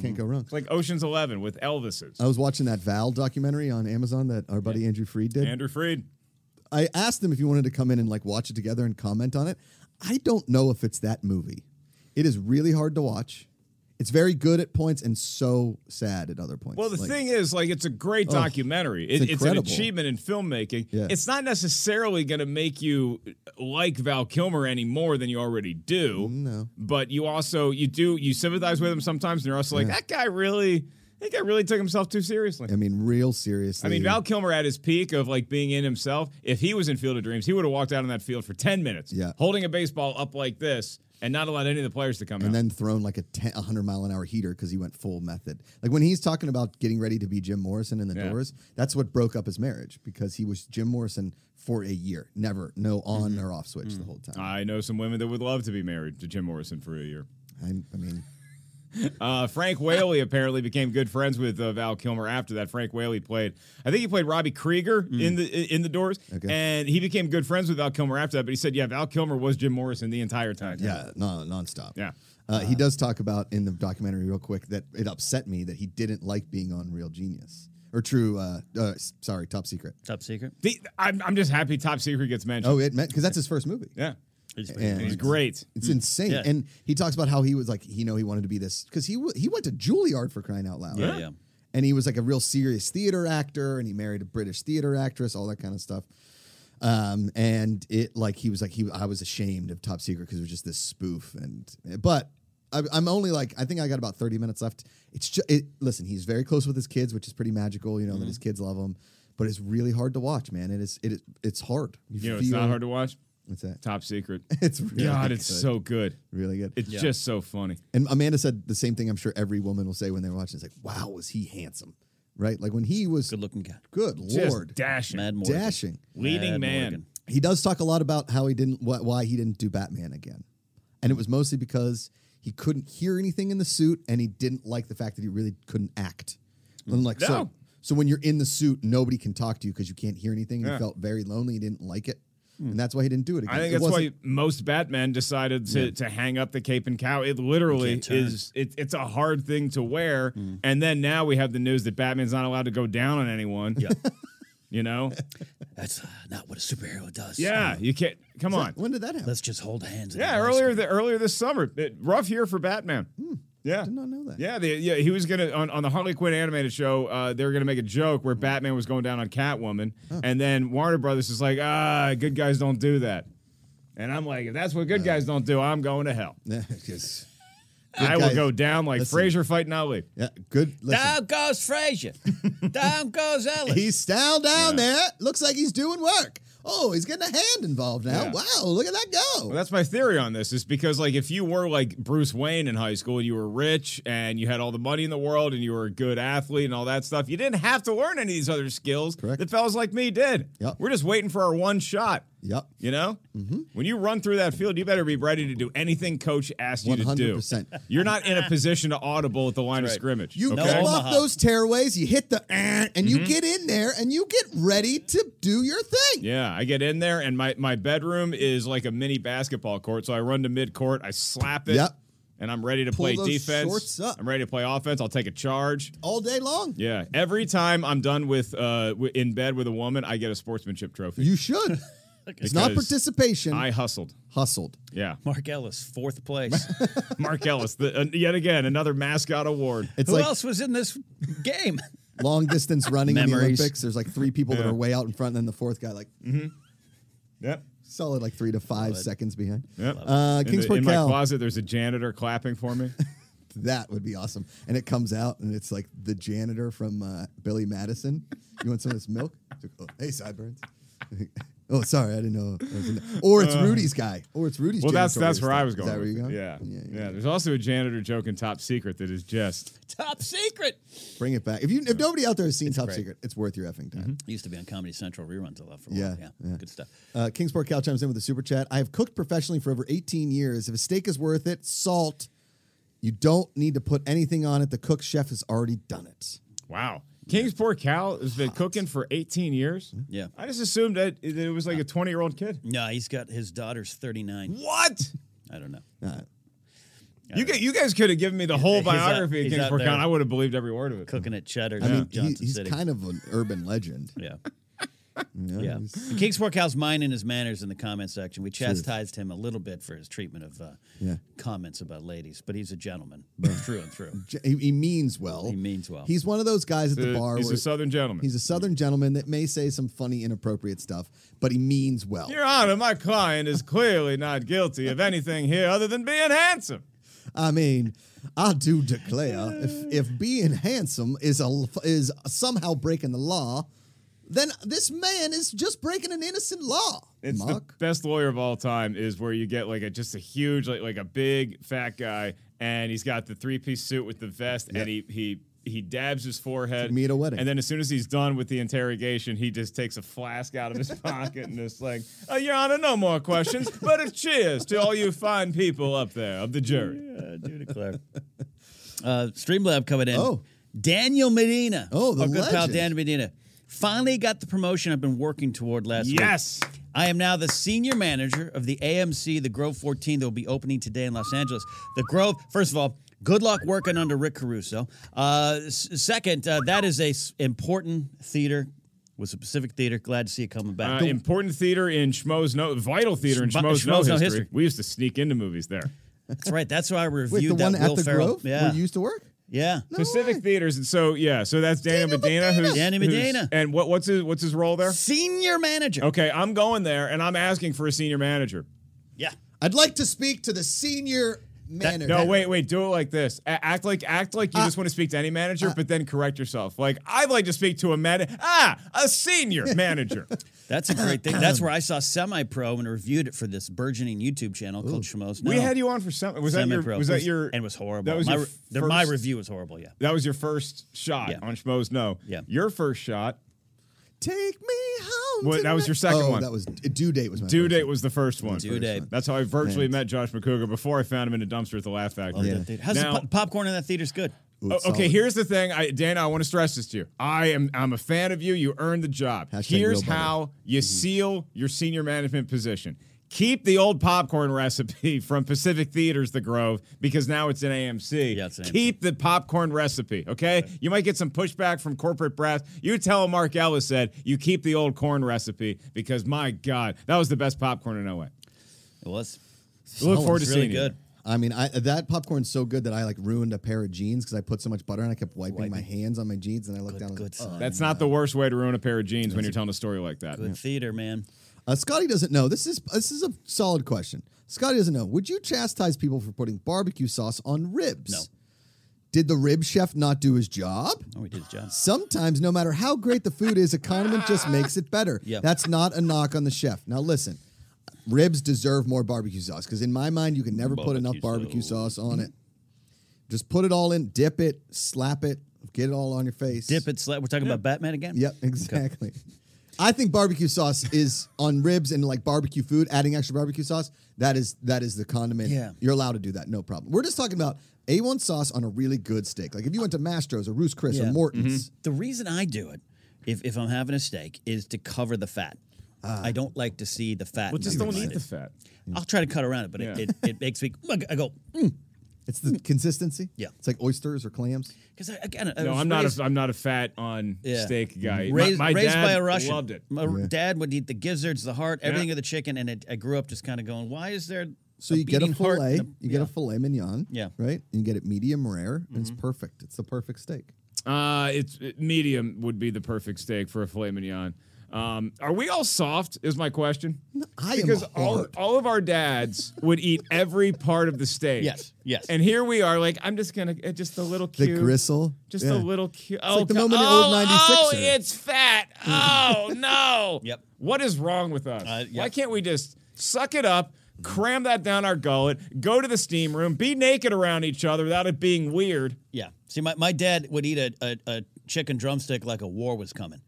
[SPEAKER 2] Can't go wrong.
[SPEAKER 3] It's Mm-hmm. like Ocean's Eleven with Elvises.
[SPEAKER 2] I was watching that Val documentary on Amazon that our buddy Andrew Freed did.
[SPEAKER 3] Andrew Freed.
[SPEAKER 2] I asked him if he wanted to come in and like watch it together and comment on it. I don't know if it's that movie. It is really hard to watch. It's very good at points and so sad at other points.
[SPEAKER 3] Well, the
[SPEAKER 2] Like, oh,
[SPEAKER 3] thing is, like, it's a great documentary. It-
[SPEAKER 2] it's
[SPEAKER 3] It's, an
[SPEAKER 2] incredible.
[SPEAKER 3] achievement in filmmaking.
[SPEAKER 2] Yeah.
[SPEAKER 3] It's not necessarily going to make you uh, like Val Kilmer any more than you already do.
[SPEAKER 2] No.
[SPEAKER 3] But you also you do you sympathize with him sometimes, and you're also like, that guy really, that guy really took himself too seriously.
[SPEAKER 2] I mean, real seriously.
[SPEAKER 3] I mean, Val Kilmer at his peak of like being in himself. If he was in Field of Dreams, he would have walked out on that field for ten minutes,
[SPEAKER 2] Yeah.
[SPEAKER 3] holding a baseball up like this, and not allowed any of the players to come out.
[SPEAKER 2] and then thrown like a 10, 100 mile an hour heater because he went full method. Like when he's talking about getting ready to be Jim Morrison in the
[SPEAKER 3] Yeah.
[SPEAKER 2] Doors, that's what broke up his marriage because he was Jim Morrison for a year, never no on
[SPEAKER 3] Mm-hmm.
[SPEAKER 2] or off switch the whole time.
[SPEAKER 3] I know some women that would love to be married to Jim Morrison for a year.
[SPEAKER 2] I, I mean,
[SPEAKER 3] Uh, Frank Whaley apparently became good friends with uh, Val Kilmer after that. Frank Whaley played, I think he played Robbie Krieger in the in the Doors,
[SPEAKER 2] Okay.
[SPEAKER 3] and he became good friends with Val Kilmer after that. But he said, yeah, Val Kilmer was Jim Morrison the entire time.
[SPEAKER 2] yeah, no, nonstop.
[SPEAKER 3] yeah.
[SPEAKER 2] Uh, he does talk about in the documentary real quick that it upset me that he didn't like being on Real Genius or True. Uh, uh, s- sorry, Top Secret.
[SPEAKER 1] Top secret.
[SPEAKER 3] The, I'm, I'm just happy Top Secret gets mentioned.
[SPEAKER 2] Oh, it meant because that's his first movie.
[SPEAKER 3] yeah,
[SPEAKER 1] It's pretty
[SPEAKER 2] And
[SPEAKER 3] he's great.
[SPEAKER 2] It's insane.
[SPEAKER 1] Yeah.
[SPEAKER 2] And he talks about how he was like, you know, he wanted to be this because he w- he went to Juilliard for crying out loud.
[SPEAKER 1] Yeah, yeah.
[SPEAKER 2] And he was like a real serious theater actor, and he married a British theater actress, all that kind of stuff. Um, and it like he was like he I was ashamed of Top Secret because it was just this spoof, and eh, but I, I'm only like I think I got about 30 minutes left. It's just it, listen, he's very close with his kids, which is pretty magical, you know, that his
[SPEAKER 3] Mm-hmm.
[SPEAKER 2] kids love him. But it's really hard to watch, man. It is it is it's hard.
[SPEAKER 3] You know, it's not hard to watch.
[SPEAKER 2] What's that?
[SPEAKER 3] Top Secret.
[SPEAKER 2] It's really
[SPEAKER 3] God, it's
[SPEAKER 2] good.
[SPEAKER 3] so good.
[SPEAKER 2] really good.
[SPEAKER 3] It's just so funny.
[SPEAKER 2] And Amanda said the same thing I'm sure every woman will say when they're watching. It's like, wow, was he handsome? Right? Like when he was
[SPEAKER 1] Good
[SPEAKER 2] good,
[SPEAKER 1] looking guy.
[SPEAKER 2] lord,
[SPEAKER 3] Just dashing,
[SPEAKER 1] Mad Morgan.
[SPEAKER 2] dashing.
[SPEAKER 3] leading
[SPEAKER 1] Mad
[SPEAKER 3] man.
[SPEAKER 1] Morgan.
[SPEAKER 2] He does talk a lot about how he didn't wh- why he didn't do Batman again. And it was mostly because he couldn't hear anything in the suit and he didn't like the fact that he really couldn't act. And like so
[SPEAKER 3] No.
[SPEAKER 2] so when you're in the suit, nobody can talk to you because you can't hear anything. And He
[SPEAKER 3] Yeah. Hmm.
[SPEAKER 2] felt very lonely, he didn't like it. And that's why he didn't do it again.
[SPEAKER 3] I think
[SPEAKER 2] It
[SPEAKER 3] that's
[SPEAKER 2] wasn't-
[SPEAKER 3] why most Batman decided to, to hang up the cape and cow. It literally
[SPEAKER 1] can't turn.
[SPEAKER 3] is it, it's a hard thing to wear.
[SPEAKER 2] Mm.
[SPEAKER 3] And then now we have the news that Batman's not allowed to go down on anyone. Yeah. you know?
[SPEAKER 1] That's uh, not what a superhero does. Uh,
[SPEAKER 3] Yeah, you can't come on.
[SPEAKER 2] when did that happen?
[SPEAKER 1] Let's just hold hands. in
[SPEAKER 3] Yeah,
[SPEAKER 1] the ice
[SPEAKER 3] earlier
[SPEAKER 1] cream.
[SPEAKER 3] the, earlier this summer. It- rough year for Batman. Yeah.
[SPEAKER 2] Hmm. I did not know that.
[SPEAKER 3] Yeah, the, yeah, he was gonna on, on the Harley Quinn animated show. Uh, they were gonna make a joke
[SPEAKER 2] Hmm.
[SPEAKER 3] where Batman was going down on Catwoman, and then Warner Brothers is like, ah, good guys don't do that. And I'm like, if that's what good guys don't do, I'm going to hell.
[SPEAKER 2] Yes.
[SPEAKER 3] I
[SPEAKER 2] guys-
[SPEAKER 3] will go down like
[SPEAKER 2] listen.
[SPEAKER 3] Frazier fighting Ali.
[SPEAKER 2] Yeah, good. Listen,
[SPEAKER 1] Down goes Frazier. Down goes Ellis.
[SPEAKER 2] He's down down there. Looks like he's doing work. Oh, he's getting a hand involved now.
[SPEAKER 3] Yeah.
[SPEAKER 2] Wow, look at that go.
[SPEAKER 3] Well, that's my theory on this is because like if you were like Bruce Wayne in high school, you were rich and you had all the money in the world and you were a good athlete and all that stuff, you didn't have to learn any of these other skills
[SPEAKER 2] Correct.
[SPEAKER 3] that fellas like me did.
[SPEAKER 2] Yep.
[SPEAKER 3] We're just waiting for our one shot.
[SPEAKER 2] yep.
[SPEAKER 3] You know,
[SPEAKER 2] Mm-hmm.
[SPEAKER 3] when you run through that field, you better be ready to do anything coach asked you to do.
[SPEAKER 2] 100%.
[SPEAKER 3] You're not in a position to audible at the line of scrimmage.
[SPEAKER 2] You
[SPEAKER 3] okay?
[SPEAKER 2] go off
[SPEAKER 1] Omaha.
[SPEAKER 2] those tearaways, you hit the eh, and
[SPEAKER 3] Mm-hmm.
[SPEAKER 2] you get in there and you get ready to do your thing.
[SPEAKER 3] Yeah, I get in there, and my, my bedroom is like a mini basketball court. So I run to mid court, I slap it,
[SPEAKER 2] Yep.
[SPEAKER 3] and I'm ready to
[SPEAKER 2] Pull
[SPEAKER 3] play
[SPEAKER 2] those
[SPEAKER 3] defense.
[SPEAKER 2] shorts up.
[SPEAKER 3] I'm ready to play offense. I'll take a charge.
[SPEAKER 2] all day long.
[SPEAKER 3] Yeah. Every time I'm done with uh w- in bed with a woman, I get a sportsmanship trophy.
[SPEAKER 2] You should. It's not
[SPEAKER 3] Because
[SPEAKER 2] participation.
[SPEAKER 3] I hustled.
[SPEAKER 2] hustled.
[SPEAKER 3] Yeah.
[SPEAKER 1] Mark Ellis, fourth place.
[SPEAKER 3] Mark Ellis, the, uh, yet again another mascot award.
[SPEAKER 2] It's
[SPEAKER 1] Who
[SPEAKER 2] like
[SPEAKER 1] else was in this game?
[SPEAKER 2] long distance running in the
[SPEAKER 1] Memories.
[SPEAKER 2] Olympics. There's like three people that
[SPEAKER 3] Yeah.
[SPEAKER 2] are way out in front, and then the fourth guy like
[SPEAKER 3] Yep.
[SPEAKER 2] solid like three to five seconds behind.
[SPEAKER 3] Yep.
[SPEAKER 2] Uh,
[SPEAKER 3] in, the-
[SPEAKER 2] Kingsport
[SPEAKER 3] in my
[SPEAKER 2] Cal.
[SPEAKER 3] closet, there's a janitor clapping for me.
[SPEAKER 2] That would be awesome. And it comes out, and it's like the janitor from uh, Billy Madison. You want some of this milk? It's like, "Oh, hey, sideburns. oh, sorry, I didn't know. I was in there. Or it's Rudy's guy. Or it's Rudy's.
[SPEAKER 3] Uh. Well, that's
[SPEAKER 2] janitorial
[SPEAKER 3] that's where I
[SPEAKER 2] staff.
[SPEAKER 3] was going.
[SPEAKER 2] Is that where
[SPEAKER 3] with
[SPEAKER 2] you
[SPEAKER 3] it. Yeah.
[SPEAKER 2] go? yeah, yeah.
[SPEAKER 3] There's also a janitor joke in Top Secret that is just
[SPEAKER 1] Top secret.
[SPEAKER 2] Bring it back. If you if nobody out there has seen Top Secret, it's worth your effing time.
[SPEAKER 3] Mm-hmm.
[SPEAKER 1] Used to be on Comedy Central reruns a lot for a
[SPEAKER 2] Yeah,
[SPEAKER 1] while. Yeah,
[SPEAKER 2] yeah.
[SPEAKER 1] good stuff.
[SPEAKER 2] Uh, Kingsport Cal chimes in with a super chat. I have cooked professionally for over 18 years. If a steak is worth it, salt. You don't need to put anything on it. The cook chef has already done it.
[SPEAKER 3] wow. Kingsport Cal has been cooking for 18 years.
[SPEAKER 1] Yeah.
[SPEAKER 3] I just assumed that it it was like a 20 year old kid.
[SPEAKER 1] No, he's got his daughter's 39.
[SPEAKER 3] What?
[SPEAKER 1] I don't know.
[SPEAKER 2] Uh,
[SPEAKER 3] You guys, you guys could have given me the whole
[SPEAKER 1] He's out-
[SPEAKER 3] biography
[SPEAKER 1] he's
[SPEAKER 3] of
[SPEAKER 1] out
[SPEAKER 3] Kingsport Cal.
[SPEAKER 1] there.
[SPEAKER 3] I would have believed every word of it.
[SPEAKER 1] Cooking at Cheddar's
[SPEAKER 2] I
[SPEAKER 1] in
[SPEAKER 2] mean, he,
[SPEAKER 1] Johnson
[SPEAKER 2] he's
[SPEAKER 1] City.
[SPEAKER 2] kind of an urban legend.
[SPEAKER 1] yeah.
[SPEAKER 2] you know?
[SPEAKER 1] Yeah.
[SPEAKER 2] He's-
[SPEAKER 1] And Kingsport Cal's mind and his manners in the comment section. We chastised him a little bit for his treatment of uh,
[SPEAKER 2] Yeah.
[SPEAKER 1] comments about ladies, but he's a gentleman through and through.
[SPEAKER 2] J- he, he means well.
[SPEAKER 1] He means well.
[SPEAKER 2] He's one of those guys at the,
[SPEAKER 3] Uh,
[SPEAKER 2] bar.
[SPEAKER 3] He's
[SPEAKER 2] where
[SPEAKER 3] a Southern gentleman.
[SPEAKER 2] he's a southern gentleman that may say some funny, inappropriate stuff, but he means well.
[SPEAKER 3] Your Honor, my client is clearly not guilty of anything here other than being handsome.
[SPEAKER 2] I mean, I do declare, if if being handsome is a is somehow breaking the law, then this man is just breaking an innocent law.
[SPEAKER 3] It's
[SPEAKER 2] Mark,
[SPEAKER 3] the best lawyer of all time is where you get like a just a huge like like a big fat guy and he's got the three piece suit with the vest and he he he dabs his forehead.
[SPEAKER 2] Took me at a wedding.
[SPEAKER 3] And then as soon as he's done with the interrogation, he just takes a flask out of his pocket and is like, oh, Your Honor, no more questions, but a cheers to all you fine people up there of the jury.
[SPEAKER 1] Uh, do declare. Uh, Streamlab coming in.
[SPEAKER 2] Oh.
[SPEAKER 1] Daniel Medina.
[SPEAKER 2] Oh, the
[SPEAKER 1] Our good pal
[SPEAKER 2] legend.
[SPEAKER 1] Daniel Medina. Finally got the promotion I've been working toward last week.
[SPEAKER 3] Yes.
[SPEAKER 1] I am now the senior manager of the AMC, the Grove 14, that will be opening today in Los Angeles. The Grove, first of all, good luck working under Rick Caruso. Uh, s- second, uh, that is a s- important theater. Was a Pacific Theater. Glad to see it coming
[SPEAKER 3] Uh,
[SPEAKER 1] back.
[SPEAKER 3] important theater in Schmoes No, vital theater in
[SPEAKER 1] Schmo-
[SPEAKER 3] Schmoes, No,
[SPEAKER 1] Schmoes No
[SPEAKER 3] history.
[SPEAKER 1] history.
[SPEAKER 3] We used to sneak into movies there.
[SPEAKER 1] That's right. That's why I reviewed
[SPEAKER 2] wait, the
[SPEAKER 1] that
[SPEAKER 2] one
[SPEAKER 1] Will
[SPEAKER 2] at the
[SPEAKER 1] Ferrell.
[SPEAKER 2] Grove
[SPEAKER 1] Yeah.
[SPEAKER 2] where you used to work?
[SPEAKER 1] yeah.
[SPEAKER 3] Pacific Theaters, and so yeah, so that's Daniel, Medina, who's
[SPEAKER 1] Danny
[SPEAKER 3] who's-
[SPEAKER 1] Medina.
[SPEAKER 3] and what what's his what's his role there?
[SPEAKER 1] Senior manager.
[SPEAKER 3] Okay, I'm going there, and I'm asking for a senior manager.
[SPEAKER 1] Yeah.
[SPEAKER 2] I'd like to speak to the senior manager.
[SPEAKER 3] No, wait, wait, do it like this. A- act like act like you just want to speak to any manager, but then correct yourself. Like I'd like to speak to a man, ah, a senior manager.
[SPEAKER 1] That's a great thing. That's where I saw Semi Pro and reviewed it for this burgeoning YouTube channel called Shamos.
[SPEAKER 3] We had you on for something. Was that your?
[SPEAKER 1] Semi-pro.
[SPEAKER 3] Was that your?
[SPEAKER 1] And it was horrible.
[SPEAKER 3] That was
[SPEAKER 1] my,
[SPEAKER 3] your
[SPEAKER 1] re- the- my
[SPEAKER 3] first-
[SPEAKER 1] review was horrible. Yeah.
[SPEAKER 3] That was your first shot
[SPEAKER 1] Yeah.
[SPEAKER 3] on Schmoes. No,
[SPEAKER 1] Yeah.
[SPEAKER 3] your first shot.
[SPEAKER 2] Take me home.
[SPEAKER 3] Well, that was
[SPEAKER 2] tonight.
[SPEAKER 3] your second
[SPEAKER 2] oh,
[SPEAKER 3] one.
[SPEAKER 2] That was due date was my
[SPEAKER 3] Due
[SPEAKER 2] first
[SPEAKER 3] date
[SPEAKER 2] one.
[SPEAKER 3] was the first one.
[SPEAKER 1] Due date.
[SPEAKER 3] That's how I virtually met Josh McCougar before I found him in a dumpster at the Laugh Factory.
[SPEAKER 2] yeah.
[SPEAKER 1] Oh, Dude, How's
[SPEAKER 3] Now-
[SPEAKER 1] the po- popcorn in that theater's good?
[SPEAKER 2] Ooh,
[SPEAKER 3] O-
[SPEAKER 2] it's
[SPEAKER 3] okay,
[SPEAKER 2] solid.
[SPEAKER 3] here's the thing, I, Dana. I want to stress this to you. I am I'm a fan of you. You earned the job.
[SPEAKER 2] Hashtag
[SPEAKER 3] here's
[SPEAKER 2] real butter.
[SPEAKER 3] how
[SPEAKER 1] Mm-hmm.
[SPEAKER 3] you seal your senior management position. Keep the old popcorn recipe from Pacific Theaters, The Grove, because now it's an AMC.
[SPEAKER 1] Yeah, it's an AMC.
[SPEAKER 3] Keep the popcorn recipe, okay? You might get some pushback from corporate brass. You tell them Mark Ellis said you keep the old corn recipe because my God, that was the best popcorn in LA.
[SPEAKER 1] It was.
[SPEAKER 3] We look
[SPEAKER 2] Solid.
[SPEAKER 3] forward to
[SPEAKER 1] It's really
[SPEAKER 3] seeing you.
[SPEAKER 1] good.
[SPEAKER 2] I mean, I that popcorn's so good that I like ruined a pair of jeans because I put so much butter and I kept wiping, my hands on my jeans and I looked down. and I
[SPEAKER 1] Good
[SPEAKER 2] was like,
[SPEAKER 1] son.
[SPEAKER 3] That's not the worst way to ruin a pair of jeans when you're telling a story like that.
[SPEAKER 1] Good theater, man.
[SPEAKER 2] Uh, Scotty doesn't know. This is this is a solid question. Scotty doesn't know. Would you chastise people for putting barbecue sauce on ribs?
[SPEAKER 1] No.
[SPEAKER 2] Did the rib chef not do his job?
[SPEAKER 1] Oh, we did his job.
[SPEAKER 2] Sometimes, no matter how great the food is, a condiment just makes it better.
[SPEAKER 1] Yeah.
[SPEAKER 2] That's not a knock on the chef. Now, listen, ribs deserve more barbecue sauce because, in my mind, you can never put enough
[SPEAKER 1] Barbecue
[SPEAKER 2] barbecue sauce on it. Just put it all in, dip it, slap it, get it all on your face.
[SPEAKER 1] Dip it. Sla- We're talking about Batman again.
[SPEAKER 2] Yep, exactly. I think barbecue sauce is on ribs and like barbecue food, adding extra barbecue sauce. That is that is the condiment.
[SPEAKER 1] Yeah.
[SPEAKER 2] You're allowed to do that, no problem. We're just talking about A1 sauce on a really good steak. Like if you went to Mastro's or Roos Chris
[SPEAKER 1] Yeah. Mm-hmm.
[SPEAKER 2] or Morton's,
[SPEAKER 1] The reason I do it, if, if I'm having a steak, is to cover the fat. I don't like to see the fat.
[SPEAKER 3] Ah. Well,
[SPEAKER 1] in
[SPEAKER 3] just
[SPEAKER 1] my
[SPEAKER 3] don't
[SPEAKER 1] meat.
[SPEAKER 3] eat the fat.
[SPEAKER 1] I'll try to cut around it, but
[SPEAKER 3] Yeah.
[SPEAKER 1] it, it, it makes me. Look, I go. Mm.
[SPEAKER 2] It's the consistency.
[SPEAKER 1] Yeah.
[SPEAKER 2] It's like oysters or clams.
[SPEAKER 1] Because again, I
[SPEAKER 3] No,
[SPEAKER 1] was
[SPEAKER 3] I'm not.
[SPEAKER 1] raised-
[SPEAKER 3] A, I'm not a fat on
[SPEAKER 2] Mm-hmm.
[SPEAKER 1] Yeah. Mm-hmm.
[SPEAKER 3] steak guy. My-
[SPEAKER 1] raised,
[SPEAKER 3] my
[SPEAKER 1] raised
[SPEAKER 3] dad
[SPEAKER 1] by a Russian.
[SPEAKER 3] loved it.
[SPEAKER 1] My dad would eat the gizzards, the heart, everything of the chicken, and it, I grew up just kind of going, "Why is there?"
[SPEAKER 2] So you get a
[SPEAKER 1] beating heart
[SPEAKER 2] fillet,
[SPEAKER 1] and
[SPEAKER 2] you get a filet mignon,
[SPEAKER 1] Yeah. Mm-hmm.
[SPEAKER 2] right? And you get it medium rare, and it's perfect. It's the perfect steak.
[SPEAKER 3] Uh, it's it- medium would be the perfect steak for a filet mignon. Um, are we all soft? Is my question.
[SPEAKER 2] I am
[SPEAKER 3] because all,
[SPEAKER 2] hard.
[SPEAKER 3] all of our dads would eat every part of the steak.
[SPEAKER 1] Yes, yes.
[SPEAKER 3] And here we are, like I'm just gonna uh, just a little
[SPEAKER 2] The
[SPEAKER 3] cute,
[SPEAKER 2] gristle,
[SPEAKER 3] just a
[SPEAKER 2] yeah.
[SPEAKER 3] little cute. oh,
[SPEAKER 2] like the
[SPEAKER 3] co-
[SPEAKER 2] moment in
[SPEAKER 3] oh,
[SPEAKER 2] Old 96er.
[SPEAKER 3] oh, it's fat. Oh no.
[SPEAKER 1] Yep.
[SPEAKER 3] What is wrong with us?
[SPEAKER 1] Uh,
[SPEAKER 3] Why
[SPEAKER 1] yep.
[SPEAKER 3] can't we just suck it up? Cram that down our gullet, go to the steam room, be naked around each other without it being weird.
[SPEAKER 1] Yeah. See, my, my dad would eat a, a, a chicken drumstick like a war was coming.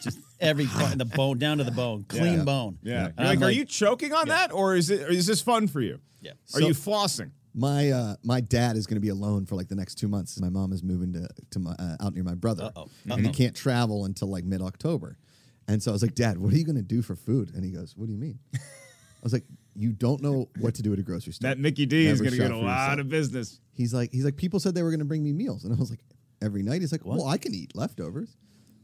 [SPEAKER 1] Just every part, the bone down to the bone, clean
[SPEAKER 2] Yeah.
[SPEAKER 1] bone.
[SPEAKER 3] Yeah.
[SPEAKER 1] And
[SPEAKER 3] You're like,
[SPEAKER 1] I'm
[SPEAKER 3] are you choking on that, or is it? Or is this fun for you?
[SPEAKER 1] Yeah.
[SPEAKER 3] Are you flossing?
[SPEAKER 2] My uh, my dad is going to be alone for like the next two months. My mom is moving to to my, uh, out near my brother,
[SPEAKER 1] Uh-oh.
[SPEAKER 2] and he can't travel until like mid October. And so I was like, Dad, what are you going to do for food? And he goes, What do you mean? I was like, You don't know what to do at a grocery store.
[SPEAKER 3] That Mickey D is going
[SPEAKER 2] Never
[SPEAKER 3] to get
[SPEAKER 2] shop
[SPEAKER 3] a
[SPEAKER 2] for
[SPEAKER 3] lot
[SPEAKER 2] yourself.
[SPEAKER 3] of business.
[SPEAKER 2] He's like, he's like, people said they were going to bring me meals, and I was like, every night. He's like, well, I can eat leftovers,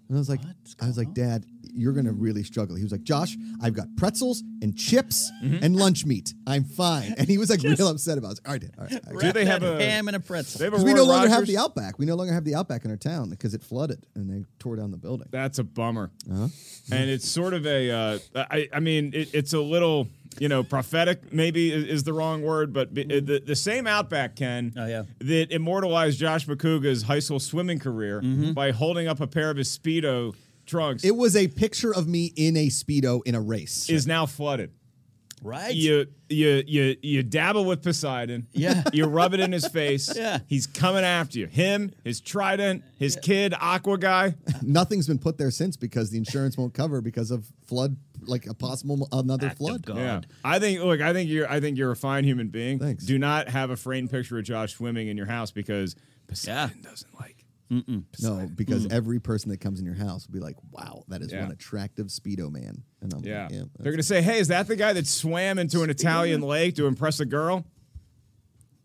[SPEAKER 2] and I was like, I was like, Dad, you're going to really struggle. He was like, Josh, I've got pretzels and chips and lunch meat. I'm fine. And he was like, real upset about. it. I was like, all right, Dad, all right.
[SPEAKER 1] Wrap
[SPEAKER 3] they have
[SPEAKER 1] that
[SPEAKER 3] a-
[SPEAKER 1] ham and a pretzel?
[SPEAKER 3] They have a
[SPEAKER 2] Because we no
[SPEAKER 3] Warner
[SPEAKER 2] longer have
[SPEAKER 3] Rogers.
[SPEAKER 2] the Outback. We no longer have the Outback in our town because it flooded and they tore down the building.
[SPEAKER 3] That's a bummer.
[SPEAKER 2] Uh-huh.
[SPEAKER 3] And it's sort of a, uh, I, I mean, it, it's a little, you know, prophetic maybe is, is the wrong word, but b- the, the same Outback, Ken,
[SPEAKER 1] Oh, yeah.
[SPEAKER 3] that immortalized Josh McCouga's high school swimming career
[SPEAKER 1] Mm-hmm.
[SPEAKER 3] by holding up a pair of his Speedo trunks
[SPEAKER 2] It was a picture of me in a speedo in a race.
[SPEAKER 3] is now flooded.
[SPEAKER 1] right?
[SPEAKER 3] You, you you you dabble with Poseidon.
[SPEAKER 1] Yeah.
[SPEAKER 3] You rub it in his face.
[SPEAKER 1] Yeah.
[SPEAKER 3] He's coming after you. Him, his trident, his kid, Aqua guy.
[SPEAKER 2] Nothing's been put there since because the insurance won't cover because of flood, like a possible another
[SPEAKER 1] Act of
[SPEAKER 2] flood.
[SPEAKER 1] God.
[SPEAKER 3] Yeah, I think. Look, I think you're. I think you're a fine human being.
[SPEAKER 2] Thanks.
[SPEAKER 3] Do not have a framed picture of Josh swimming in your house because Poseidon doesn't like.
[SPEAKER 2] No,
[SPEAKER 1] Mm.
[SPEAKER 2] because every person that comes in your house will be like, "Wow, that is
[SPEAKER 3] Yeah.
[SPEAKER 2] one attractive speedo man." And I'm
[SPEAKER 3] Yeah.
[SPEAKER 2] like, "Yeah."
[SPEAKER 3] they're
[SPEAKER 2] that's-
[SPEAKER 3] gonna say, "Hey, is that the guy that swam into an Italian lake to impress a girl?"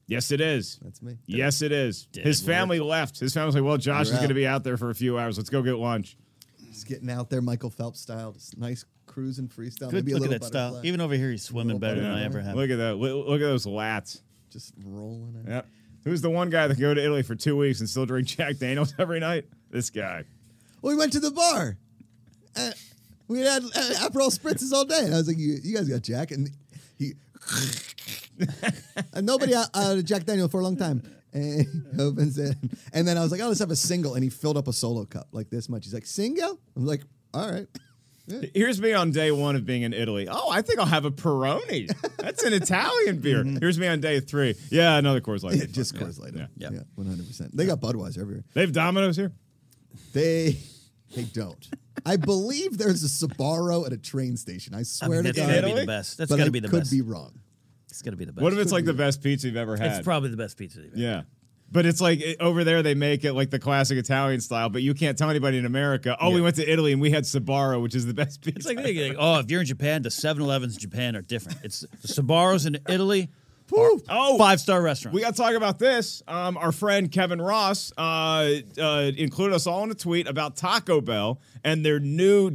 [SPEAKER 3] Yes, it is.
[SPEAKER 2] That's me.
[SPEAKER 3] Yes, it is. His
[SPEAKER 1] Dead
[SPEAKER 3] family left. His family's like, "Well, Josh
[SPEAKER 2] You're
[SPEAKER 3] is gonna
[SPEAKER 2] out.
[SPEAKER 3] be out there for a few hours. Let's go get lunch."
[SPEAKER 2] Just getting out there, Michael Phelps style, just nice cruising freestyle.
[SPEAKER 1] Good
[SPEAKER 2] maybe
[SPEAKER 1] look
[SPEAKER 2] a
[SPEAKER 1] at
[SPEAKER 2] little
[SPEAKER 1] that style.
[SPEAKER 2] butterfly,
[SPEAKER 1] Even over here, he's swimming
[SPEAKER 2] Little
[SPEAKER 1] better than I
[SPEAKER 2] butterfly.
[SPEAKER 1] ever have.
[SPEAKER 3] Look at that. Look, look at those lats.
[SPEAKER 2] just rolling. Out.
[SPEAKER 3] Yep. Who's the one guy that can go to Italy for two weeks and still drink Jack Daniels every night? This guy.
[SPEAKER 2] we went to the bar. Uh, we had uh, Aperol spritzes all day, and I was like, "You, you guys got Jack?" And he, and nobody out, out of Jack Daniel for a long time. And he opens it, and then I was like, "Oh, let's have a single." And he filled up a solo cup like this much. He's like, "Single?" I'm like, "All right."
[SPEAKER 3] Here's me on day one of being in Italy. Oh, I think I'll have a Peroni. That's an Italian beer.
[SPEAKER 1] Mm-hmm.
[SPEAKER 3] Here's me on day three. Yeah, another Coors Light.
[SPEAKER 2] Yeah, just Coors Light.
[SPEAKER 3] Yeah.
[SPEAKER 1] Yeah.
[SPEAKER 2] Yeah, one hundred percent. They got Budweiser everywhere.
[SPEAKER 3] They have Domino's here.
[SPEAKER 2] They they don't. I believe there's a Sabaro at a train station. I
[SPEAKER 1] I
[SPEAKER 2] swear to
[SPEAKER 1] mean, that's
[SPEAKER 2] God.
[SPEAKER 1] gotta be
[SPEAKER 3] Italy?
[SPEAKER 1] the best. That's
[SPEAKER 2] but I
[SPEAKER 1] gotta be the
[SPEAKER 2] could
[SPEAKER 1] best.
[SPEAKER 2] be wrong.
[SPEAKER 1] It's gotta be the best.
[SPEAKER 3] What if it's like the best pizza you've ever had?
[SPEAKER 1] It's probably the best pizza they've had.
[SPEAKER 3] yeah. But it's like it- over there they make it like the classic Italian style, but you can't tell anybody in America. Oh, we went to Italy and we had Sabaro, which is the best pizza.
[SPEAKER 1] It's like, they- like, oh, if you're in Japan, the 7-Elevens in Japan are different. It's the Sabaros in Italy.
[SPEAKER 3] Oh.
[SPEAKER 1] five star restaurant.
[SPEAKER 3] We got to talk about this. Um, our friend Kevin Ross uh, uh, included us all in a tweet about Taco Bell and their new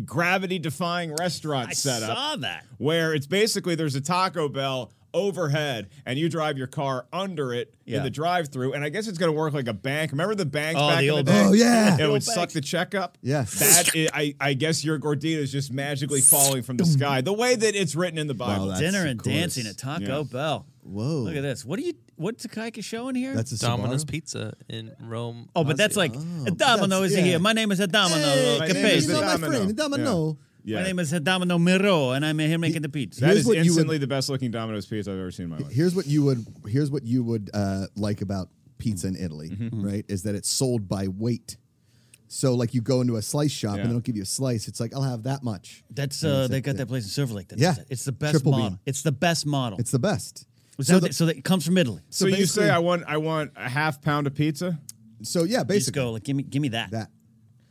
[SPEAKER 3] gravity-defying restaurant
[SPEAKER 1] I
[SPEAKER 3] setup.
[SPEAKER 1] saw that.
[SPEAKER 3] where it's basically there's a Taco Bell overhead and you drive your car under it
[SPEAKER 1] Yeah.
[SPEAKER 3] in the drive through and I guess it's going to work like a bank. Remember the banks
[SPEAKER 1] Oh,
[SPEAKER 3] back
[SPEAKER 1] the
[SPEAKER 3] in the
[SPEAKER 1] old
[SPEAKER 3] day?
[SPEAKER 2] bank. Oh, yeah.
[SPEAKER 3] It
[SPEAKER 2] The
[SPEAKER 3] would
[SPEAKER 1] old
[SPEAKER 3] suck
[SPEAKER 1] banks.
[SPEAKER 3] the check up.
[SPEAKER 2] Yeah.
[SPEAKER 3] That i I, I guess your gorditas just magically falling from the sky. The way that it's written in the Bible.
[SPEAKER 2] that's
[SPEAKER 1] Dinner and
[SPEAKER 2] of course.
[SPEAKER 1] dancing at Taco
[SPEAKER 3] Yeah.
[SPEAKER 1] Bell.
[SPEAKER 2] Whoa.
[SPEAKER 1] Look at this. What do you? What Takaika showing here?
[SPEAKER 2] That's a
[SPEAKER 4] Domino's
[SPEAKER 2] Sbarro?
[SPEAKER 4] Pizza in Rome.
[SPEAKER 1] oh, but that's like
[SPEAKER 4] Lazio.
[SPEAKER 2] Oh,
[SPEAKER 1] a Domino
[SPEAKER 2] that's-
[SPEAKER 1] is
[SPEAKER 2] yeah.
[SPEAKER 1] here. My name is Adamino.
[SPEAKER 2] Hey,
[SPEAKER 1] Domino.
[SPEAKER 3] My
[SPEAKER 2] Capes.
[SPEAKER 3] name is
[SPEAKER 2] You know my
[SPEAKER 3] Domino.
[SPEAKER 2] friend, Domino.
[SPEAKER 3] yeah.
[SPEAKER 1] My
[SPEAKER 3] yeah.
[SPEAKER 1] name is Adamino Miro, and I'm here making the pizza.
[SPEAKER 3] That
[SPEAKER 2] Here's
[SPEAKER 3] is
[SPEAKER 2] what you would-
[SPEAKER 3] instantly the best looking Domino's pizza I've ever seen in my life.
[SPEAKER 2] Here's what you would here's what you would uh, like about pizza in Italy, right? Is that it's sold by weight. So like you go into a slice shop
[SPEAKER 3] Yeah.
[SPEAKER 2] and they'll give you a slice. It's like I'll have that much.
[SPEAKER 1] That's uh, they got that place in Silver Lake. That
[SPEAKER 2] Yeah.
[SPEAKER 1] does that. it's the best
[SPEAKER 2] Triple
[SPEAKER 1] model.
[SPEAKER 2] bean.
[SPEAKER 1] It's the best model.
[SPEAKER 2] It's the best.
[SPEAKER 1] so,
[SPEAKER 2] So,
[SPEAKER 1] that,
[SPEAKER 2] the-
[SPEAKER 1] so that it comes from Italy.
[SPEAKER 3] So, you
[SPEAKER 2] basically-
[SPEAKER 3] say I want I want a half pound of pizza?
[SPEAKER 2] so yeah,
[SPEAKER 1] You just
[SPEAKER 2] basically
[SPEAKER 1] go like, give me, give me that.
[SPEAKER 2] that.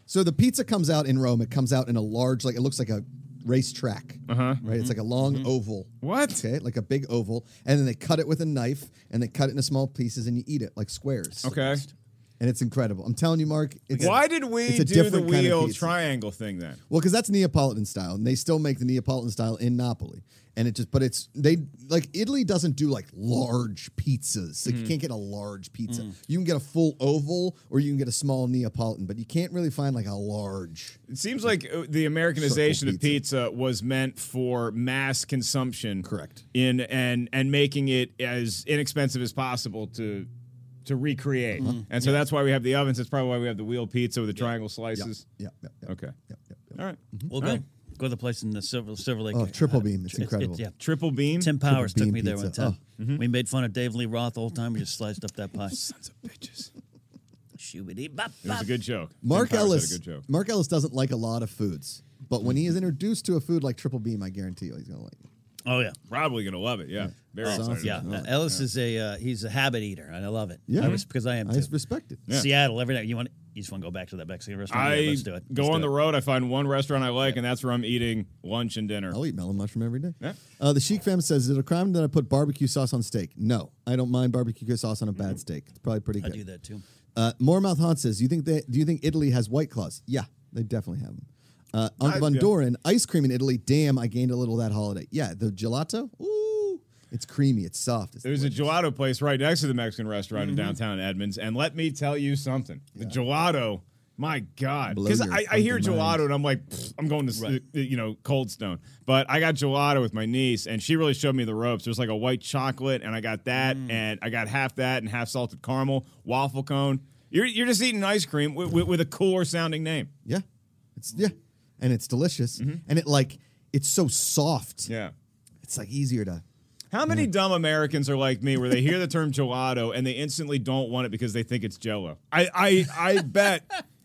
[SPEAKER 2] So the pizza comes out in Rome. It comes out in a large, like it looks like a racetrack. Uh-huh. Right? It's like a long oval.
[SPEAKER 3] Mm-hmm. What?
[SPEAKER 2] Okay, like a big oval. And then they cut it with a knife and they cut it into small pieces and you eat it like squares.
[SPEAKER 3] Okay.
[SPEAKER 2] And it's incredible. I'm telling you, Mark. It's,
[SPEAKER 3] Why did we
[SPEAKER 2] it's
[SPEAKER 3] do
[SPEAKER 2] a
[SPEAKER 3] the
[SPEAKER 2] different kind of
[SPEAKER 3] wheel
[SPEAKER 2] pizza.
[SPEAKER 3] triangle thing then?
[SPEAKER 2] Well, because that's Neapolitan style, and they still make the Neapolitan style in Napoli. And it just, but it's they like Italy doesn't do like large pizzas. Like you can't get a large pizza. You can get a full oval, or you can get a small Neapolitan, but you can't really find like a large.
[SPEAKER 3] It seems like uh, the Americanization
[SPEAKER 2] Circle
[SPEAKER 3] of pizza was meant for mass consumption.
[SPEAKER 2] Correct.
[SPEAKER 3] In and and making it as inexpensive as possible to to recreate.
[SPEAKER 2] Mm-hmm.
[SPEAKER 3] And so that's why we have the ovens. That's probably why we have the wheel pizza with the triangle slices.
[SPEAKER 2] Yeah. yeah, yeah,
[SPEAKER 3] Okay.
[SPEAKER 2] yeah, Mm-hmm. yeah, yeah.
[SPEAKER 3] All right.
[SPEAKER 1] We'll go. Go to the place in the Silver, Silver Lake.
[SPEAKER 2] Oh, triple
[SPEAKER 1] Uh,
[SPEAKER 2] beam. It's incredible.
[SPEAKER 1] yeah.
[SPEAKER 3] Triple beam.
[SPEAKER 1] Tim Powers took
[SPEAKER 2] beam
[SPEAKER 1] me there one
[SPEAKER 2] pizza.
[SPEAKER 1] time. We made fun of Dave Lee Roth all the time. We just sliced up that pie.
[SPEAKER 3] Sons of bitches.
[SPEAKER 1] Shooby bop
[SPEAKER 3] It was
[SPEAKER 1] bop.
[SPEAKER 3] a good joke. Tim
[SPEAKER 2] Mark
[SPEAKER 3] Powers had
[SPEAKER 2] Ellis.
[SPEAKER 3] A good joke.
[SPEAKER 2] Mark Ellis doesn't like a lot of foods, but when he is introduced to a food like triple beam, I guarantee you he's gonna like. it.
[SPEAKER 1] Oh yeah.
[SPEAKER 3] Probably gonna love it. Yeah. Very
[SPEAKER 2] Sounds
[SPEAKER 3] excited.
[SPEAKER 1] Yeah,
[SPEAKER 2] Oh,
[SPEAKER 1] uh, Ellis is a uh, he's a habit eater, and I love it.
[SPEAKER 2] Yeah.
[SPEAKER 1] I res- because I am
[SPEAKER 2] I
[SPEAKER 1] too.
[SPEAKER 2] just respect it.
[SPEAKER 3] Yeah.
[SPEAKER 1] Seattle every night. You want you just want to go back to that Mexican restaurant.
[SPEAKER 3] I
[SPEAKER 1] Yeah, let's do it.
[SPEAKER 3] go
[SPEAKER 1] Let's
[SPEAKER 3] on
[SPEAKER 1] do
[SPEAKER 3] the
[SPEAKER 1] it.
[SPEAKER 3] road. I find one restaurant I like, and that's where I'm eating lunch and dinner.
[SPEAKER 2] I'll eat melon mushroom every day.
[SPEAKER 3] Yeah.
[SPEAKER 2] Uh, the Chic fam says, "Is it a crime that I put barbecue sauce on steak?" No, I don't mind barbecue sauce on a
[SPEAKER 3] Mm-hmm.
[SPEAKER 2] bad steak. It's probably pretty
[SPEAKER 1] I
[SPEAKER 2] good.
[SPEAKER 1] do that too.
[SPEAKER 2] Uh, Moremouth Haunt says, "You think they? Do you think Italy has white claws?" Yeah, they definitely have them. Uh, Uncle Von
[SPEAKER 3] yeah.
[SPEAKER 2] Doren, ice cream in Italy. Damn, I gained a little that holiday. Yeah, the gelato. Ooh, it's creamy. It's soft. It's
[SPEAKER 3] There's a gelato place right next to the Mexican restaurant
[SPEAKER 2] Mm-hmm.
[SPEAKER 3] in downtown Edmonds, and let me tell you something: the gelato, my God,
[SPEAKER 2] Blow
[SPEAKER 3] because
[SPEAKER 2] your
[SPEAKER 3] I, I hear
[SPEAKER 2] fucking
[SPEAKER 3] gelato
[SPEAKER 2] mind.
[SPEAKER 3] and I'm like, "Pfft, I'm going to s uh, you know Cold Stone, but I got gelato with my niece, and she really showed me the ropes. There's like a white chocolate, and I got that,
[SPEAKER 2] Mm.
[SPEAKER 3] and I got half that and half salted caramel waffle cone. You're you're just eating ice cream with, with, with a cooler sounding name.
[SPEAKER 2] yeah, it's yeah, and it's delicious. And it like it's so soft.
[SPEAKER 3] Mm-hmm. Yeah.
[SPEAKER 2] It's like easier to.
[SPEAKER 3] How many dumb Americans are like me where they hear the term gelato and they instantly don't want it because they think it's jello? I I, I bet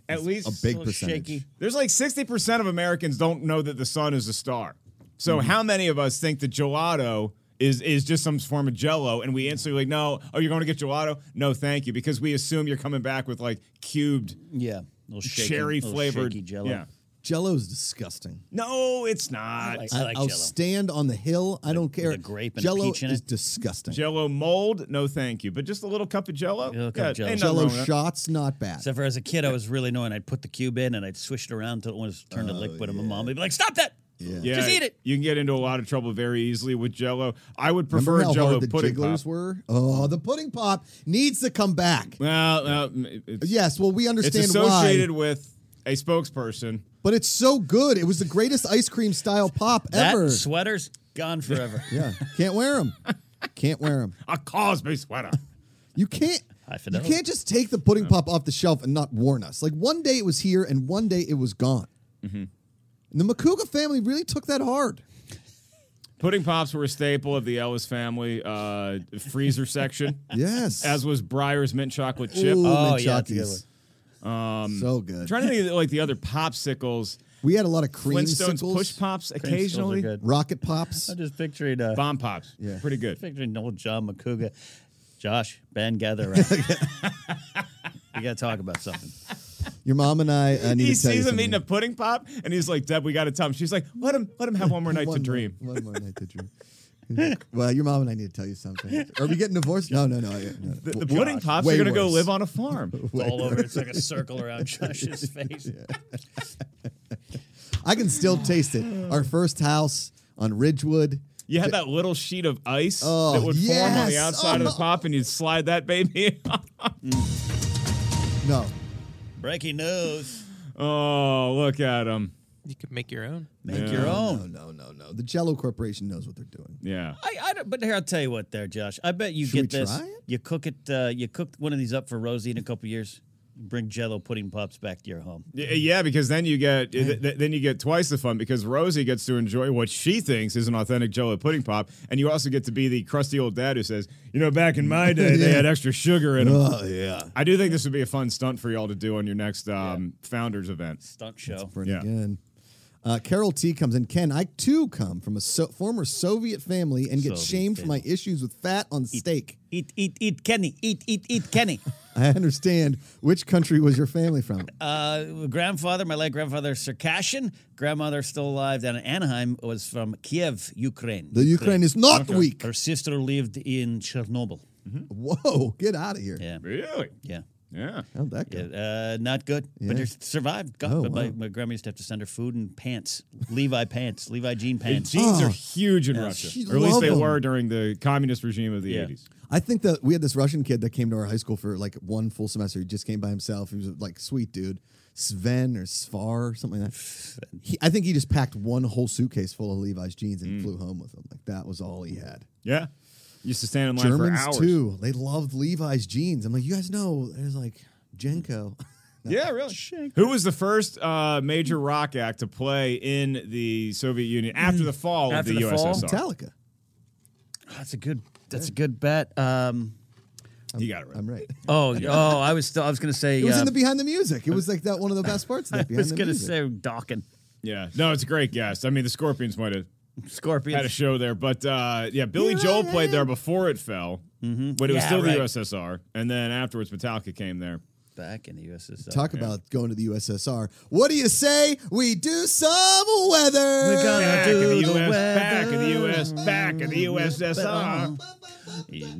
[SPEAKER 3] at least
[SPEAKER 2] a big
[SPEAKER 1] little
[SPEAKER 2] percentage.
[SPEAKER 1] shaky.
[SPEAKER 3] there's like 60% of Americans don't know that the sun is a star. So
[SPEAKER 1] Mm-hmm.
[SPEAKER 3] how many of us think that gelato is is just some form of jello and we instantly like, no, oh, you're going to get gelato? No, thank you. Because we assume you're coming back with like cubed
[SPEAKER 1] Yeah, little shaky,
[SPEAKER 3] cherry
[SPEAKER 1] little
[SPEAKER 3] flavored
[SPEAKER 1] shaky jello.
[SPEAKER 3] Yeah.
[SPEAKER 2] Jello's disgusting.
[SPEAKER 3] No, it's not.
[SPEAKER 1] like- I
[SPEAKER 2] will
[SPEAKER 1] Jell-O.
[SPEAKER 2] stand on the hill. I don't care.
[SPEAKER 1] a grape and a
[SPEAKER 2] Jello
[SPEAKER 1] peach in
[SPEAKER 2] is
[SPEAKER 1] it.
[SPEAKER 2] disgusting.
[SPEAKER 3] Jello mold, no thank you. But just a little cup of jello?
[SPEAKER 1] little cup of Jell-O.
[SPEAKER 3] ain't nothing
[SPEAKER 2] Jello
[SPEAKER 3] wrong with that.
[SPEAKER 2] shots not bad.
[SPEAKER 1] Except for as a kid, I was really annoying. I'd put the cube in and I'd swish it around until it was turned to liquid, and my mom would be like, "Stop that!
[SPEAKER 2] Yeah.
[SPEAKER 1] Just eat it."
[SPEAKER 3] You can get into a lot of trouble very easily with Jello. I would
[SPEAKER 2] Remember
[SPEAKER 3] prefer
[SPEAKER 2] how
[SPEAKER 3] Jello
[SPEAKER 2] hard the
[SPEAKER 3] pudding
[SPEAKER 2] jigglers
[SPEAKER 3] pop.
[SPEAKER 2] were? Oh, the pudding pop needs to come back.
[SPEAKER 3] Well, no, m- it's,
[SPEAKER 2] Yes, well, we
[SPEAKER 3] it's
[SPEAKER 2] understand
[SPEAKER 3] associated
[SPEAKER 2] why,
[SPEAKER 3] with a spokesperson.
[SPEAKER 2] but it's so good. It was the greatest ice cream style pop
[SPEAKER 1] That
[SPEAKER 2] ever.
[SPEAKER 1] sweater's gone forever.
[SPEAKER 2] yeah, can't wear them. Can't wear them.
[SPEAKER 3] A Cosby sweater.
[SPEAKER 2] You can't.
[SPEAKER 1] High
[SPEAKER 2] You
[SPEAKER 1] fidelity.
[SPEAKER 2] can't just take the pudding pop off the shelf and not warn us. Like one day it was here and one day it was gone.
[SPEAKER 3] Mm-hmm.
[SPEAKER 2] And the Makuga family really took that hard.
[SPEAKER 3] pudding pops were a staple of the Ellis family uh, freezer section,
[SPEAKER 2] Yes.
[SPEAKER 3] as was Breyer's mint chocolate chip.
[SPEAKER 2] Ooh,
[SPEAKER 1] Oh, yeah, that's a good
[SPEAKER 2] Menchakis. so good.
[SPEAKER 3] I'm trying to think of like the other popsicles.
[SPEAKER 2] we had a lot of cream
[SPEAKER 3] Flintstones
[SPEAKER 2] sickles,
[SPEAKER 3] push pops
[SPEAKER 1] Cream stills are
[SPEAKER 3] occasionally.
[SPEAKER 1] good.
[SPEAKER 2] rocket pops.
[SPEAKER 1] I'm just picturing uh,
[SPEAKER 3] Bomb pops.
[SPEAKER 2] Yeah.
[SPEAKER 3] Pretty good.
[SPEAKER 1] picturing old John McCouga, Josh, Ben, gather around. we got to talk about something.
[SPEAKER 2] Your mom and I uh, need
[SPEAKER 3] He
[SPEAKER 2] to tell you
[SPEAKER 3] sees him eating
[SPEAKER 2] something.
[SPEAKER 3] a pudding pop and he's like, Deb, we gotta tell him. She's like, let him let him have one more night to
[SPEAKER 2] One more-
[SPEAKER 3] dream.
[SPEAKER 2] one more night to dream. well, your mom and I need to tell you something. Are we getting divorced? No, no, no. I- no.
[SPEAKER 3] The, the
[SPEAKER 2] W-
[SPEAKER 3] pudding pops
[SPEAKER 2] Oh, Way
[SPEAKER 3] are gonna go
[SPEAKER 2] worse.
[SPEAKER 3] live on a farm.
[SPEAKER 1] It's all over. It's like a circle around Josh's face.
[SPEAKER 2] I can still taste it. Our first house on Ridgewood.
[SPEAKER 3] You had that little sheet of ice
[SPEAKER 2] Oh,
[SPEAKER 3] that would form on
[SPEAKER 2] yes.
[SPEAKER 3] the outside of the
[SPEAKER 2] Oh.
[SPEAKER 3] pop, and you'd slide that baby. in.
[SPEAKER 2] No,
[SPEAKER 1] Breaking news.
[SPEAKER 3] oh, look at him.
[SPEAKER 4] You could make your own.
[SPEAKER 1] Make
[SPEAKER 3] Yeah.
[SPEAKER 1] your
[SPEAKER 2] no,
[SPEAKER 1] own.
[SPEAKER 2] no, no, no. The Jello Corporation knows what they're doing.
[SPEAKER 3] Yeah.
[SPEAKER 1] I, I don't, but here I'll tell you what, there, Josh. I bet you
[SPEAKER 2] Should we
[SPEAKER 1] get this.
[SPEAKER 2] try it?
[SPEAKER 1] You cook it. Uh, you cook one of these up for Rosie in a couple years. Bring Jello pudding pops back to your home.
[SPEAKER 3] Y- uh, Yeah, because then you get th- th- then you get twice the fun because Rosie gets to enjoy what she thinks is an authentic Jello pudding pop, and you also get to be the crusty old dad who says, "You know, back in my day, they had extra sugar in them."
[SPEAKER 2] Oh yeah,
[SPEAKER 3] I do think this would be a fun stunt for y'all to do on your next um, founders event.
[SPEAKER 1] Stunt show.
[SPEAKER 2] pretty
[SPEAKER 3] Yeah.
[SPEAKER 2] good. Uh, Carol T comes in. Ken, I too come from a so- former Soviet family and get
[SPEAKER 1] Soviet
[SPEAKER 2] shamed for my
[SPEAKER 1] family.
[SPEAKER 2] issues with fat on steak.
[SPEAKER 1] Eat, eat, eat, Kenny. Eat, eat, eat, Kenny.
[SPEAKER 2] I understand. Which country was your family from?
[SPEAKER 1] Uh, grandfather, my late grandfather, Circassian. Grandmother, still alive down in Anaheim, was from Kiev, Ukraine.
[SPEAKER 2] The Ukraine is not weak.
[SPEAKER 1] Her sister lived in Chernobyl.
[SPEAKER 2] Whoa, get out of here.
[SPEAKER 1] Yeah.
[SPEAKER 3] Really?
[SPEAKER 1] Yeah.
[SPEAKER 3] Yeah.
[SPEAKER 2] How'd that go?
[SPEAKER 1] Yeah, uh, not good, but
[SPEAKER 2] Yeah.
[SPEAKER 1] she survived. God,
[SPEAKER 2] Oh,
[SPEAKER 1] but my,
[SPEAKER 2] wow.
[SPEAKER 1] my grandma used to have to send her food and pants, Levi pants, Levi jean
[SPEAKER 3] The
[SPEAKER 1] pants.
[SPEAKER 3] jeans
[SPEAKER 2] Oh.
[SPEAKER 3] are huge in Russia,
[SPEAKER 2] She
[SPEAKER 3] or at least
[SPEAKER 2] love
[SPEAKER 3] they
[SPEAKER 2] 'em.
[SPEAKER 3] were during the communist regime of the
[SPEAKER 1] Yeah.
[SPEAKER 3] 80s.
[SPEAKER 2] I think that we had this Russian kid that came to our high school for like one full semester. He just came by himself. He was like, sweet dude. Sven or Svar or something like that. He, I think he just packed one whole suitcase full of Levi's jeans
[SPEAKER 1] Mm.
[SPEAKER 2] and flew home with them. Like that was all he had.
[SPEAKER 3] Yeah. Used to stand in line for
[SPEAKER 2] Germans
[SPEAKER 3] hours.
[SPEAKER 2] too. They loved Levi's jeans. I'm like, you guys know there's like Jenko.
[SPEAKER 3] Yeah, really. Who was the first uh, major rock act to play in the Soviet Union after the fall
[SPEAKER 1] After
[SPEAKER 3] of the,
[SPEAKER 1] the fall?
[SPEAKER 3] USSR?
[SPEAKER 2] Metallica.
[SPEAKER 1] Oh, That's a good. That's a good bet. Um,
[SPEAKER 3] You got it right.
[SPEAKER 2] I'm right.
[SPEAKER 1] oh, oh, I was still. I was gonna say.
[SPEAKER 2] It was
[SPEAKER 1] uh,
[SPEAKER 2] in the behind the music. It was like that one of the best parts. Of that
[SPEAKER 1] I
[SPEAKER 2] behind
[SPEAKER 1] was
[SPEAKER 2] the
[SPEAKER 1] gonna
[SPEAKER 2] music.
[SPEAKER 1] say Dawkins,
[SPEAKER 3] Yeah. No, it's a great guess. I mean, the Scorpions might have had a
[SPEAKER 1] Scorpions.
[SPEAKER 3] show there, but uh, yeah, Billy Joel played there before it fell, but it was
[SPEAKER 1] Yeah,
[SPEAKER 3] still
[SPEAKER 1] right.
[SPEAKER 3] the USSR, and then afterwards Metallica came there.
[SPEAKER 1] Back in the USSR.
[SPEAKER 2] Talk about going to the USSR. What do you say we do some weather?
[SPEAKER 1] We're gonna
[SPEAKER 3] Back in
[SPEAKER 1] do
[SPEAKER 3] the
[SPEAKER 1] the
[SPEAKER 3] US, back in the
[SPEAKER 1] weather.
[SPEAKER 3] US, back in the
[SPEAKER 2] um,
[SPEAKER 3] USSR.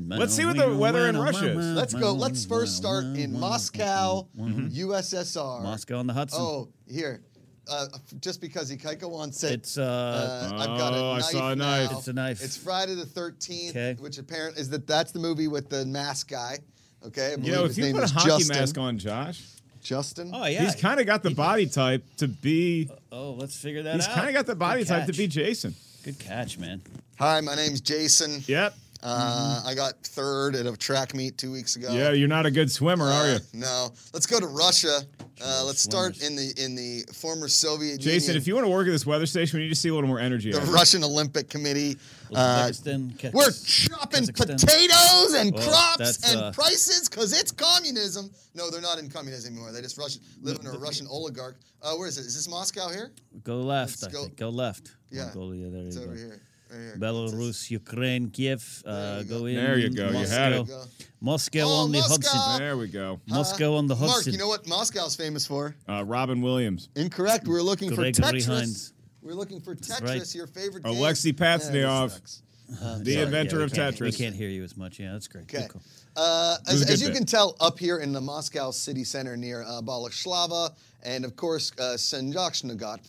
[SPEAKER 1] Let's
[SPEAKER 3] see what the weather in Russia is.
[SPEAKER 5] Let's go. Let's first start in Moscow, USSR.
[SPEAKER 1] Mm-hmm. Moscow on the Hudson.
[SPEAKER 5] Oh, here. Uh, just because Ikaiko wants it.
[SPEAKER 1] It's uh,
[SPEAKER 5] Uh, I've got a
[SPEAKER 3] Oh, I
[SPEAKER 5] knife
[SPEAKER 3] saw a knife.
[SPEAKER 5] now.
[SPEAKER 1] It's a knife.
[SPEAKER 5] It's Friday the 13th,
[SPEAKER 1] Okay.
[SPEAKER 5] which apparent is that that's the movie with the mask guy. Okay, I believe
[SPEAKER 3] You know, if
[SPEAKER 5] his
[SPEAKER 3] you
[SPEAKER 5] name
[SPEAKER 3] put a
[SPEAKER 5] is
[SPEAKER 3] hockey
[SPEAKER 5] Justin.
[SPEAKER 3] mask on, Josh,
[SPEAKER 5] Justin.
[SPEAKER 1] oh yeah.
[SPEAKER 3] he's kind of got the body type to be.
[SPEAKER 1] oh, let's figure that
[SPEAKER 3] He's
[SPEAKER 1] out.
[SPEAKER 3] kind of got the body
[SPEAKER 1] Good
[SPEAKER 3] type to
[SPEAKER 1] catch.
[SPEAKER 3] be Jason.
[SPEAKER 1] Good catch, man.
[SPEAKER 5] Hi, my name's Jason.
[SPEAKER 3] Yep.
[SPEAKER 5] Uh, I got third at a track meet two weeks ago.
[SPEAKER 3] Yeah, you're not a good swimmer, are you?
[SPEAKER 5] Oh. Uh, No. Let's go to Russia. Uh, let's start
[SPEAKER 1] swimmers.
[SPEAKER 5] in the in the former Soviet Union.
[SPEAKER 3] Jason, if you want to work at this weather station, we need to see a little more energy.
[SPEAKER 5] the
[SPEAKER 3] out of you.
[SPEAKER 5] Russian Olympic Committee. Uh,
[SPEAKER 1] Uzbekistan, Kaz-
[SPEAKER 5] we're chopping
[SPEAKER 1] Kazakhstan.
[SPEAKER 5] potatoes and
[SPEAKER 1] Well,
[SPEAKER 5] crops
[SPEAKER 1] that's,
[SPEAKER 5] and
[SPEAKER 1] uh,
[SPEAKER 5] prices because it's communism. No, they're not in communism anymore. They just Russian, live under a Russian oligarch. Uh, where is it? Is this Moscow here?
[SPEAKER 1] Go left,
[SPEAKER 5] Let's
[SPEAKER 1] I
[SPEAKER 5] go-
[SPEAKER 1] think. Go left.
[SPEAKER 5] Yeah.
[SPEAKER 1] Mongolia, there
[SPEAKER 5] It's
[SPEAKER 1] you
[SPEAKER 5] over
[SPEAKER 1] go.
[SPEAKER 5] here. Right here. It's-
[SPEAKER 1] Belarus, Ukraine, Kiev. Uh,
[SPEAKER 5] you
[SPEAKER 1] go
[SPEAKER 5] go.
[SPEAKER 1] in.
[SPEAKER 3] There you go, you had it.
[SPEAKER 1] Moscow. Moscow
[SPEAKER 5] Oh,
[SPEAKER 1] on the
[SPEAKER 5] Moscow! Uh,
[SPEAKER 1] Hudson.
[SPEAKER 3] There we go.
[SPEAKER 1] Moscow on the
[SPEAKER 5] Mark,
[SPEAKER 1] Hudson.
[SPEAKER 5] you know what Moscow's famous for?
[SPEAKER 3] Uh, Robin Williams.
[SPEAKER 5] Incorrect. We're looking for
[SPEAKER 1] Gregory
[SPEAKER 5] Tetris.
[SPEAKER 1] Hines.
[SPEAKER 5] We're looking for Tetris,
[SPEAKER 1] right.
[SPEAKER 5] your favorite game.
[SPEAKER 3] Alexei Patsnyov.
[SPEAKER 5] Yeah, this sucks.
[SPEAKER 3] The
[SPEAKER 1] Sorry,
[SPEAKER 3] inventor
[SPEAKER 1] yeah,
[SPEAKER 3] of
[SPEAKER 1] we can't- We
[SPEAKER 3] Tetris.
[SPEAKER 1] can't hear you as much. Yeah, that's great. Good
[SPEAKER 5] Okay.
[SPEAKER 1] call.
[SPEAKER 5] Uh,
[SPEAKER 3] was
[SPEAKER 5] as
[SPEAKER 3] a good
[SPEAKER 5] as you
[SPEAKER 3] bit.
[SPEAKER 5] can tell, up here in the Moscow city center near uh, Balachlava and, of course, uh, Senjaksnagat,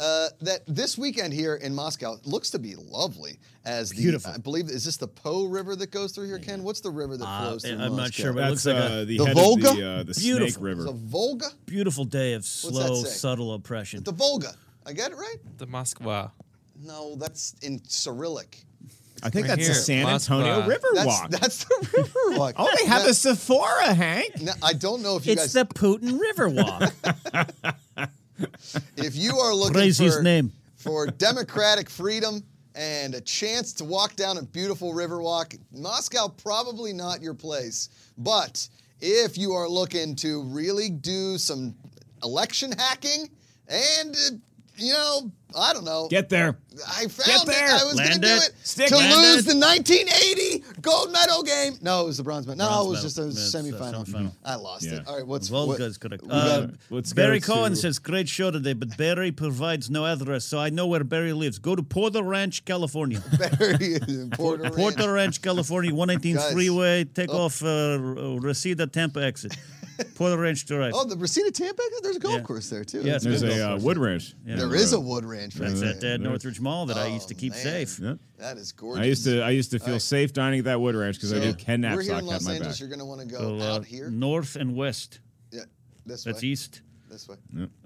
[SPEAKER 5] uh, that this weekend here in Moscow looks to be lovely. As
[SPEAKER 1] Beautiful.
[SPEAKER 5] The, I believe is this the Po River that goes through here, Ken? What's the river that
[SPEAKER 1] Uh,
[SPEAKER 5] flows through
[SPEAKER 1] I'm not
[SPEAKER 5] Moscow?
[SPEAKER 1] sure, but- It looks
[SPEAKER 3] That's
[SPEAKER 1] like
[SPEAKER 3] uh,
[SPEAKER 1] a-
[SPEAKER 3] the
[SPEAKER 5] The
[SPEAKER 3] head
[SPEAKER 5] Volga?
[SPEAKER 3] of the, uh, the Snake
[SPEAKER 1] Beautiful.
[SPEAKER 3] River.
[SPEAKER 5] the Volga.
[SPEAKER 1] Beautiful day of slow,
[SPEAKER 5] say?
[SPEAKER 1] subtle oppression.
[SPEAKER 5] The Volga. I got it right?
[SPEAKER 4] The Moskva.
[SPEAKER 5] No, that's in Cyrillic.
[SPEAKER 3] I think
[SPEAKER 4] Right
[SPEAKER 3] that's the
[SPEAKER 4] here,
[SPEAKER 3] San
[SPEAKER 4] Moscow.
[SPEAKER 3] Antonio
[SPEAKER 5] That's,
[SPEAKER 3] Riverwalk.
[SPEAKER 5] that's the Riverwalk.
[SPEAKER 3] oh, they have
[SPEAKER 5] Now-
[SPEAKER 3] a Sephora, Hank.
[SPEAKER 5] now, I don't know if you
[SPEAKER 1] It's
[SPEAKER 5] guys,
[SPEAKER 1] the Putin River Walk.
[SPEAKER 5] if you are looking
[SPEAKER 1] Praise
[SPEAKER 5] for
[SPEAKER 1] his name.
[SPEAKER 5] for democratic freedom and a chance to walk down a beautiful river walk. Moscow probably not your place, but if you are looking to really do some election hacking and uh, you know, I don't know.
[SPEAKER 3] Get there.
[SPEAKER 5] I found
[SPEAKER 3] there.
[SPEAKER 5] it. I was
[SPEAKER 1] Land
[SPEAKER 5] gonna do
[SPEAKER 1] it.
[SPEAKER 5] it.
[SPEAKER 3] Stick
[SPEAKER 5] to
[SPEAKER 3] land
[SPEAKER 5] lose
[SPEAKER 3] it.
[SPEAKER 5] the 1980 gold medal game. No, it was the bronze medal. No,
[SPEAKER 1] Bronze
[SPEAKER 5] it was
[SPEAKER 1] medal.
[SPEAKER 5] just a
[SPEAKER 1] It's, uh,
[SPEAKER 5] semifinal.
[SPEAKER 1] semifinal.
[SPEAKER 5] I lost
[SPEAKER 3] Yeah.
[SPEAKER 5] it. All right, what's
[SPEAKER 1] Volga
[SPEAKER 5] what-
[SPEAKER 1] is correct.
[SPEAKER 5] we
[SPEAKER 1] Uh,
[SPEAKER 5] got-
[SPEAKER 3] Let's go
[SPEAKER 1] Barry Cohen
[SPEAKER 3] to-
[SPEAKER 1] says, "Great show today, but Barry provides no address, so I know where Barry lives. Go to Porter Ranch, California.
[SPEAKER 5] very important.
[SPEAKER 1] Porter Ranch, California, 118
[SPEAKER 5] Guys. Oh.
[SPEAKER 1] Freeway. Take off uh, R- Reseda Tampa exit. Porter Ranch to right.
[SPEAKER 5] Oh, the Reseda Tampa. There's a golf
[SPEAKER 1] Yeah.
[SPEAKER 5] course there too.
[SPEAKER 1] Yeah, it's
[SPEAKER 3] There's
[SPEAKER 1] Good
[SPEAKER 3] a uh,
[SPEAKER 1] golf course.
[SPEAKER 3] wood ranch.
[SPEAKER 1] Yeah.
[SPEAKER 5] There is a wood ranch right
[SPEAKER 1] That's
[SPEAKER 5] there.
[SPEAKER 1] at uh, Northridge Mall that I used to keep
[SPEAKER 5] Oh, man.
[SPEAKER 1] safe.
[SPEAKER 3] Yeah.
[SPEAKER 5] That is gorgeous.
[SPEAKER 3] I used to I used to feel
[SPEAKER 5] right.
[SPEAKER 3] safe dining at that wood ranch because I
[SPEAKER 5] So,
[SPEAKER 3] knew Ken
[SPEAKER 5] We're here
[SPEAKER 3] Knapsack
[SPEAKER 5] in
[SPEAKER 3] had
[SPEAKER 5] Los
[SPEAKER 3] my
[SPEAKER 5] Angeles.
[SPEAKER 3] back.
[SPEAKER 5] You're gonna want to
[SPEAKER 1] So,
[SPEAKER 5] go
[SPEAKER 1] uh,
[SPEAKER 5] out here.
[SPEAKER 1] north and west.
[SPEAKER 5] Yeah, this
[SPEAKER 1] That's
[SPEAKER 5] way.
[SPEAKER 1] east.
[SPEAKER 5] This way.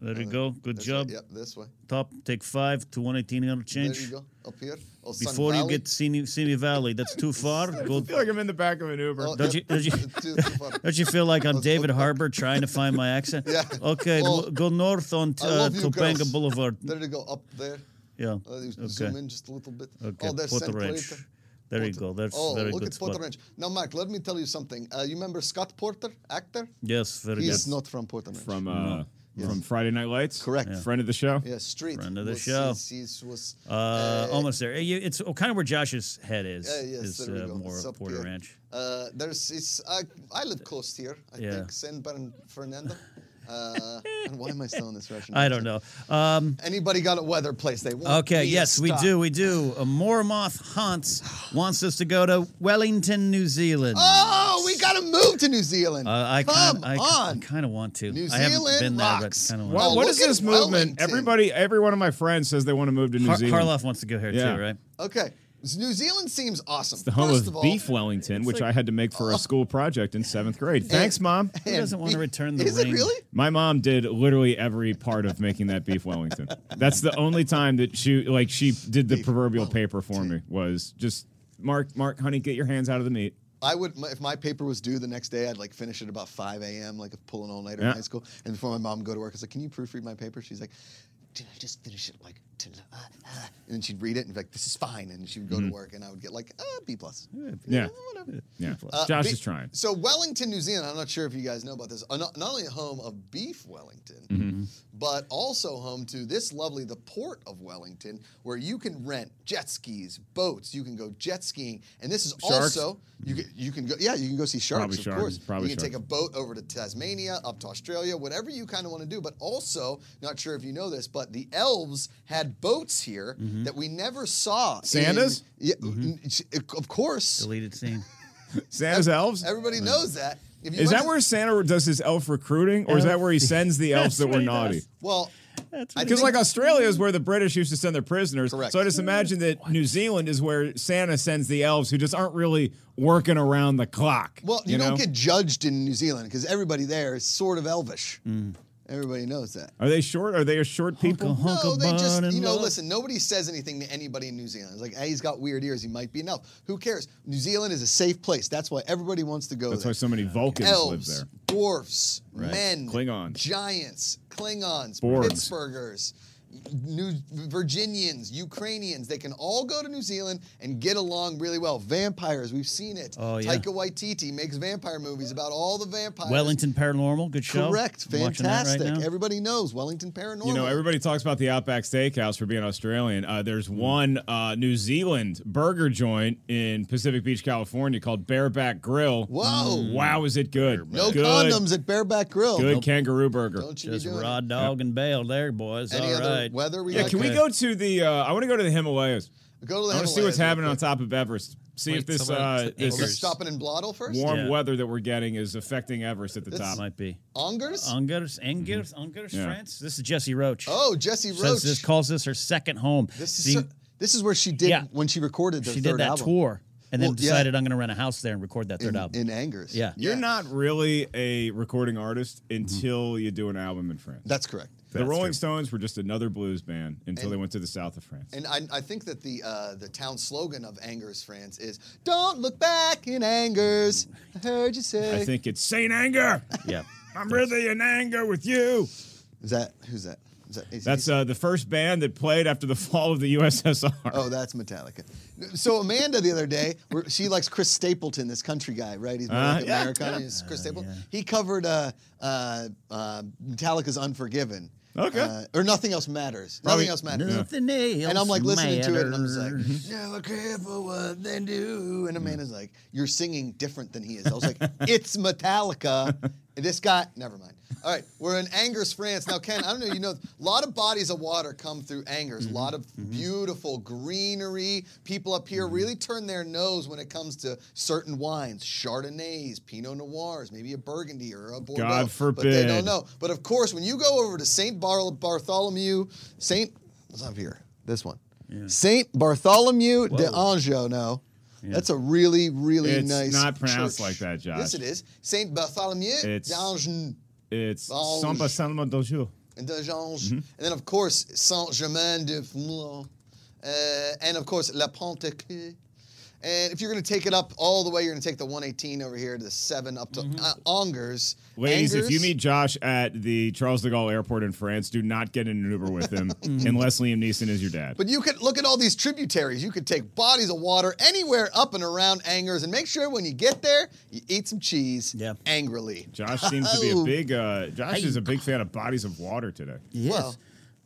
[SPEAKER 1] There you go. Good
[SPEAKER 5] This
[SPEAKER 1] job.
[SPEAKER 5] Way. Uh, Yep. This way.
[SPEAKER 1] Top, take five to 118 interchange.
[SPEAKER 5] There you go. Up here. Oh, Sun
[SPEAKER 1] Before you
[SPEAKER 5] Valley.
[SPEAKER 1] get to Simi, Simi Valley, that's too far. Go.
[SPEAKER 3] I feel like I'm in the back of an Uber.
[SPEAKER 5] Oh,
[SPEAKER 1] don't you- don't you-
[SPEAKER 5] Too- too far.
[SPEAKER 1] Don't you feel like I'm
[SPEAKER 5] Let's
[SPEAKER 1] David
[SPEAKER 5] look back.
[SPEAKER 1] Harbour trying to find my accent?
[SPEAKER 5] Yeah.
[SPEAKER 1] Okay,
[SPEAKER 5] Well,
[SPEAKER 1] l- go north on t-
[SPEAKER 5] I
[SPEAKER 1] uh,
[SPEAKER 5] love you
[SPEAKER 1] Topanga
[SPEAKER 5] girls.
[SPEAKER 1] Boulevard.
[SPEAKER 5] There you go. Up there.
[SPEAKER 1] Yeah.
[SPEAKER 5] Uh, you Zoom
[SPEAKER 1] Okay.
[SPEAKER 5] in just a little bit.
[SPEAKER 1] Okay.
[SPEAKER 5] Oh, there's
[SPEAKER 1] Porter
[SPEAKER 5] Santa
[SPEAKER 1] Ranch.
[SPEAKER 5] Clarita.
[SPEAKER 1] There you
[SPEAKER 5] Porter-
[SPEAKER 1] go. That's
[SPEAKER 5] oh,
[SPEAKER 1] very
[SPEAKER 5] look
[SPEAKER 1] good
[SPEAKER 5] at Porter
[SPEAKER 1] spot.
[SPEAKER 5] Ranch. Now, Mark, let me tell you something. Uh, you remember Scott Porter, actor?
[SPEAKER 1] Yes, very
[SPEAKER 5] He's
[SPEAKER 1] good.
[SPEAKER 5] not from Porter Ranch.
[SPEAKER 3] From uh, from Friday Night Lights.
[SPEAKER 5] Correct. Yeah.
[SPEAKER 3] Friend of the show.
[SPEAKER 5] Yeah, street.
[SPEAKER 1] Friend of the
[SPEAKER 5] was-
[SPEAKER 1] show.
[SPEAKER 5] is- is- was,
[SPEAKER 1] Uh, almost there. You- It's kind of where Josh's head is.
[SPEAKER 5] Yeah, yes,
[SPEAKER 1] is
[SPEAKER 5] there we
[SPEAKER 1] uh,
[SPEAKER 5] go.
[SPEAKER 1] more
[SPEAKER 5] It's up
[SPEAKER 1] Porter
[SPEAKER 5] here.
[SPEAKER 1] Ranch.
[SPEAKER 5] Uh, there's it's I, I live close here. I
[SPEAKER 1] Yeah.
[SPEAKER 5] think San Bern Fernando. Uh, and why am I still in this Russian?
[SPEAKER 1] I don't
[SPEAKER 5] accent?
[SPEAKER 1] know. Um,
[SPEAKER 5] Anybody got a weather place they want?
[SPEAKER 1] Okay, yes, we do, we do. Uh, Mormoth Haunts wants us to go to Wellington, New Zealand.
[SPEAKER 5] Oh, we gotta move to New Zealand.
[SPEAKER 1] Uh, I
[SPEAKER 5] Come
[SPEAKER 1] kinda, I,
[SPEAKER 5] on.
[SPEAKER 1] kind of want to.
[SPEAKER 5] New
[SPEAKER 1] I haven't
[SPEAKER 5] Zealand
[SPEAKER 1] been
[SPEAKER 5] rocks.
[SPEAKER 1] there, but kind of
[SPEAKER 3] Well,
[SPEAKER 5] Oh,
[SPEAKER 1] want
[SPEAKER 3] what
[SPEAKER 5] look
[SPEAKER 3] is this
[SPEAKER 5] at
[SPEAKER 3] movement?
[SPEAKER 5] Wellington.
[SPEAKER 3] Everybody, every one of my friends says they want to move to New
[SPEAKER 1] to. Har-
[SPEAKER 3] Zealand.
[SPEAKER 1] Harloff wants to go here
[SPEAKER 3] Yeah.
[SPEAKER 1] too, right?
[SPEAKER 5] okay, S- New Zealand seems awesome.
[SPEAKER 3] the home
[SPEAKER 5] First
[SPEAKER 3] of
[SPEAKER 5] all- Oh.
[SPEAKER 3] beef Wellington, which I had to make for a school project in seventh grade. Thanks, mom.
[SPEAKER 1] Who doesn't want to return the
[SPEAKER 5] Is
[SPEAKER 1] ring?
[SPEAKER 5] it really?
[SPEAKER 3] My mom did literally every part of making that beef Wellington. That's the only time that she like she did the proverbial paper for me was just Mark, Mark, honey, get your hands out of the meat.
[SPEAKER 5] I would, my- if my paper was due the next day, I'd like finish it about 5 a.m., like pull an all nighter
[SPEAKER 3] Yeah.
[SPEAKER 5] in high school. And before my mom would go to work, I was like, Can you proofread my paper? She's like, Did I just finish it like tonight? Uh, uh," And then she'd read it and be like, This is fine. And she would go to work and I would get like, uh, B plus.
[SPEAKER 3] Yeah.
[SPEAKER 5] Whatever.
[SPEAKER 3] Yeah.
[SPEAKER 5] Uh,
[SPEAKER 3] Josh
[SPEAKER 5] be-
[SPEAKER 3] is trying.
[SPEAKER 5] So Wellington, New Zealand. I'm not sure if you guys know about this. uh, Not, not only home of beef Wellington,
[SPEAKER 3] Mm-hmm.
[SPEAKER 5] but also home to this lovely the port of Wellington, where you can rent jet skis, boats. You can go jet skiing, and this is
[SPEAKER 3] Sharks?
[SPEAKER 5] also you can, you can go yeah you can go see sharks
[SPEAKER 3] Probably
[SPEAKER 5] of
[SPEAKER 3] sharks,
[SPEAKER 5] course.
[SPEAKER 3] probably
[SPEAKER 5] you can take a
[SPEAKER 3] sharks.
[SPEAKER 5] boat over to Tasmania, up to Australia, whatever you kind of want to do. But also, not sure if you know this, but the elves had boats here that we never saw. in-
[SPEAKER 3] Mm-hmm. Santas? Mm-hmm.
[SPEAKER 5] yeah, of course.
[SPEAKER 1] Deleted scene.
[SPEAKER 3] Santa's elves.
[SPEAKER 5] Everybody knows that. If you
[SPEAKER 3] Mm. Is
[SPEAKER 5] went
[SPEAKER 3] that
[SPEAKER 5] to-
[SPEAKER 3] where Santa does his elf recruiting, or is that where he sends the elves that
[SPEAKER 1] That's
[SPEAKER 3] were
[SPEAKER 1] what he
[SPEAKER 3] naughty?
[SPEAKER 1] does.
[SPEAKER 5] Well,
[SPEAKER 1] That's
[SPEAKER 5] I
[SPEAKER 1] what-
[SPEAKER 3] Because
[SPEAKER 5] think-
[SPEAKER 3] like Australia is where the British used to send their prisoners.
[SPEAKER 5] Correct.
[SPEAKER 3] So I just imagine that New Zealand is where Santa sends the elves who just aren't really working around the clock.
[SPEAKER 5] well, you,
[SPEAKER 3] you
[SPEAKER 5] don't
[SPEAKER 3] know?
[SPEAKER 5] get judged in New Zealand because everybody there is sort of elvish.
[SPEAKER 3] Mm.
[SPEAKER 5] Everybody knows that.
[SPEAKER 3] Are they short? Are they a short people?
[SPEAKER 1] Honka
[SPEAKER 5] no, they just
[SPEAKER 1] bun and
[SPEAKER 5] you know
[SPEAKER 1] love.
[SPEAKER 5] listen. Nobody says anything to anybody in New Zealand. It's like, hey, he's got weird ears. He might be an elf. Who cares? New Zealand is a safe place. That's why everybody wants to go
[SPEAKER 3] That's
[SPEAKER 5] there.
[SPEAKER 3] why so many Vulcans live
[SPEAKER 5] Elves,
[SPEAKER 3] there.
[SPEAKER 5] dwarfs, men,
[SPEAKER 3] Klingons.
[SPEAKER 5] giants, Klingons,
[SPEAKER 3] Borbs.
[SPEAKER 5] Pittsburghers, New Virginians, Ukrainians. They can all go to New Zealand and get along really well. Vampires, we've seen it.
[SPEAKER 1] Oh, yeah.
[SPEAKER 5] Taika Waititi makes vampire movies about all the vampires.
[SPEAKER 1] Wellington Paranormal, good show.
[SPEAKER 5] Correct,
[SPEAKER 1] I'm watching that right
[SPEAKER 5] fantastic.
[SPEAKER 1] now.
[SPEAKER 5] Everybody knows Wellington Paranormal.
[SPEAKER 3] You know, everybody talks about the Outback Steakhouse for being Australian. Uh, there's
[SPEAKER 4] Mm.
[SPEAKER 3] one uh, New Zealand burger joint in Pacific Beach, California called Bareback Grill.
[SPEAKER 5] Whoa.
[SPEAKER 4] Mm.
[SPEAKER 3] Wow, is it good?
[SPEAKER 5] no
[SPEAKER 3] good,
[SPEAKER 5] condoms at Bareback Grill.
[SPEAKER 3] Good kangaroo burger.
[SPEAKER 5] Don't you
[SPEAKER 1] Just
[SPEAKER 5] be doing
[SPEAKER 1] raw
[SPEAKER 5] it.
[SPEAKER 1] dog and bail there, boys.
[SPEAKER 5] Any
[SPEAKER 1] All
[SPEAKER 5] other
[SPEAKER 1] right.
[SPEAKER 5] weather we
[SPEAKER 3] Yeah,
[SPEAKER 5] like?
[SPEAKER 3] can we go to the? Uh, I want to go to the Himalayas.
[SPEAKER 5] Go to the
[SPEAKER 3] I want to see what's
[SPEAKER 5] Himalayas real
[SPEAKER 3] happening on
[SPEAKER 5] quick.
[SPEAKER 3] top of Everest. See
[SPEAKER 4] Wait,
[SPEAKER 3] if this
[SPEAKER 4] someone
[SPEAKER 3] uh,
[SPEAKER 4] said
[SPEAKER 3] this
[SPEAKER 5] We're
[SPEAKER 4] Angers.
[SPEAKER 5] stopping in Bloddle first.
[SPEAKER 3] warm
[SPEAKER 1] Yeah.
[SPEAKER 3] weather that we're getting is affecting Everest at the
[SPEAKER 5] This-
[SPEAKER 3] top.
[SPEAKER 1] Might be.
[SPEAKER 5] Ongers.
[SPEAKER 1] Angers, Angers, Angers,
[SPEAKER 3] Mm-hmm. Yeah.
[SPEAKER 1] France. This is Jesse Roach.
[SPEAKER 5] oh, Jesse Roach.
[SPEAKER 1] Says this calls this her second home.
[SPEAKER 5] This is
[SPEAKER 1] See,
[SPEAKER 5] her- this is where she did
[SPEAKER 1] Yeah.
[SPEAKER 5] when she recorded their
[SPEAKER 1] she
[SPEAKER 5] third
[SPEAKER 1] did that
[SPEAKER 5] album.
[SPEAKER 1] tour and then
[SPEAKER 5] Well, yeah.
[SPEAKER 1] decided I'm going to rent a house there and record that third
[SPEAKER 5] in,
[SPEAKER 1] album.
[SPEAKER 5] in Angers.
[SPEAKER 1] Yeah.
[SPEAKER 3] You're not really a recording artist
[SPEAKER 4] Mm-hmm.
[SPEAKER 3] until you do an album in France.
[SPEAKER 5] That's correct.
[SPEAKER 3] the
[SPEAKER 1] That's
[SPEAKER 3] Rolling
[SPEAKER 1] true.
[SPEAKER 3] Stones were just another blues band until they went to the south of France.
[SPEAKER 5] And I, I think that the uh, the town slogan of Angers, France, is "Don't look back in Angers." I heard you say.
[SPEAKER 3] I think it's Saint Anger.
[SPEAKER 1] yeah.
[SPEAKER 3] I'm really in anger with you.
[SPEAKER 5] Is that who's that? Is that is-
[SPEAKER 3] That's
[SPEAKER 5] is-
[SPEAKER 3] uh, the first band that played after the fall of the USSR.
[SPEAKER 5] Oh, that's Metallica. So Amanda the other day, we're- she likes Chris Stapleton, this country guy, right? He's more
[SPEAKER 3] Uh,
[SPEAKER 5] like
[SPEAKER 3] yeah,
[SPEAKER 5] Americana.
[SPEAKER 3] yeah.
[SPEAKER 5] He's Chris Stapleton.
[SPEAKER 1] yeah.
[SPEAKER 5] He covered uh, uh, uh, Metallica's "Unforgiven."
[SPEAKER 3] Okay.
[SPEAKER 5] Uh, or nothing else matters.
[SPEAKER 3] Probably-
[SPEAKER 5] nothing else matters.
[SPEAKER 1] Nothing else
[SPEAKER 5] And I'm like listening to it, and I'm just like,
[SPEAKER 1] matters.
[SPEAKER 5] never care for what they do. And Amanda's like, you're singing different than he is. I was like, it's Metallica. And this guy, never mind. All right, we're in Angers, France. Now, Ken, I don't know, you know, a lot of bodies of water come through Angers, a lot of beautiful greenery. People up here really turn their nose when it comes to certain wines, Chardonnays, Pinot Noirs, maybe a Burgundy or a Bordeaux. But they don't
[SPEAKER 3] forbid.
[SPEAKER 5] know. But of course, when you go over to St. Bar- Bartholomew, St. What's up here? This one. St. Bartholomew de Anjou. No. That's a really, really
[SPEAKER 3] It's
[SPEAKER 5] nice.
[SPEAKER 3] not pronounced
[SPEAKER 5] church.
[SPEAKER 3] like that, Josh.
[SPEAKER 5] Yes, it is. Saint Bartholomew
[SPEAKER 3] It's-
[SPEAKER 5] d'Anjou.
[SPEAKER 3] It's
[SPEAKER 5] Oh,
[SPEAKER 3] Samba
[SPEAKER 5] sh-
[SPEAKER 3] Salma del Jour.
[SPEAKER 5] And d'Anjou.
[SPEAKER 3] Mm-hmm.
[SPEAKER 5] And then, of course, Saint Germain de Moulin. Uh, and, of course, La Pente. And if you're going to take it up all the way, you're going to take the 118 over here to the 7 up to uh, Ongers.
[SPEAKER 3] Mm-hmm. Ladies, if you
[SPEAKER 5] Angers.
[SPEAKER 3] meet Josh at the Charles de Gaulle Airport in France, do not get in an Uber with him
[SPEAKER 1] Mm-hmm.
[SPEAKER 3] unless Liam Neeson is your dad.
[SPEAKER 5] But you could look at all these tributaries. You could take bodies of water anywhere up and around Angers and make sure when you get there, you eat some cheese
[SPEAKER 1] Yeah.
[SPEAKER 5] angrily.
[SPEAKER 3] Josh seems to be a
[SPEAKER 5] Oh.
[SPEAKER 3] big. Uh, Josh is a big fan of bodies of water today.
[SPEAKER 1] Yes.
[SPEAKER 5] Well,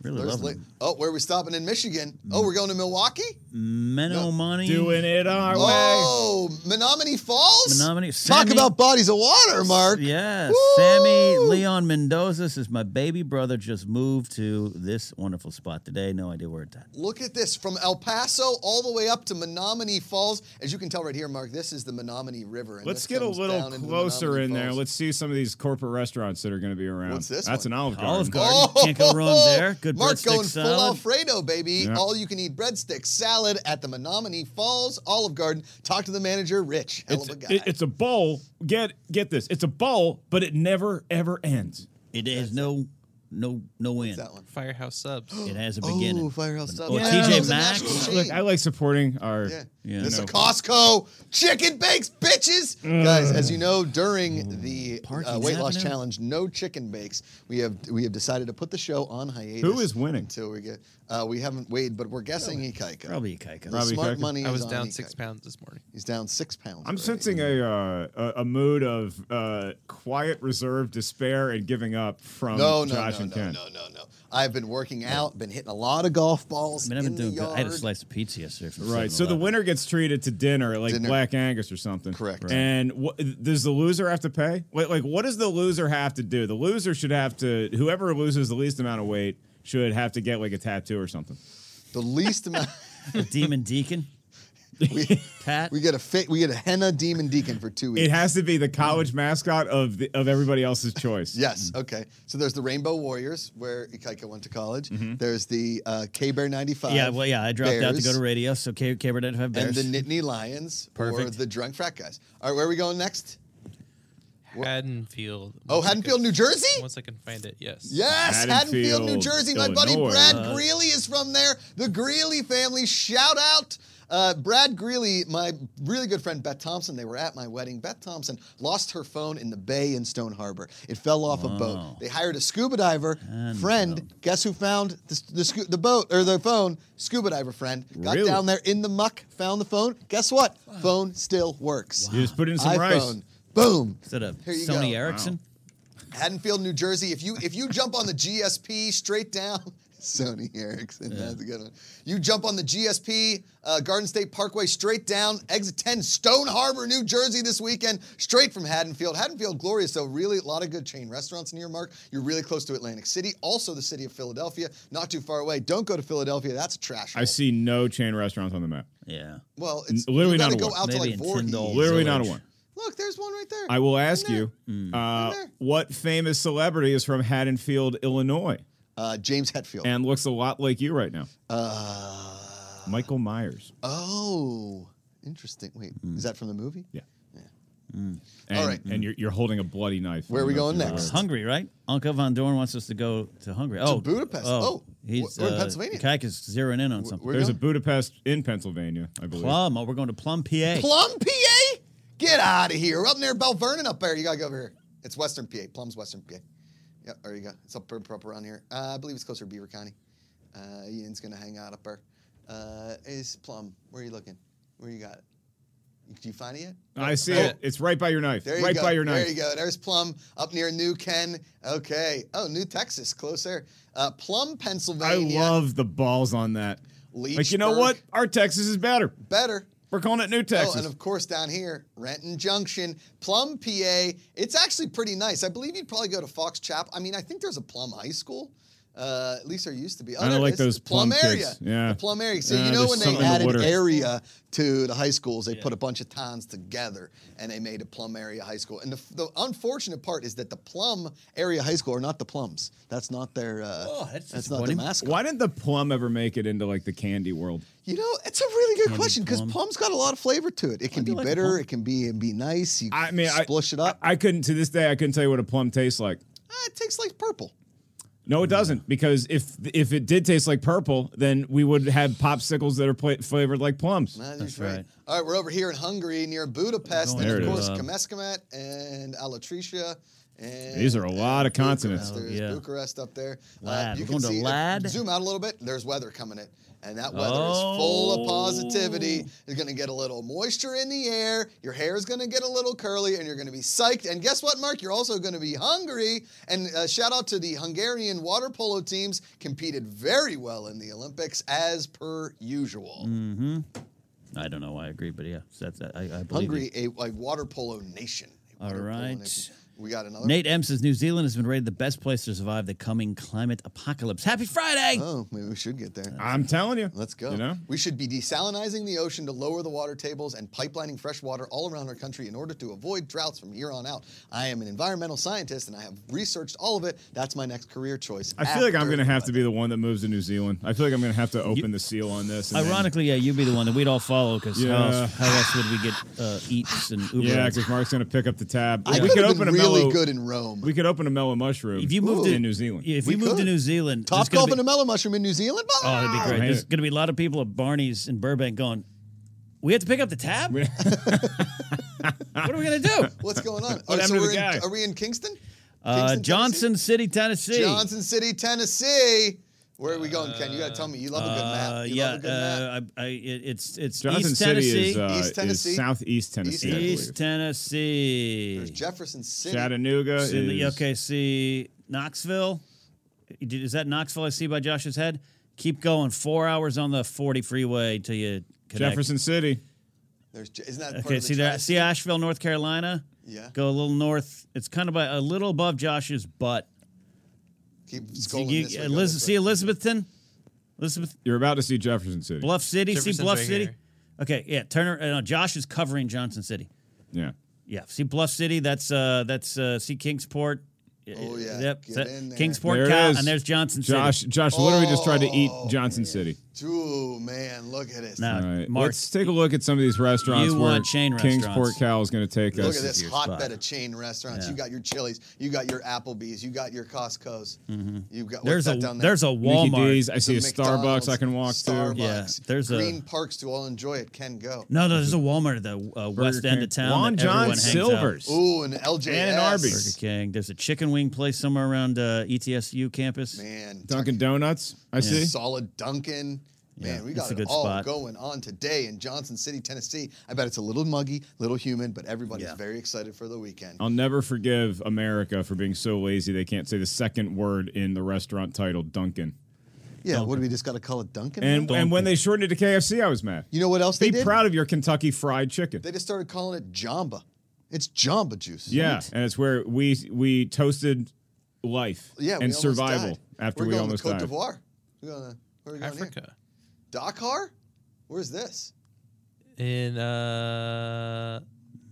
[SPEAKER 1] really
[SPEAKER 5] There's
[SPEAKER 1] love
[SPEAKER 5] like-
[SPEAKER 1] them. Mm.
[SPEAKER 5] oh, where are we stopping in Michigan? Oh, we're going to Milwaukee?
[SPEAKER 1] Meno Money.
[SPEAKER 3] Doing it our way.
[SPEAKER 5] Oh, Menominee Falls?
[SPEAKER 1] Menominee-
[SPEAKER 5] Talk
[SPEAKER 1] Sammy-
[SPEAKER 5] about bodies of water, Mark.
[SPEAKER 1] Yes.
[SPEAKER 5] Woo!
[SPEAKER 1] Sammy Leon Mendoza says, My baby brother just moved to this wonderful spot today. No idea where it's at.
[SPEAKER 5] Look at this from El Paso all the way up to Menominee Falls. As you can tell right here, Mark, this is the Menominee River. and this
[SPEAKER 3] Let's get a
[SPEAKER 5] comes
[SPEAKER 3] little
[SPEAKER 5] down into
[SPEAKER 3] closer
[SPEAKER 5] Menominee
[SPEAKER 3] in there.
[SPEAKER 5] Falls.
[SPEAKER 3] Let's see some of these corporate restaurants that are going to be around.
[SPEAKER 5] What's this
[SPEAKER 3] That's
[SPEAKER 5] one?
[SPEAKER 3] an Olive Garden.
[SPEAKER 1] Olive Garden. Can't go wrong there. Good
[SPEAKER 5] Oh! Mark
[SPEAKER 1] breadsticks
[SPEAKER 5] going full
[SPEAKER 1] salad.
[SPEAKER 5] Alfredo, baby.
[SPEAKER 3] Yeah.
[SPEAKER 5] All you can eat breadsticks, salad at the Menominee Falls Olive Garden. Talk to the manager, Rich. Hell
[SPEAKER 3] It's,
[SPEAKER 5] of a guy.
[SPEAKER 3] it- it's a bowl. Get get this. It's a bowl, but it never ever ends.
[SPEAKER 1] It has no no no end.
[SPEAKER 5] that one.
[SPEAKER 4] Firehouse subs.
[SPEAKER 1] It has a beginning.
[SPEAKER 5] Oh, Firehouse Subs.
[SPEAKER 1] Or
[SPEAKER 5] Yeah, that
[SPEAKER 1] TJ
[SPEAKER 5] was a national
[SPEAKER 1] Maxx.
[SPEAKER 5] chain.
[SPEAKER 3] Look, I like supporting our.
[SPEAKER 5] Yeah.
[SPEAKER 1] Yeah.
[SPEAKER 5] This
[SPEAKER 3] No.
[SPEAKER 5] a Costco chicken bakes, bitches. Guys, as you know, during the uh,
[SPEAKER 1] Parking's
[SPEAKER 5] weight loss
[SPEAKER 1] happening.
[SPEAKER 5] challenge, no chicken bakes. We have we have decided to put the show on hiatus.
[SPEAKER 3] Who is winning?
[SPEAKER 5] Until we get, uh, we haven't weighed, but we're guessing Hikaika.
[SPEAKER 1] Probably Kaika.
[SPEAKER 5] The
[SPEAKER 3] Probably
[SPEAKER 5] smart
[SPEAKER 3] Hikaika.
[SPEAKER 5] money.
[SPEAKER 4] I
[SPEAKER 5] is
[SPEAKER 4] was
[SPEAKER 5] on
[SPEAKER 4] down
[SPEAKER 5] Hikaika.
[SPEAKER 4] six pounds this morning.
[SPEAKER 5] He's down six pounds.
[SPEAKER 3] I'm
[SPEAKER 5] already.
[SPEAKER 3] sensing a, uh, a a mood of uh, quiet, reserved despair and giving up from
[SPEAKER 5] No, no,
[SPEAKER 3] Josh
[SPEAKER 5] no,
[SPEAKER 3] and
[SPEAKER 5] no,
[SPEAKER 3] Ken.
[SPEAKER 5] no, no, no. I've been working out, been hitting a lot of golf balls.
[SPEAKER 1] I mean, I've been
[SPEAKER 5] in the
[SPEAKER 1] doing good. I had a
[SPEAKER 5] yard.
[SPEAKER 1] slice of pizza yesterday. From
[SPEAKER 3] Right. So the
[SPEAKER 1] 7-Eleven.
[SPEAKER 3] winner gets treated to dinner, like
[SPEAKER 5] Dinner.
[SPEAKER 3] Black Angus or something.
[SPEAKER 5] Correct. Right.
[SPEAKER 3] And wha- does the loser have to pay? Like, like, what does the loser have to do? The loser should have to. Whoever loses the least amount of weight should have to get like a tattoo or something.
[SPEAKER 5] The least amount.
[SPEAKER 1] The Demon Deacon.
[SPEAKER 5] we,
[SPEAKER 1] Pat.
[SPEAKER 5] we get a fit. We get a henna demon deacon for two weeks.
[SPEAKER 3] It has to be the college mascot of the, of everybody else's choice.
[SPEAKER 5] Yes. Okay. So there's the Rainbow Warriors, where Ikaika went to college.
[SPEAKER 3] Mm-hmm.
[SPEAKER 5] There's the uh, K Bear 95.
[SPEAKER 1] yeah, well, yeah, I dropped out to
[SPEAKER 5] Bears,
[SPEAKER 1] go to radio, so K- Caber didn't have
[SPEAKER 5] And
[SPEAKER 1] Bears.
[SPEAKER 5] the Nittany Lions, or
[SPEAKER 1] Perfect.
[SPEAKER 5] the Drunk Frat Guys. All right, where are we going next?
[SPEAKER 4] Haddonfield.
[SPEAKER 5] Oh,
[SPEAKER 4] Once I
[SPEAKER 5] Haddonfield,
[SPEAKER 4] can-
[SPEAKER 5] New Jersey?
[SPEAKER 4] Once I can find it, yes.
[SPEAKER 5] Yes, Haddonfield, New
[SPEAKER 3] Haddonfield,
[SPEAKER 5] Jersey. My buddy
[SPEAKER 3] Illinois.
[SPEAKER 5] Brad
[SPEAKER 3] Uh,
[SPEAKER 5] Greeley is from there. The Greeley family, shout out. Uh, Brad Greeley, my really good friend Beth Thompson, they were at my wedding. Beth Thompson lost her phone in the bay in Stone Harbor. It fell off a boat. They hired a scuba diver friend. Guess who found the, the, scu- the boat or the phone? Scuba diver friend. Got
[SPEAKER 3] Really?
[SPEAKER 5] down there in the muck, found the phone. Guess what? Phone still works.
[SPEAKER 3] You just put in some rice.
[SPEAKER 5] iPhone. Boom.
[SPEAKER 1] Instead of
[SPEAKER 5] Here you
[SPEAKER 1] Sony
[SPEAKER 5] go.
[SPEAKER 1] Ericsson.
[SPEAKER 5] Haddonfield, New Jersey. If you if you jump on the GSP straight down, Sony Ericsson, that's a good one. You jump on the GSP uh, Garden State Parkway straight down, exit 10, Stone Harbor, New Jersey this weekend, straight from Haddonfield. Haddonfield, glorious though. Really, a lot of good chain restaurants near Mark. You're really close to Atlantic City, also the city of Philadelphia, not too far away. Don't go to Philadelphia. That's a trash.
[SPEAKER 3] I
[SPEAKER 5] hole.
[SPEAKER 3] see no chain restaurants on the map.
[SPEAKER 1] Yeah.
[SPEAKER 5] Well, it's
[SPEAKER 3] Literally
[SPEAKER 5] you gotta
[SPEAKER 3] not a
[SPEAKER 5] go
[SPEAKER 3] one.
[SPEAKER 5] out
[SPEAKER 1] Maybe
[SPEAKER 5] to
[SPEAKER 1] in
[SPEAKER 5] like Voorhees.
[SPEAKER 1] Tyndall.
[SPEAKER 3] Literally not a
[SPEAKER 1] Village.
[SPEAKER 3] one.
[SPEAKER 5] Look, there's one right there.
[SPEAKER 3] I will ask you,
[SPEAKER 5] In
[SPEAKER 3] uh,
[SPEAKER 5] there.
[SPEAKER 3] what famous celebrity is from Haddonfield, Illinois,
[SPEAKER 5] uh, James Hetfield.
[SPEAKER 3] and looks a lot like you right now?
[SPEAKER 5] uh,
[SPEAKER 3] Michael Myers.
[SPEAKER 5] Oh, interesting. Wait, is that from the movie?
[SPEAKER 3] Mm. Yeah.
[SPEAKER 5] Yeah.
[SPEAKER 3] And,
[SPEAKER 5] All right.
[SPEAKER 3] And you're, you're holding a bloody knife.
[SPEAKER 5] Where are we
[SPEAKER 3] I don't
[SPEAKER 5] going
[SPEAKER 3] know if you
[SPEAKER 5] next?
[SPEAKER 3] are.
[SPEAKER 1] Hungary, Uh, right? Uncle Von Dorn wants us to go to Hungary. Oh,
[SPEAKER 5] Budapest. Oh,
[SPEAKER 1] he's
[SPEAKER 5] we're in
[SPEAKER 1] uh,
[SPEAKER 5] Pennsylvania.
[SPEAKER 1] Kaik is zeroing in on something.
[SPEAKER 5] we're-
[SPEAKER 3] There's a
[SPEAKER 5] going?
[SPEAKER 3] Budapest in Pennsylvania, I believe.
[SPEAKER 1] Plum. Oh, we're going to Plum, PA.
[SPEAKER 5] Plum, PA? Get out of here. We're up near Bel Vernon up there. You got to go over here. It's Western PA. Plum's Western PA. Yeah, there you go. It's up, up, up around here. Uh, I believe it's closer to Beaver County. Uh, Ian's going to hang out up there. Uh, is Plum, where are you looking? Where you got it? Do you find it yet?
[SPEAKER 3] I see
[SPEAKER 4] Right.
[SPEAKER 3] it. It's right by your knife.
[SPEAKER 5] Oh. There you
[SPEAKER 3] right
[SPEAKER 5] go.
[SPEAKER 3] by your knife.
[SPEAKER 5] There you go. There's Plum up near New Ken. Okay. Oh, New Texas, closer. Uh, Plum,
[SPEAKER 3] I
[SPEAKER 5] Pennsylvania.
[SPEAKER 3] love the balls on that. Like, you know
[SPEAKER 5] Leechburg.
[SPEAKER 3] what? Our Texas is better.
[SPEAKER 5] Better.
[SPEAKER 3] We're calling it New
[SPEAKER 5] Oh,
[SPEAKER 3] Texas.
[SPEAKER 5] and of course down here, Renton Junction, Plum, PA. It's actually pretty nice. I believe you'd probably go to Fox Chapel. I mean, I think there's a Plum High School. Uh, at least there used to be. Oh,
[SPEAKER 3] I don't
[SPEAKER 5] there it
[SPEAKER 3] like
[SPEAKER 5] is.
[SPEAKER 3] those Plum kids.
[SPEAKER 5] area.
[SPEAKER 3] Yeah.
[SPEAKER 5] The Plum area. So
[SPEAKER 3] Yeah,
[SPEAKER 5] you know
[SPEAKER 3] there's
[SPEAKER 5] when they
[SPEAKER 3] something in the
[SPEAKER 5] added
[SPEAKER 3] water.
[SPEAKER 5] area to the high schools, they put a bunch of towns together and they made a Plum area high school. And the, the unfortunate part is that the Plum area high school are not the Plums. That's not their. Uh,
[SPEAKER 1] Oh, that's
[SPEAKER 5] not the
[SPEAKER 1] disappointing.
[SPEAKER 5] mascot.
[SPEAKER 3] Why didn't the plum ever make it into like the candy world?
[SPEAKER 5] You know, it's a really good
[SPEAKER 1] Candy
[SPEAKER 5] question because
[SPEAKER 1] plum.
[SPEAKER 5] plum's got a lot of flavor to it. It can
[SPEAKER 1] do
[SPEAKER 5] be
[SPEAKER 1] like
[SPEAKER 5] bitter.
[SPEAKER 1] plum.
[SPEAKER 5] It can be and be nice. You
[SPEAKER 3] I mean, I-
[SPEAKER 5] splish it up.
[SPEAKER 3] I couldn't to this day. I couldn't tell you what a plum tastes like.
[SPEAKER 5] Ah, it tastes like purple.
[SPEAKER 3] No, it doesn't because if if it did taste like purple, then we would have popsicles that are pla flavored like plums.
[SPEAKER 5] That's,
[SPEAKER 1] right.
[SPEAKER 5] All right, we're over here in Hungary near Budapest,
[SPEAKER 1] Going
[SPEAKER 5] and
[SPEAKER 3] There
[SPEAKER 5] of
[SPEAKER 3] it
[SPEAKER 5] course
[SPEAKER 3] is.
[SPEAKER 5] Kameskemet and Alatricia. And
[SPEAKER 3] These are a lot of continents.
[SPEAKER 5] Bucharest. There's
[SPEAKER 1] Yeah.
[SPEAKER 5] Bucharest up there. Uh,
[SPEAKER 1] Lad.
[SPEAKER 5] you can
[SPEAKER 1] We're going to
[SPEAKER 5] see, if-
[SPEAKER 1] Lad.
[SPEAKER 5] Zoom out a little bit. There's weather coming in, and that weather is
[SPEAKER 3] Oh.
[SPEAKER 5] full of positivity. You're going to get a little moisture in the air. Your hair is going to get a little curly, and you're going to be psyched. And guess what, Mark? You're also going to be hungry. And uh, shout out to the Hungarian water polo teams competed very well in the Olympics as per usual.
[SPEAKER 1] I don't know why I agree, but yeah, that's I, I believe
[SPEAKER 5] Hungary,
[SPEAKER 1] you.
[SPEAKER 5] a, a water polo nation. A
[SPEAKER 1] All
[SPEAKER 5] water polo
[SPEAKER 1] right.
[SPEAKER 5] nation. We got another.
[SPEAKER 1] Nate M says New Zealand has been rated the best place to survive the coming climate apocalypse. Happy Friday!
[SPEAKER 5] Oh, maybe we should get
[SPEAKER 1] Uh,
[SPEAKER 5] there.
[SPEAKER 3] I'm telling you.
[SPEAKER 5] Let's go.
[SPEAKER 3] You know?
[SPEAKER 5] We should be desalinizing the ocean to lower the water tables and pipelining fresh water all around our country in order to avoid droughts from here on out. I am an environmental scientist and I have researched all of it. That's my next career choice.
[SPEAKER 3] I feel like I'm
[SPEAKER 5] after
[SPEAKER 3] going to have
[SPEAKER 5] my-
[SPEAKER 3] to be the one that moves to New Zealand. I feel like I'm going to have to open the seal on this. and then-
[SPEAKER 1] Ironically, yeah, you'd be the one that we'd all follow because how,
[SPEAKER 3] Yeah.
[SPEAKER 1] else, how else would we get uh, eats and Uber?
[SPEAKER 3] yeah,
[SPEAKER 1] Eats?
[SPEAKER 3] because Mark's going to pick up the tab.
[SPEAKER 5] I
[SPEAKER 3] We
[SPEAKER 5] could
[SPEAKER 3] could
[SPEAKER 5] have
[SPEAKER 3] open
[SPEAKER 5] been
[SPEAKER 3] a
[SPEAKER 5] really
[SPEAKER 3] mellow.
[SPEAKER 5] good in Rome.
[SPEAKER 3] We could open a mellow mushroom.
[SPEAKER 1] if you moved to
[SPEAKER 3] in New Zealand,
[SPEAKER 1] if
[SPEAKER 5] We
[SPEAKER 1] you moved to
[SPEAKER 5] could.
[SPEAKER 1] New Zealand, there's
[SPEAKER 5] Top
[SPEAKER 1] gonna
[SPEAKER 5] golf
[SPEAKER 1] be-
[SPEAKER 5] and a mellow mushroom in New Zealand.
[SPEAKER 1] Oh, that'd be great.
[SPEAKER 3] hate
[SPEAKER 1] There's
[SPEAKER 3] it.
[SPEAKER 1] going to be a lot of people at Barney's and Burbank going, we have to pick up the tab? what are we going to do?
[SPEAKER 5] What's going on?
[SPEAKER 3] What
[SPEAKER 5] Oh,
[SPEAKER 3] happened
[SPEAKER 5] so
[SPEAKER 3] to the
[SPEAKER 5] we're in,
[SPEAKER 3] guy?
[SPEAKER 5] are we in Kingston?
[SPEAKER 1] Uh,
[SPEAKER 5] Kingston,
[SPEAKER 1] Johnson City, Tennessee.
[SPEAKER 5] Tennessee? Johnson City, Tennessee. Where are we going, Ken? You got to tell me. You love a good
[SPEAKER 1] Uh,
[SPEAKER 5] map. You
[SPEAKER 1] yeah,
[SPEAKER 5] love a good map.
[SPEAKER 1] uh, I, I, it, it's it's
[SPEAKER 3] Johnson
[SPEAKER 1] East
[SPEAKER 3] City
[SPEAKER 1] Tennessee.
[SPEAKER 3] is, uh,
[SPEAKER 5] East Tennessee.
[SPEAKER 3] is southeast Tennessee. I believe.
[SPEAKER 1] East Tennessee.
[SPEAKER 5] There's Jefferson City.
[SPEAKER 3] Chattanooga
[SPEAKER 1] It's in the-
[SPEAKER 3] is
[SPEAKER 1] okay, see Knoxville. Did- Is that Knoxville I see by Josh's head? Keep going. Four hours on the 40 freeway till you connect.
[SPEAKER 3] Jefferson City.
[SPEAKER 5] There's, Je- isn't that part
[SPEAKER 1] Okay,
[SPEAKER 5] of the
[SPEAKER 1] see there,
[SPEAKER 5] tri-state?
[SPEAKER 1] see uh, Asheville, North Carolina.
[SPEAKER 5] Yeah.
[SPEAKER 1] Go a little north. It's kind of by, a little above Josh's butt.
[SPEAKER 5] Keep
[SPEAKER 1] See,
[SPEAKER 5] scrolling
[SPEAKER 1] you-
[SPEAKER 5] this way, go
[SPEAKER 1] Eliz-
[SPEAKER 5] this way.
[SPEAKER 1] see Elizabethton, Elizabeth
[SPEAKER 3] You're about to see Jefferson City.
[SPEAKER 1] Bluff City. see
[SPEAKER 4] Jefferson's
[SPEAKER 1] Bluff
[SPEAKER 4] right
[SPEAKER 1] City.
[SPEAKER 4] here.
[SPEAKER 1] Okay, yeah. Turner. Uh, no, Josh is covering Johnson City.
[SPEAKER 3] Yeah.
[SPEAKER 1] Yeah. See Bluff City. That's uh that's uh see Kingsport.
[SPEAKER 5] Oh, yeah,
[SPEAKER 1] Yep.
[SPEAKER 5] get
[SPEAKER 1] that-
[SPEAKER 5] in there.
[SPEAKER 1] Kingsport,
[SPEAKER 3] There it
[SPEAKER 1] Cal,
[SPEAKER 3] is.
[SPEAKER 1] and there's Johnson City.
[SPEAKER 3] Josh, Josh literally just tried to eat
[SPEAKER 5] Oh,
[SPEAKER 3] Johnson City.
[SPEAKER 5] Ooh, man, look at it.
[SPEAKER 1] Now,
[SPEAKER 3] All right,
[SPEAKER 1] Uh, Mark,
[SPEAKER 3] let's take a look at some of these restaurants.
[SPEAKER 1] You
[SPEAKER 3] where
[SPEAKER 1] want chain
[SPEAKER 3] Kingsport
[SPEAKER 1] restaurants.
[SPEAKER 3] Cal is going to take
[SPEAKER 5] look
[SPEAKER 3] us.
[SPEAKER 5] at this
[SPEAKER 1] your
[SPEAKER 5] hotbed
[SPEAKER 1] spot.
[SPEAKER 5] of chain restaurants.
[SPEAKER 1] Yeah.
[SPEAKER 5] You got your Chili's, you got your Applebee's, you got your Costco's. You got
[SPEAKER 1] Mm-hmm. there's
[SPEAKER 5] what's that
[SPEAKER 1] a
[SPEAKER 5] down there?
[SPEAKER 1] there's a
[SPEAKER 3] Mickey
[SPEAKER 1] Walmart.
[SPEAKER 3] D's. I see a
[SPEAKER 5] The McDonald's,
[SPEAKER 3] Starbucks I can walk to.
[SPEAKER 5] Starbucks,
[SPEAKER 1] Yeah, there's a-
[SPEAKER 5] Green Parks to all enjoy it. Can go.
[SPEAKER 1] No, no, there's a Walmart at the uh, west end of town.
[SPEAKER 3] Juan
[SPEAKER 1] that
[SPEAKER 3] John
[SPEAKER 1] everyone hangs out.
[SPEAKER 3] Silvers.
[SPEAKER 5] Ooh, and LJS.
[SPEAKER 3] And an Arby's.
[SPEAKER 1] Burger King. There's a chicken wing place somewhere around uh, ETSU campus.
[SPEAKER 5] Man,
[SPEAKER 3] Dunkin' Donuts. I
[SPEAKER 5] Dunkin',
[SPEAKER 3] see.
[SPEAKER 5] solid Dunkin'. Man,
[SPEAKER 1] Yeah,
[SPEAKER 5] we
[SPEAKER 1] it's
[SPEAKER 5] got
[SPEAKER 1] a
[SPEAKER 5] it
[SPEAKER 1] good
[SPEAKER 5] all
[SPEAKER 1] spot.
[SPEAKER 5] going on today in Johnson City, Tennessee. I bet it's a little muggy, little humid, but everybody's
[SPEAKER 1] Yeah.
[SPEAKER 5] very excited for the weekend.
[SPEAKER 3] I'll never forgive America for being so lazy they can't say the second word in the restaurant title Dunkin'.
[SPEAKER 5] yeah, what do we just got to call it Dunkin'?
[SPEAKER 3] And
[SPEAKER 5] now?
[SPEAKER 3] and when they shortened it to KFC, I was mad.
[SPEAKER 5] you know what else
[SPEAKER 3] Be
[SPEAKER 5] they did?
[SPEAKER 3] proud of your Kentucky Fried Chicken.
[SPEAKER 5] They just started calling it Jamba. It's Jamba juice.
[SPEAKER 3] Yeah, and it's where we we toasted life
[SPEAKER 5] Yeah. we
[SPEAKER 3] and
[SPEAKER 5] almost
[SPEAKER 3] survival
[SPEAKER 5] died.
[SPEAKER 3] after
[SPEAKER 5] We're
[SPEAKER 3] we
[SPEAKER 5] going
[SPEAKER 3] almost
[SPEAKER 5] to Cote
[SPEAKER 3] died.
[SPEAKER 5] d'Ivoire. We're going to, where are we going
[SPEAKER 4] Africa.
[SPEAKER 5] Here? Dakar? Where's this?
[SPEAKER 4] In uh,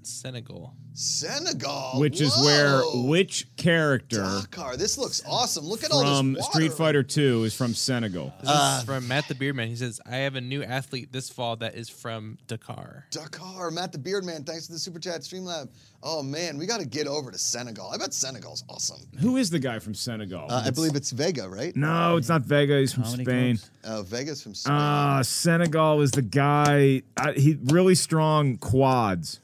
[SPEAKER 4] Senegal.
[SPEAKER 5] Senegal.
[SPEAKER 3] which is
[SPEAKER 5] Whoa!
[SPEAKER 3] where which character
[SPEAKER 5] Dakar. This looks awesome. Look at all this
[SPEAKER 3] from
[SPEAKER 5] water.
[SPEAKER 3] Street Fighter 2 is from Senegal.
[SPEAKER 4] This is from Matt the Beardman. He says, I have a new athlete this fall that is from Dakar.
[SPEAKER 5] Dakar, Matt the Beard Man, thanks for the super chat, Streamlab. Oh man, we got to get over to Senegal. I bet Senegal's awesome.
[SPEAKER 3] Who is the guy from Senegal?
[SPEAKER 5] Uh, I believe it's Vega, right?
[SPEAKER 3] no, it's not Vega. He's from
[SPEAKER 1] Comedy
[SPEAKER 3] Spain.
[SPEAKER 1] clubs.
[SPEAKER 5] Uh, Vega's from Spain.
[SPEAKER 3] Ah, Senegal is the guy. I, he really strong quads.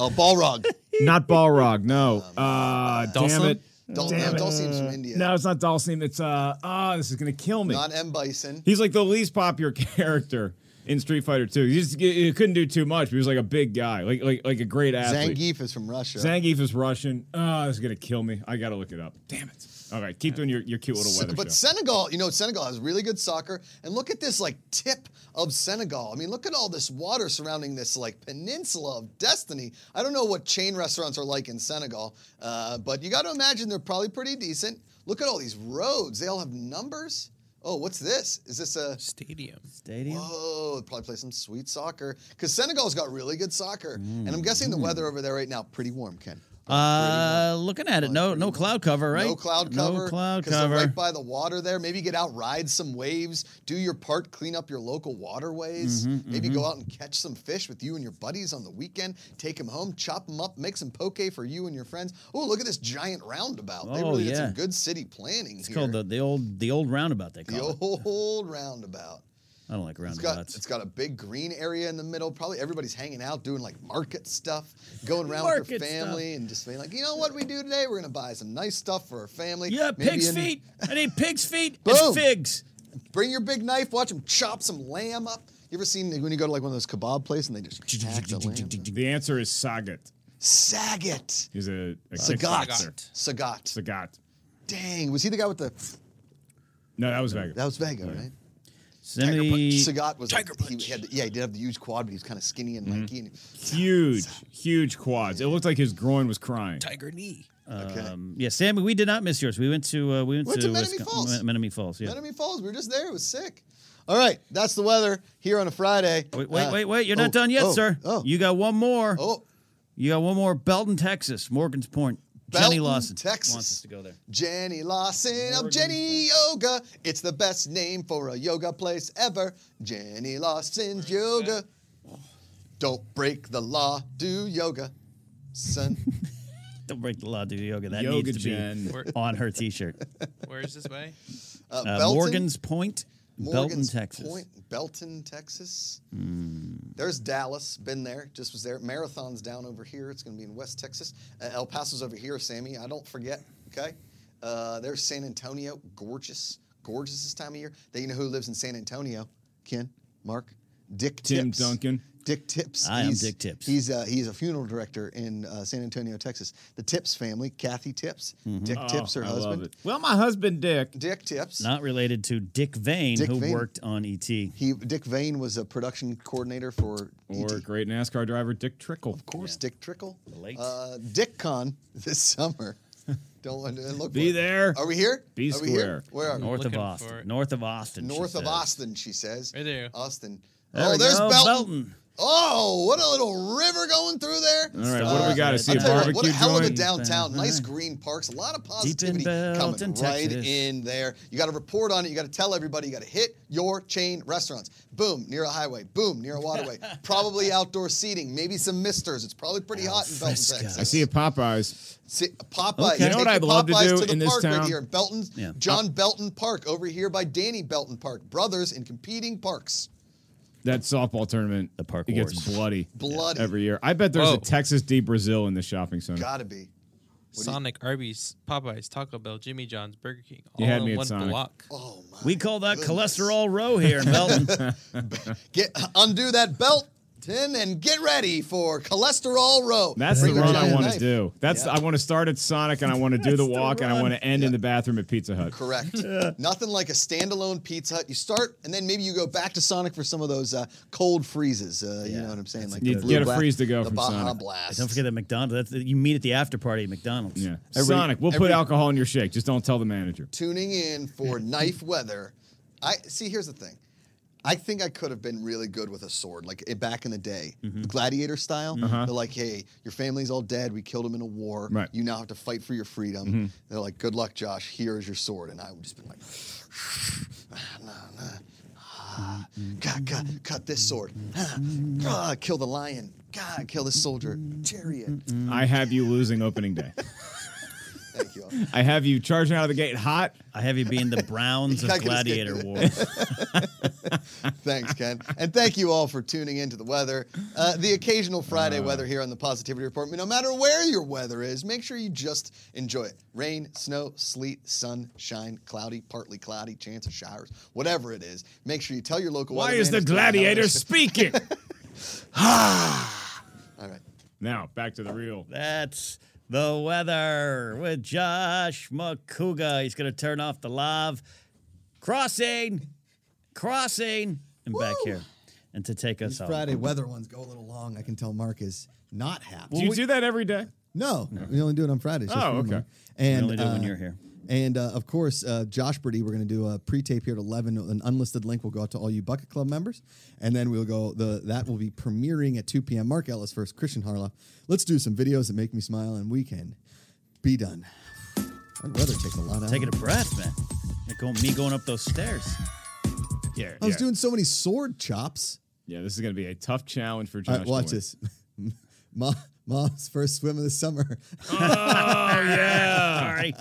[SPEAKER 5] oh, Balrog.
[SPEAKER 3] Not Balrog. No. Uh, damn
[SPEAKER 4] Dhalsim?
[SPEAKER 3] it.
[SPEAKER 5] Dol-
[SPEAKER 3] Damn
[SPEAKER 5] no,
[SPEAKER 3] it.
[SPEAKER 5] Dalsim's from India.
[SPEAKER 3] No, it's not Dalsim. It's uh. Ah, this is gonna kill me.
[SPEAKER 5] Not M. Bison.
[SPEAKER 3] He's like the least popular character in Street Fighter 2. He just he couldn't do too much. But he was like a big guy, like like like a great athlete.
[SPEAKER 5] Zangief is from Russia.
[SPEAKER 3] Zangief is Russian. Oh, this is gonna kill me. I gotta look it up. Damn it. All right, keep doing your, your cute little
[SPEAKER 5] Se-
[SPEAKER 3] weather
[SPEAKER 5] but
[SPEAKER 3] show.
[SPEAKER 5] Senegal, you know, Senegal has really good soccer. And look at this like tip of Senegal. I mean, look at all this water surrounding this like peninsula of destiny. I don't know what chain restaurants are like in Senegal, uh, but you got to imagine they're probably pretty decent. Look at all these roads. They all have numbers. Oh, what's this? Is this a
[SPEAKER 4] Stadium.
[SPEAKER 1] Stadium.
[SPEAKER 5] Oh, probably play some sweet soccer because Senegal's got really good soccer, and I'm guessing the weather over there right now pretty warm, Ken.
[SPEAKER 1] Uh, looking at it, no, no cloud cover, right?
[SPEAKER 5] No cloud
[SPEAKER 1] No
[SPEAKER 5] cover.
[SPEAKER 1] cloud
[SPEAKER 5] 'cause they're
[SPEAKER 1] cover.
[SPEAKER 5] Right by the water there. Maybe get out, ride some waves, do your part, clean up your local waterways.
[SPEAKER 1] Mm-hmm,
[SPEAKER 5] Maybe go out and catch some fish with you and your buddies on the weekend. Take them home, chop them up, make some poke for you and your friends. Oh, look at this giant roundabout. they
[SPEAKER 1] Oh,
[SPEAKER 5] really did some
[SPEAKER 1] yeah.
[SPEAKER 5] good city planning
[SPEAKER 1] it's
[SPEAKER 5] here.
[SPEAKER 1] called the, the old the old roundabout. They
[SPEAKER 5] The
[SPEAKER 1] call it.
[SPEAKER 5] old roundabout.
[SPEAKER 1] I don't like
[SPEAKER 5] It's got,
[SPEAKER 1] roundabouts.
[SPEAKER 5] it's got a big green area in the middle. Probably everybody's hanging out, doing like market stuff, going around with their
[SPEAKER 1] Market stuff.
[SPEAKER 5] family, and just being like, you know what we do today? We're gonna buy some nice stuff for our family.
[SPEAKER 1] yeah,
[SPEAKER 5] Maybe
[SPEAKER 1] pig's
[SPEAKER 5] in-
[SPEAKER 1] feet. I need pig's feet
[SPEAKER 5] Boom.
[SPEAKER 1] and figs.
[SPEAKER 5] Bring your big knife. Watch them chop some lamb up. You ever seen when you go to like one of those kebab places and they just hack the lamb?
[SPEAKER 3] The answer is Sagat.
[SPEAKER 5] Sagat,
[SPEAKER 3] He's a, a
[SPEAKER 5] Sagat,
[SPEAKER 3] kickboxer.
[SPEAKER 5] Sagat.
[SPEAKER 3] Sagat.
[SPEAKER 5] Dang, was he the guy with the?
[SPEAKER 3] No, that was Vega.
[SPEAKER 5] That was Vega, right?
[SPEAKER 1] Send
[SPEAKER 5] Punch.
[SPEAKER 1] me.
[SPEAKER 5] Sagat was like, he had the, yeah he did have the huge quad, but he was kind of skinny
[SPEAKER 1] Mm-hmm.
[SPEAKER 5] and lanky. And,
[SPEAKER 3] huge, huge quads. It looked like his groin was crying.
[SPEAKER 4] Tiger knee.
[SPEAKER 5] okay.
[SPEAKER 1] Um, yeah, Sammy, we did not miss yours. We went to uh, we went,
[SPEAKER 5] Went to Menominee
[SPEAKER 1] Wisco-
[SPEAKER 5] Falls.
[SPEAKER 1] Men- Menominee Falls. Yeah.
[SPEAKER 5] Enemy Falls. We were just there. It was sick. All right, that's the weather here on a Friday.
[SPEAKER 1] Wait, wait,
[SPEAKER 5] Uh,
[SPEAKER 1] wait, wait! You're
[SPEAKER 5] oh,
[SPEAKER 1] not done yet,
[SPEAKER 5] oh,
[SPEAKER 1] sir.
[SPEAKER 5] Oh,
[SPEAKER 1] You got one more.
[SPEAKER 5] oh,
[SPEAKER 1] You got one more. Belton, Texas. Morgan's Point. Jenny
[SPEAKER 5] Belton,
[SPEAKER 1] Lawson
[SPEAKER 5] Texas.
[SPEAKER 1] wants us to go there.
[SPEAKER 5] Jenny Lawson of Jenny Yoga. It's the best name for a yoga place ever. Jenny Lawson's Yoga. Don't break the law. Do yoga, son.
[SPEAKER 1] Don't break the law, do yoga. That
[SPEAKER 3] Yoga
[SPEAKER 1] needs to
[SPEAKER 3] Jen.
[SPEAKER 4] Where,
[SPEAKER 1] be on her T-shirt.
[SPEAKER 4] where is this way?
[SPEAKER 5] Uh,
[SPEAKER 1] Uh,
[SPEAKER 5] Belton-
[SPEAKER 1] Morgan's Point, Belton,
[SPEAKER 5] Morgan's
[SPEAKER 1] Texas. Hmm.
[SPEAKER 5] Point, Belton, Texas. There's Dallas. Been there. Just was there. Marathon's down over here. It's going to be in West Texas. Uh, El Paso's over here, Sammy. I don't forget. Okay. Uh, there's San Antonio. Gorgeous. Gorgeous this time of year. Then you know who lives in San Antonio? Ken, Mark, Dick
[SPEAKER 3] Tim
[SPEAKER 5] Tips.
[SPEAKER 3] Duncan.
[SPEAKER 5] Dick Tips.
[SPEAKER 1] I am Dick Tips.
[SPEAKER 5] He's uh, he's a funeral director in uh, San Antonio, Texas. The Tips family, Kathy Tips,
[SPEAKER 1] Mm-hmm.
[SPEAKER 5] Dick Tips, her
[SPEAKER 3] Oh, I
[SPEAKER 5] husband.
[SPEAKER 3] love it. Well, my husband Dick.
[SPEAKER 5] Dick Tips.
[SPEAKER 1] Not related to Dick Vane,
[SPEAKER 5] Dick
[SPEAKER 1] who
[SPEAKER 5] Vane.
[SPEAKER 1] worked on E ET.
[SPEAKER 5] He Dick Vane was a production coordinator for ET.
[SPEAKER 3] Or great NASCAR driver Dick Trickle.
[SPEAKER 5] Of course, Dick Trickle.
[SPEAKER 1] late.
[SPEAKER 5] Uh, Dick Con this summer. Don't want to look.
[SPEAKER 3] Be
[SPEAKER 5] for it.
[SPEAKER 3] there.
[SPEAKER 5] Are we here?
[SPEAKER 3] Be
[SPEAKER 5] Are we here?
[SPEAKER 3] square.
[SPEAKER 5] Where are we?
[SPEAKER 1] North of
[SPEAKER 4] looking for
[SPEAKER 1] Austin.
[SPEAKER 4] it.
[SPEAKER 1] North of Austin. she
[SPEAKER 5] North of
[SPEAKER 1] said.
[SPEAKER 5] Austin, she says.
[SPEAKER 4] Right there.
[SPEAKER 5] Austin.
[SPEAKER 1] There
[SPEAKER 5] oh,
[SPEAKER 1] we
[SPEAKER 5] there's
[SPEAKER 1] go,
[SPEAKER 5] Belton. Oh, what a little river going through there. Uh,
[SPEAKER 3] All right, what do we got to
[SPEAKER 1] I'll
[SPEAKER 3] see?
[SPEAKER 5] I'll
[SPEAKER 3] A
[SPEAKER 5] tell you what,
[SPEAKER 3] barbecue
[SPEAKER 5] what a hell of a
[SPEAKER 3] joint? uh,
[SPEAKER 5] downtown.
[SPEAKER 1] All
[SPEAKER 5] Nice
[SPEAKER 1] right.
[SPEAKER 5] green parks. A lot of positivity
[SPEAKER 1] Belton,
[SPEAKER 5] coming right
[SPEAKER 1] Texas.
[SPEAKER 5] in there. You got to report on it. You got to tell everybody. You got to hit your chain restaurants. Boom, near a highway. Boom, near a waterway. probably outdoor seating. Maybe some misters. It's probably pretty hot in Belton,
[SPEAKER 1] fresco.
[SPEAKER 5] Texas.
[SPEAKER 3] I see a Popeyes.
[SPEAKER 5] See, Popeye.
[SPEAKER 1] Okay. You know
[SPEAKER 5] Take
[SPEAKER 3] what I'd
[SPEAKER 5] the
[SPEAKER 3] love to
[SPEAKER 5] Popeyes
[SPEAKER 3] do
[SPEAKER 5] the
[SPEAKER 3] in this
[SPEAKER 5] park Right
[SPEAKER 3] town?
[SPEAKER 5] here, Belton,
[SPEAKER 1] Yeah.
[SPEAKER 5] John Belton Park over here by Danny Belton Park. Brothers in competing parks.
[SPEAKER 3] That softball tournament.
[SPEAKER 1] The park
[SPEAKER 3] It gets
[SPEAKER 1] wars.
[SPEAKER 3] bloody.
[SPEAKER 5] Bloody.
[SPEAKER 3] Every year. I bet there's
[SPEAKER 4] Whoa.
[SPEAKER 3] a Texas D Brazil in the shopping center.
[SPEAKER 5] Gotta be. do you-
[SPEAKER 4] Sonic, Arby's, Popeyes, Taco Bell, Jimmy John's, Burger King.
[SPEAKER 3] You
[SPEAKER 4] all
[SPEAKER 3] had
[SPEAKER 4] in
[SPEAKER 3] me at
[SPEAKER 4] one
[SPEAKER 3] Sonic.
[SPEAKER 4] block.
[SPEAKER 5] Oh my.
[SPEAKER 1] We call that
[SPEAKER 5] goodness.
[SPEAKER 1] cholesterol row here in Belton.
[SPEAKER 5] Get undo that belt. Tin and get ready for cholesterol row.
[SPEAKER 3] That's
[SPEAKER 5] Bring
[SPEAKER 3] the
[SPEAKER 5] your
[SPEAKER 3] run I
[SPEAKER 5] giant
[SPEAKER 3] want to
[SPEAKER 5] knife.
[SPEAKER 3] do. That's
[SPEAKER 5] Yeah.
[SPEAKER 3] I want to start at Sonic and I want to do the walk and I want to end in the bathroom at Pizza Hut.
[SPEAKER 5] Correct. Nothing like a standalone Pizza Hut. You start, and then maybe you go back to Sonic for some of those uh, cold freezes. Uh, You know what I'm saying? Like the
[SPEAKER 3] You get a
[SPEAKER 5] Blue Blast-
[SPEAKER 3] freeze to go
[SPEAKER 5] the
[SPEAKER 3] from
[SPEAKER 5] Baja
[SPEAKER 3] Sonic.
[SPEAKER 5] Blast.
[SPEAKER 1] Don't forget that McDonald's. That's, you meet at the after party at McDonald's.
[SPEAKER 3] Yeah.
[SPEAKER 5] Every-
[SPEAKER 3] Sonic, we'll
[SPEAKER 5] every-
[SPEAKER 3] put alcohol in your shake. Just don't tell the manager.
[SPEAKER 5] tuning in for knife weather. I see. Here's the thing. I think I could have been really good with a sword, like eh, back in the day, gladiator style. They're like, "Hey, your family's all dead. We killed them in a war.
[SPEAKER 3] Right.
[SPEAKER 5] You now have to fight for your freedom." They're like, "Good luck, Josh. Here is your sword." And I would just be like, "Ah, "No, no, Ah, God, God, cut this sword. Ah, God, kill the lion. God, kill this soldier. Chariot.
[SPEAKER 3] I have you losing opening day.
[SPEAKER 5] Thank you." all.
[SPEAKER 3] I have you charging out of the gate hot.
[SPEAKER 1] I have you being the Browns
[SPEAKER 5] I
[SPEAKER 1] of
[SPEAKER 5] could escape
[SPEAKER 1] Gladiator
[SPEAKER 5] it.
[SPEAKER 1] Wars.
[SPEAKER 5] Thanks, Ken. And thank you all for tuning into the weather. Uh, the occasional Friday weather here on the Positivity Report. No matter where your weather is, make sure you just enjoy it. Rain, snow, sleet, sun, shine, cowdy, partly cloudy, chance of showers, whatever it is. Make sure you tell your local
[SPEAKER 3] Why
[SPEAKER 5] weatherman
[SPEAKER 3] is the
[SPEAKER 5] it's gonna
[SPEAKER 3] gladiator
[SPEAKER 5] help.
[SPEAKER 3] speaking?
[SPEAKER 5] All right.
[SPEAKER 3] now back to the real.
[SPEAKER 1] That's the weather with Josh McCouga. He's going to turn off the live crossing, crossing, and back here, and to take us
[SPEAKER 2] These
[SPEAKER 1] out.
[SPEAKER 2] Friday weather ones go a little long. I can tell Mark is not happy.
[SPEAKER 3] Do you do that every day?
[SPEAKER 2] No, we only do it on Fridays. just
[SPEAKER 3] Oh,
[SPEAKER 2] one
[SPEAKER 3] okay.
[SPEAKER 2] Mark. And
[SPEAKER 1] Ah. only do it when
[SPEAKER 2] uh,
[SPEAKER 1] you're here.
[SPEAKER 2] And uh, of course, uh, Josh Brady, we're going to do a pre-tape here at 11. An unlisted link will go out to all you Bucket Club members, and then we'll go. The that will be premiering at 2 p.m. Mark Ellis versus Christian Harloff. Let's do some videos that make me smile, and we can be done. I'd rather take a lot out.
[SPEAKER 1] Taking a breath, man. Like go- me going up those stairs.
[SPEAKER 3] Yeah,
[SPEAKER 2] I was doing so many sword chops.
[SPEAKER 3] Yeah, this is gonna be a tough challenge for
[SPEAKER 2] All
[SPEAKER 3] Josh.
[SPEAKER 2] right,
[SPEAKER 3] to
[SPEAKER 2] watch
[SPEAKER 3] win.
[SPEAKER 2] this. Mom, mom's first swim of the summer.
[SPEAKER 1] Sorry.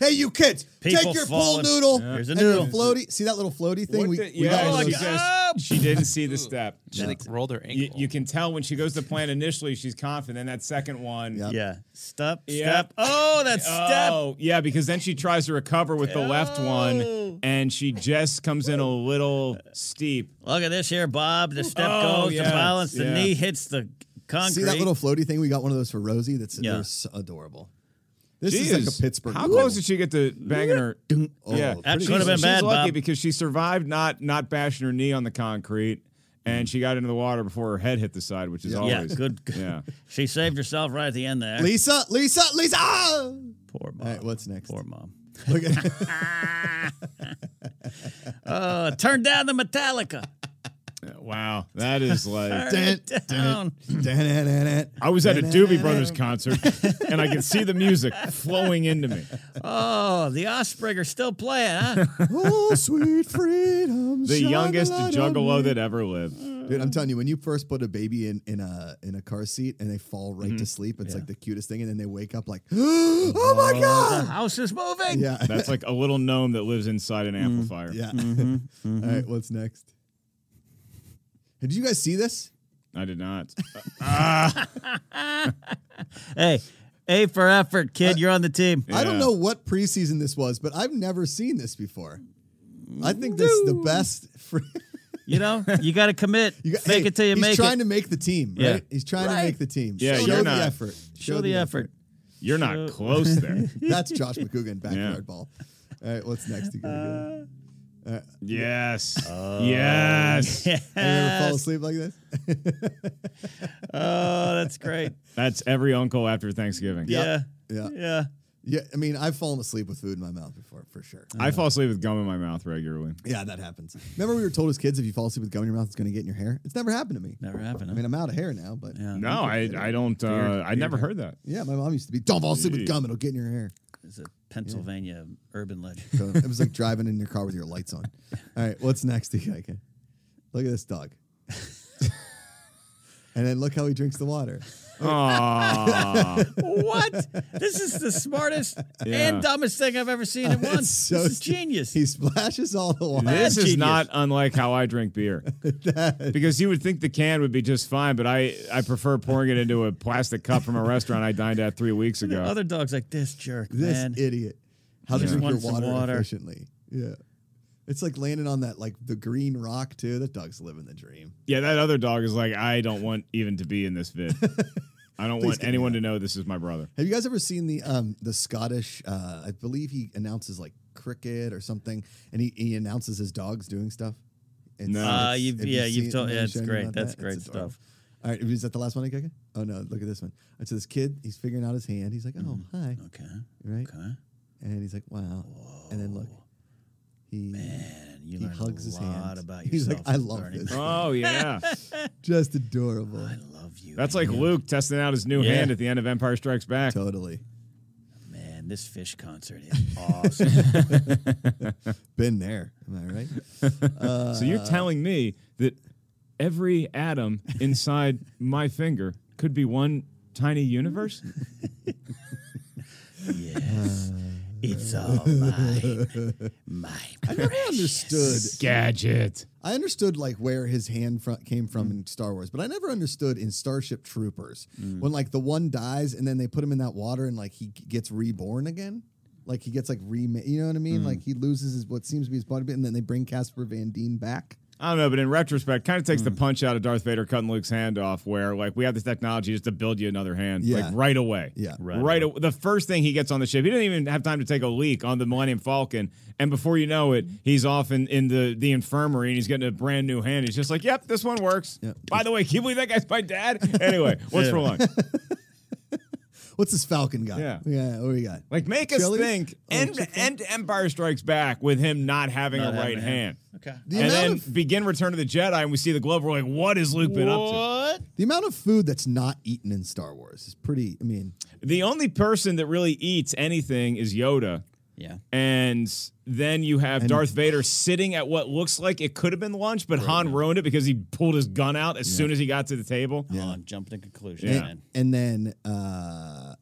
[SPEAKER 2] hey, you kids,
[SPEAKER 1] People
[SPEAKER 2] take your pool
[SPEAKER 1] falling.
[SPEAKER 2] noodle
[SPEAKER 1] Yeah. Here's a
[SPEAKER 2] and your
[SPEAKER 1] noodle.
[SPEAKER 2] floaty. See that little floaty thing?
[SPEAKER 3] What
[SPEAKER 2] We,
[SPEAKER 3] the- Oh,
[SPEAKER 2] we got
[SPEAKER 3] yeah,
[SPEAKER 2] one of
[SPEAKER 3] she,
[SPEAKER 2] those-
[SPEAKER 3] just- she didn't see the step.
[SPEAKER 4] She like rolled her ankle.
[SPEAKER 3] You, you can tell when she goes to plan initially, she's confident. That second one.
[SPEAKER 2] Yeah.
[SPEAKER 1] Yeah. Step,
[SPEAKER 3] Yeah.
[SPEAKER 1] step. Oh, that step.
[SPEAKER 3] Oh, yeah, because then she tries to recover with the left
[SPEAKER 1] Oh.
[SPEAKER 3] one, and she just comes in a little steep.
[SPEAKER 1] Look at this here, Bob. The step
[SPEAKER 3] Oh,
[SPEAKER 1] goes, the
[SPEAKER 3] yes,
[SPEAKER 1] balance, the
[SPEAKER 3] yeah.
[SPEAKER 1] knee hits the concrete.
[SPEAKER 2] See that little floaty thing? We got one of those for Rosie. That's
[SPEAKER 1] Yeah.
[SPEAKER 2] they're so adorable. This
[SPEAKER 3] Jeez,
[SPEAKER 2] is like a Pittsburgh.
[SPEAKER 3] How
[SPEAKER 2] goal.
[SPEAKER 3] close did she get to banging her?
[SPEAKER 2] Oh,
[SPEAKER 3] yeah,
[SPEAKER 2] That
[SPEAKER 1] pretty
[SPEAKER 3] she's,
[SPEAKER 1] could have been
[SPEAKER 3] she's
[SPEAKER 1] bad,
[SPEAKER 3] lucky
[SPEAKER 1] Bob.
[SPEAKER 3] because she survived not not bashing her knee on the concrete, and she got into the water before her head hit the side, which is
[SPEAKER 1] Yeah,
[SPEAKER 3] always
[SPEAKER 1] good. good.
[SPEAKER 3] Yeah.
[SPEAKER 1] she saved herself right at the end there.
[SPEAKER 2] Lisa, Lisa, Lisa! Ah!
[SPEAKER 1] Poor mom.
[SPEAKER 2] All right, what's next?
[SPEAKER 1] Poor mom.
[SPEAKER 2] Look at
[SPEAKER 1] Uh, turn down the Metallica.
[SPEAKER 3] Wow, that is like.
[SPEAKER 2] Dun,
[SPEAKER 1] Turn it down.
[SPEAKER 2] dun, dun, dun, dun.
[SPEAKER 3] I was at a Doobie Brothers concert, and I could see the music flowing into me.
[SPEAKER 1] Oh, the Osprey are still playing, huh?
[SPEAKER 2] Oh, sweet freedom.
[SPEAKER 3] The
[SPEAKER 2] shine a
[SPEAKER 3] youngest
[SPEAKER 2] light on
[SPEAKER 3] juggalo
[SPEAKER 2] me.
[SPEAKER 3] that ever lived.
[SPEAKER 2] Dude, I'm telling you, when you first put a baby in, in a in a car seat and they fall right
[SPEAKER 3] Mm-hmm.
[SPEAKER 2] to sleep, it's like the cutest thing. And then they wake up like, oh my
[SPEAKER 1] the
[SPEAKER 2] god!
[SPEAKER 1] house is moving.
[SPEAKER 2] Yeah,
[SPEAKER 3] That's like a little gnome that lives inside an amplifier.
[SPEAKER 2] Mm, yeah. All right, what's next? Hey, Did you guys see this?
[SPEAKER 3] I did not.
[SPEAKER 1] Hey, A for effort,
[SPEAKER 2] Uh,
[SPEAKER 1] kid. You're on the team.
[SPEAKER 2] I don't
[SPEAKER 3] Yeah.
[SPEAKER 2] know what preseason this was, but I've never seen this before. I think this is the best. Free-
[SPEAKER 1] You know, you got to commit.
[SPEAKER 2] you got,
[SPEAKER 1] Fake
[SPEAKER 2] hey,
[SPEAKER 1] it till you
[SPEAKER 2] he's
[SPEAKER 1] make
[SPEAKER 2] trying
[SPEAKER 1] it.
[SPEAKER 2] to make the team,
[SPEAKER 1] Yeah.
[SPEAKER 2] right? He's trying to
[SPEAKER 1] Right.
[SPEAKER 2] make the team.
[SPEAKER 3] Yeah,
[SPEAKER 2] show
[SPEAKER 3] you're
[SPEAKER 2] the
[SPEAKER 3] not-
[SPEAKER 2] effort.
[SPEAKER 1] Show the effort.
[SPEAKER 3] You're not close there.
[SPEAKER 2] That's Josh McCougan backyard ball. All right, what's next? You
[SPEAKER 1] Uh,
[SPEAKER 2] gonna do?
[SPEAKER 3] Yes. yes.
[SPEAKER 2] Have you ever fall asleep like this?
[SPEAKER 1] Oh, that's great.
[SPEAKER 3] That's every uncle after Thanksgiving.
[SPEAKER 1] Yeah.
[SPEAKER 2] Yeah.
[SPEAKER 1] Yeah.
[SPEAKER 2] Yeah, I mean, I've fallen asleep with food in my mouth before, for sure.
[SPEAKER 3] I fall asleep with gum in my mouth regularly.
[SPEAKER 2] Yeah, that happens. Remember, we were told as kids if you fall asleep with gum in your mouth, it's going to get in your hair. It's never happened to me.
[SPEAKER 1] Never happened.
[SPEAKER 2] I
[SPEAKER 1] Huh?
[SPEAKER 2] mean, I'm out of hair now, but yeah,
[SPEAKER 3] No, I, I don't. Uh, I never heard that.
[SPEAKER 2] my mom used to be, "Don't fall asleep with gum; it'll get in your hair."
[SPEAKER 1] It's a Pennsylvania urban legend.
[SPEAKER 2] So it was like driving in your car with your lights on. All right, what's next, Ike? Look at this dog. and then look how he drinks the water.
[SPEAKER 3] Aw.
[SPEAKER 1] what? This is the smartest
[SPEAKER 3] Yeah.
[SPEAKER 1] and dumbest thing I've ever seen at once.
[SPEAKER 2] so
[SPEAKER 1] this is
[SPEAKER 2] stu-
[SPEAKER 1] genius.
[SPEAKER 2] He splashes all the water.
[SPEAKER 3] this
[SPEAKER 1] Genius.
[SPEAKER 3] is not unlike how I drink beer. because you would think the can would be just fine, but I, I prefer pouring it into a plastic cup from a restaurant I dined at three weeks ago.
[SPEAKER 1] Other dogs like this jerk,
[SPEAKER 2] This
[SPEAKER 1] man.
[SPEAKER 2] idiot. How to
[SPEAKER 1] Just
[SPEAKER 2] drink your
[SPEAKER 1] want some
[SPEAKER 2] water,
[SPEAKER 1] water.
[SPEAKER 2] efficiently. Yeah. It's like landing on that like the green rock too. That dog's living the dream.
[SPEAKER 3] Yeah, that other dog is like, I don't want even to be in this vid. I don't want
[SPEAKER 2] get me
[SPEAKER 3] anyone to know this is my brother.
[SPEAKER 2] Have you guys ever seen the um the Scottish uh I believe he announces like cricket or something and he, he announces his dogs doing stuff? It's,
[SPEAKER 3] No.
[SPEAKER 1] Uh,
[SPEAKER 2] it's-
[SPEAKER 1] you've-
[SPEAKER 2] have
[SPEAKER 1] yeah, you've
[SPEAKER 2] seen-
[SPEAKER 1] told-
[SPEAKER 2] have I
[SPEAKER 1] yeah, it's
[SPEAKER 2] shown you
[SPEAKER 1] great.
[SPEAKER 2] about
[SPEAKER 1] That's
[SPEAKER 2] It's
[SPEAKER 1] great
[SPEAKER 2] adorable.
[SPEAKER 1] stuff.
[SPEAKER 2] All right, is that the last one I got? Oh no, look at this one. All right, so this kid, he's figuring out his hand. He's like, "Oh, hi,"
[SPEAKER 1] Okay.
[SPEAKER 2] right?
[SPEAKER 1] Mm-hmm. Okay.
[SPEAKER 2] And he's like, "Wow," and then look, he
[SPEAKER 1] Man, you
[SPEAKER 2] he
[SPEAKER 1] learned
[SPEAKER 2] hugs
[SPEAKER 1] a
[SPEAKER 2] his
[SPEAKER 1] lot
[SPEAKER 2] hand.
[SPEAKER 1] about
[SPEAKER 2] he's
[SPEAKER 1] yourself.
[SPEAKER 2] like, "I love
[SPEAKER 1] learning.
[SPEAKER 2] this,
[SPEAKER 3] Oh, yeah.
[SPEAKER 2] just adorable."
[SPEAKER 1] I love you.
[SPEAKER 3] That's like
[SPEAKER 1] man.
[SPEAKER 3] Luke testing out his new
[SPEAKER 1] Yeah.
[SPEAKER 3] hand at the end of Empire Strikes Back.
[SPEAKER 2] Totally.
[SPEAKER 1] Man, this fish concert is awesome.
[SPEAKER 2] Been there. Am I right?
[SPEAKER 3] so
[SPEAKER 2] Uh-huh.
[SPEAKER 3] you're telling me that every atom inside my finger could be one tiny universe?
[SPEAKER 1] yes. It's all mine. Mine.
[SPEAKER 2] I never understood.
[SPEAKER 3] Gadget.
[SPEAKER 2] I understood like where his hand fro- came from in Star Wars, but I never understood in Starship Troopers when like the one dies and then they put him in that water and like he g- gets reborn again. Like he gets like remade, you know what I mean? Like he loses his what seems to be his body, and then they bring Casper Van Dien back.
[SPEAKER 3] I don't know, but in retrospect, kind of takes the
[SPEAKER 2] Hmm.
[SPEAKER 3] punch out of Darth Vader cutting Luke's hand off, where like we have this technology just to build you another hand,
[SPEAKER 2] Yeah.
[SPEAKER 3] like right away.
[SPEAKER 2] Yeah.
[SPEAKER 3] right. away. The first thing he gets on the ship, he didn't even have time to take a leak on the Millennium Falcon, and before you know it, he's off in, in the the infirmary and he's getting a brand new hand. He's just like, "Yep, this one works."
[SPEAKER 2] Yeah.
[SPEAKER 3] By the way, can you believe that guy's my dad? Anyway, what's for lunch?
[SPEAKER 2] What's this Falcon guy?
[SPEAKER 3] Yeah.
[SPEAKER 2] Yeah. What do we got?
[SPEAKER 3] Like make
[SPEAKER 2] Chili's?
[SPEAKER 3] us think
[SPEAKER 2] Oh,
[SPEAKER 3] and
[SPEAKER 2] Chick-fil-A?
[SPEAKER 3] and Empire Strikes Back with him not having
[SPEAKER 1] Not
[SPEAKER 3] a right
[SPEAKER 1] having it.
[SPEAKER 3] hand.
[SPEAKER 1] Okay.
[SPEAKER 2] The
[SPEAKER 3] and
[SPEAKER 2] amount
[SPEAKER 3] then
[SPEAKER 2] of-
[SPEAKER 3] begin Return of the Jedi and we see the glove, we're like, what has Luke been up
[SPEAKER 1] What?
[SPEAKER 2] The amount of food that's not eaten in Star Wars is pretty. I mean,
[SPEAKER 3] to? The only person that really eats anything is Yoda.
[SPEAKER 1] Yeah.
[SPEAKER 3] And then you have
[SPEAKER 2] And-
[SPEAKER 3] Darth Vader sitting at what looks like it could have been lunch, but Han ruined it because he pulled his gun out as soon as he got to the table.
[SPEAKER 1] Hold on, jumping to conclusion,
[SPEAKER 3] Yeah.
[SPEAKER 1] man.
[SPEAKER 2] and then uh,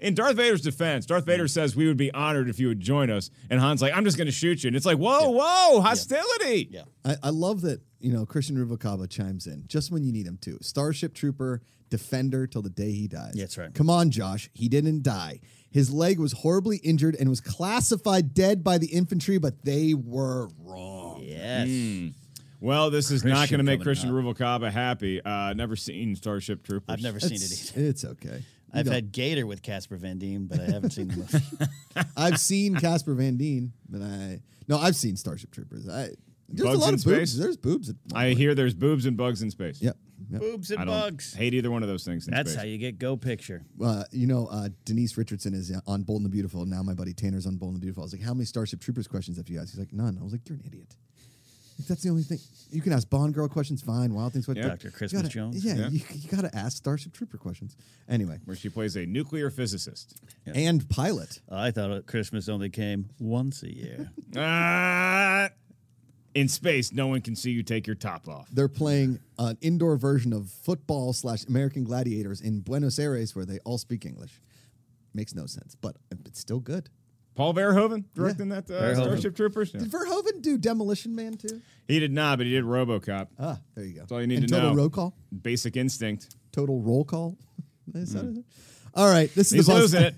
[SPEAKER 3] In Darth Vader's defense, Darth Vader says, We would be honored if you would join us. And Han's like, I'm just going to shoot you. And it's like, Whoa, whoa, hostility.
[SPEAKER 1] Yeah.
[SPEAKER 2] I, I love that you know Christian Rubalcaba chimes in just when you need him to. Starship Trooper, Defender till the day he dies.
[SPEAKER 1] That's right.
[SPEAKER 2] Come on, Josh. He didn't die. His leg was horribly injured and was classified dead by the infantry, but they were wrong.
[SPEAKER 1] Yes.
[SPEAKER 3] Well, this is not
[SPEAKER 1] Christian
[SPEAKER 3] going to make
[SPEAKER 1] coming
[SPEAKER 3] Christian
[SPEAKER 1] up.
[SPEAKER 3] Rubalcaba happy. Uh, never seen Starship Troopers.
[SPEAKER 1] I've never seen it
[SPEAKER 2] It's,
[SPEAKER 1] either.
[SPEAKER 2] it's okay. You
[SPEAKER 1] I've
[SPEAKER 2] don't-
[SPEAKER 1] had Gator with Casper Van Dien, but I haven't seen the movie.
[SPEAKER 2] I've seen Casper Van Dien, but I no, I've seen Starship Troopers. I there's
[SPEAKER 3] Bugs
[SPEAKER 2] a lot
[SPEAKER 3] in
[SPEAKER 2] of
[SPEAKER 3] space?
[SPEAKER 2] boobs. There's boobs. At
[SPEAKER 3] I hear there's boobs and bugs in space.
[SPEAKER 2] Yep. yep.
[SPEAKER 1] Boobs
[SPEAKER 3] I
[SPEAKER 1] and
[SPEAKER 3] don't
[SPEAKER 1] bugs.
[SPEAKER 3] hate either one of those things. In
[SPEAKER 1] That's
[SPEAKER 3] space.
[SPEAKER 1] how you get go picture.
[SPEAKER 2] Uh, you know, uh, Denise Richardson is on Bold and the Beautiful. and Now my buddy Tanner's on Bold and the Beautiful. I was like, how many Starship Troopers questions have you asked? He's like, none. I was like, you're an idiot. Like, that's the only thing. You can ask Bond girl questions, fine. Wild things, what?
[SPEAKER 3] Yeah.
[SPEAKER 1] Dr. Christmas
[SPEAKER 2] gotta,
[SPEAKER 1] Jones.
[SPEAKER 2] Yeah,
[SPEAKER 3] Yeah.
[SPEAKER 2] You, you got to ask Starship Trooper questions. Anyway,
[SPEAKER 3] Where she plays a nuclear physicist.
[SPEAKER 2] and pilot.
[SPEAKER 1] I thought Christmas only came once a year.
[SPEAKER 3] Ah, in space, no one can see you take your top off.
[SPEAKER 2] They're playing an indoor version of football slash American Gladiators in Buenos Aires, where they all speak English. Makes no sense, but it's still good.
[SPEAKER 3] Paul Verhoeven directing that uh,
[SPEAKER 1] Verhoeven.
[SPEAKER 3] Starship Troopers. Yeah.
[SPEAKER 2] Did Verhoeven do Demolition Man too?
[SPEAKER 3] He did not, but he did RoboCop.
[SPEAKER 2] Ah, there you go. That's
[SPEAKER 3] all you need
[SPEAKER 2] and
[SPEAKER 3] to
[SPEAKER 2] total
[SPEAKER 3] know.
[SPEAKER 2] roll call.
[SPEAKER 3] Basic Instinct.
[SPEAKER 2] total roll call. Is that
[SPEAKER 1] Hmm.
[SPEAKER 2] it? All right, this is
[SPEAKER 3] He's
[SPEAKER 2] the pos-
[SPEAKER 3] losing it.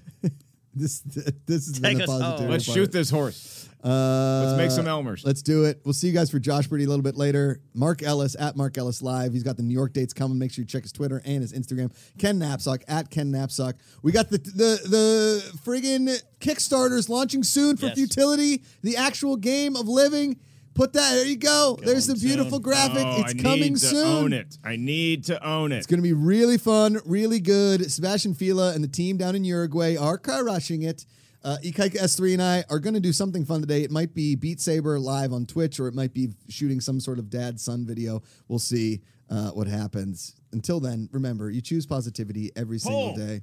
[SPEAKER 2] This this has been
[SPEAKER 1] Take
[SPEAKER 2] the
[SPEAKER 1] us home.
[SPEAKER 2] positive.
[SPEAKER 3] Let's shoot this horse.
[SPEAKER 2] Uh,
[SPEAKER 3] Let's make some Elmers.
[SPEAKER 2] Let's do it. We'll see you guys for Josh Brady a little bit later. Mark Ellis at Mark Ellis Live. He's got the New York dates coming. Make sure you check his Twitter and his Instagram. Ken Knapsack at Ken Knapsack. We got the the the friggin' Kickstarters launching soon for
[SPEAKER 1] Yes.
[SPEAKER 2] Futility, the actual game of living. Put that there you go. There's the beautiful graphic.
[SPEAKER 3] Oh,
[SPEAKER 2] it's
[SPEAKER 3] I
[SPEAKER 2] coming
[SPEAKER 3] need to
[SPEAKER 2] soon.
[SPEAKER 3] Own it. I need to own it.
[SPEAKER 2] It's going to be really fun, really good. Sebastian Fila and the team down in Uruguay are car rushing it. Uh, Ikaika S3 and I are going to do something fun today. It might be Beat Saber live on Twitch, or it might be shooting some sort of dad son video. We'll see uh, what happens. Until then, remember, you choose positivity every single
[SPEAKER 3] Pull.
[SPEAKER 2] day.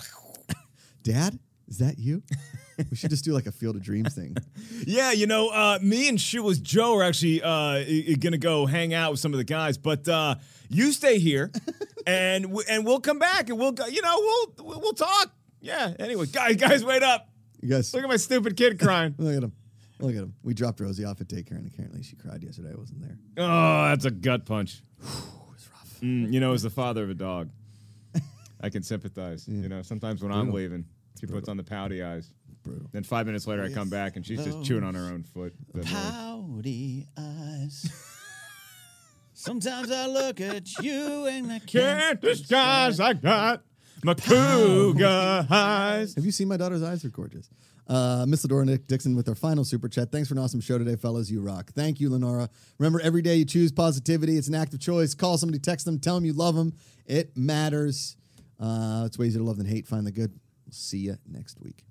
[SPEAKER 2] dad, is that you? we should just do like a Field of Dreams thing.
[SPEAKER 3] Yeah, you know, uh, me and Shoeless Joe are actually uh, i- i- gonna go hang out with some of the guys, but uh, you stay here, and w- and we'll come back, and we'll go, you know we'll we'll talk. Yeah. Anyway, guys, guys, wait up!
[SPEAKER 2] You guys,
[SPEAKER 3] Look at my stupid kid crying.
[SPEAKER 2] look at him. Look at him. We dropped Rosie off at daycare, and apparently she cried yesterday. I wasn't there.
[SPEAKER 3] oh, that's a gut punch. Mm, you know, as the father of a dog, I can sympathize. You know, sometimes when I'm leaving, she puts on the pouty eyes.
[SPEAKER 2] Brutal.
[SPEAKER 3] Then five minutes later, I come back and she's just chewing on her own foot. The Lord.
[SPEAKER 1] Pouty eyes. Sometimes I look at you and I
[SPEAKER 3] Can't
[SPEAKER 1] can't.
[SPEAKER 3] disguise I got my cougar eyes.
[SPEAKER 2] Have you seen my daughter's eyes? They're gorgeous. Uh, Miss Ladora Nick Dixon with our final super chat. Thanks for an awesome show today, fellas. You rock. Thank you, Lenora. Remember, every day you choose positivity. It's an act of choice. Call somebody, text them, tell them you love them. It matters. Uh, it's way easier to love than hate. Find the good. See you next week.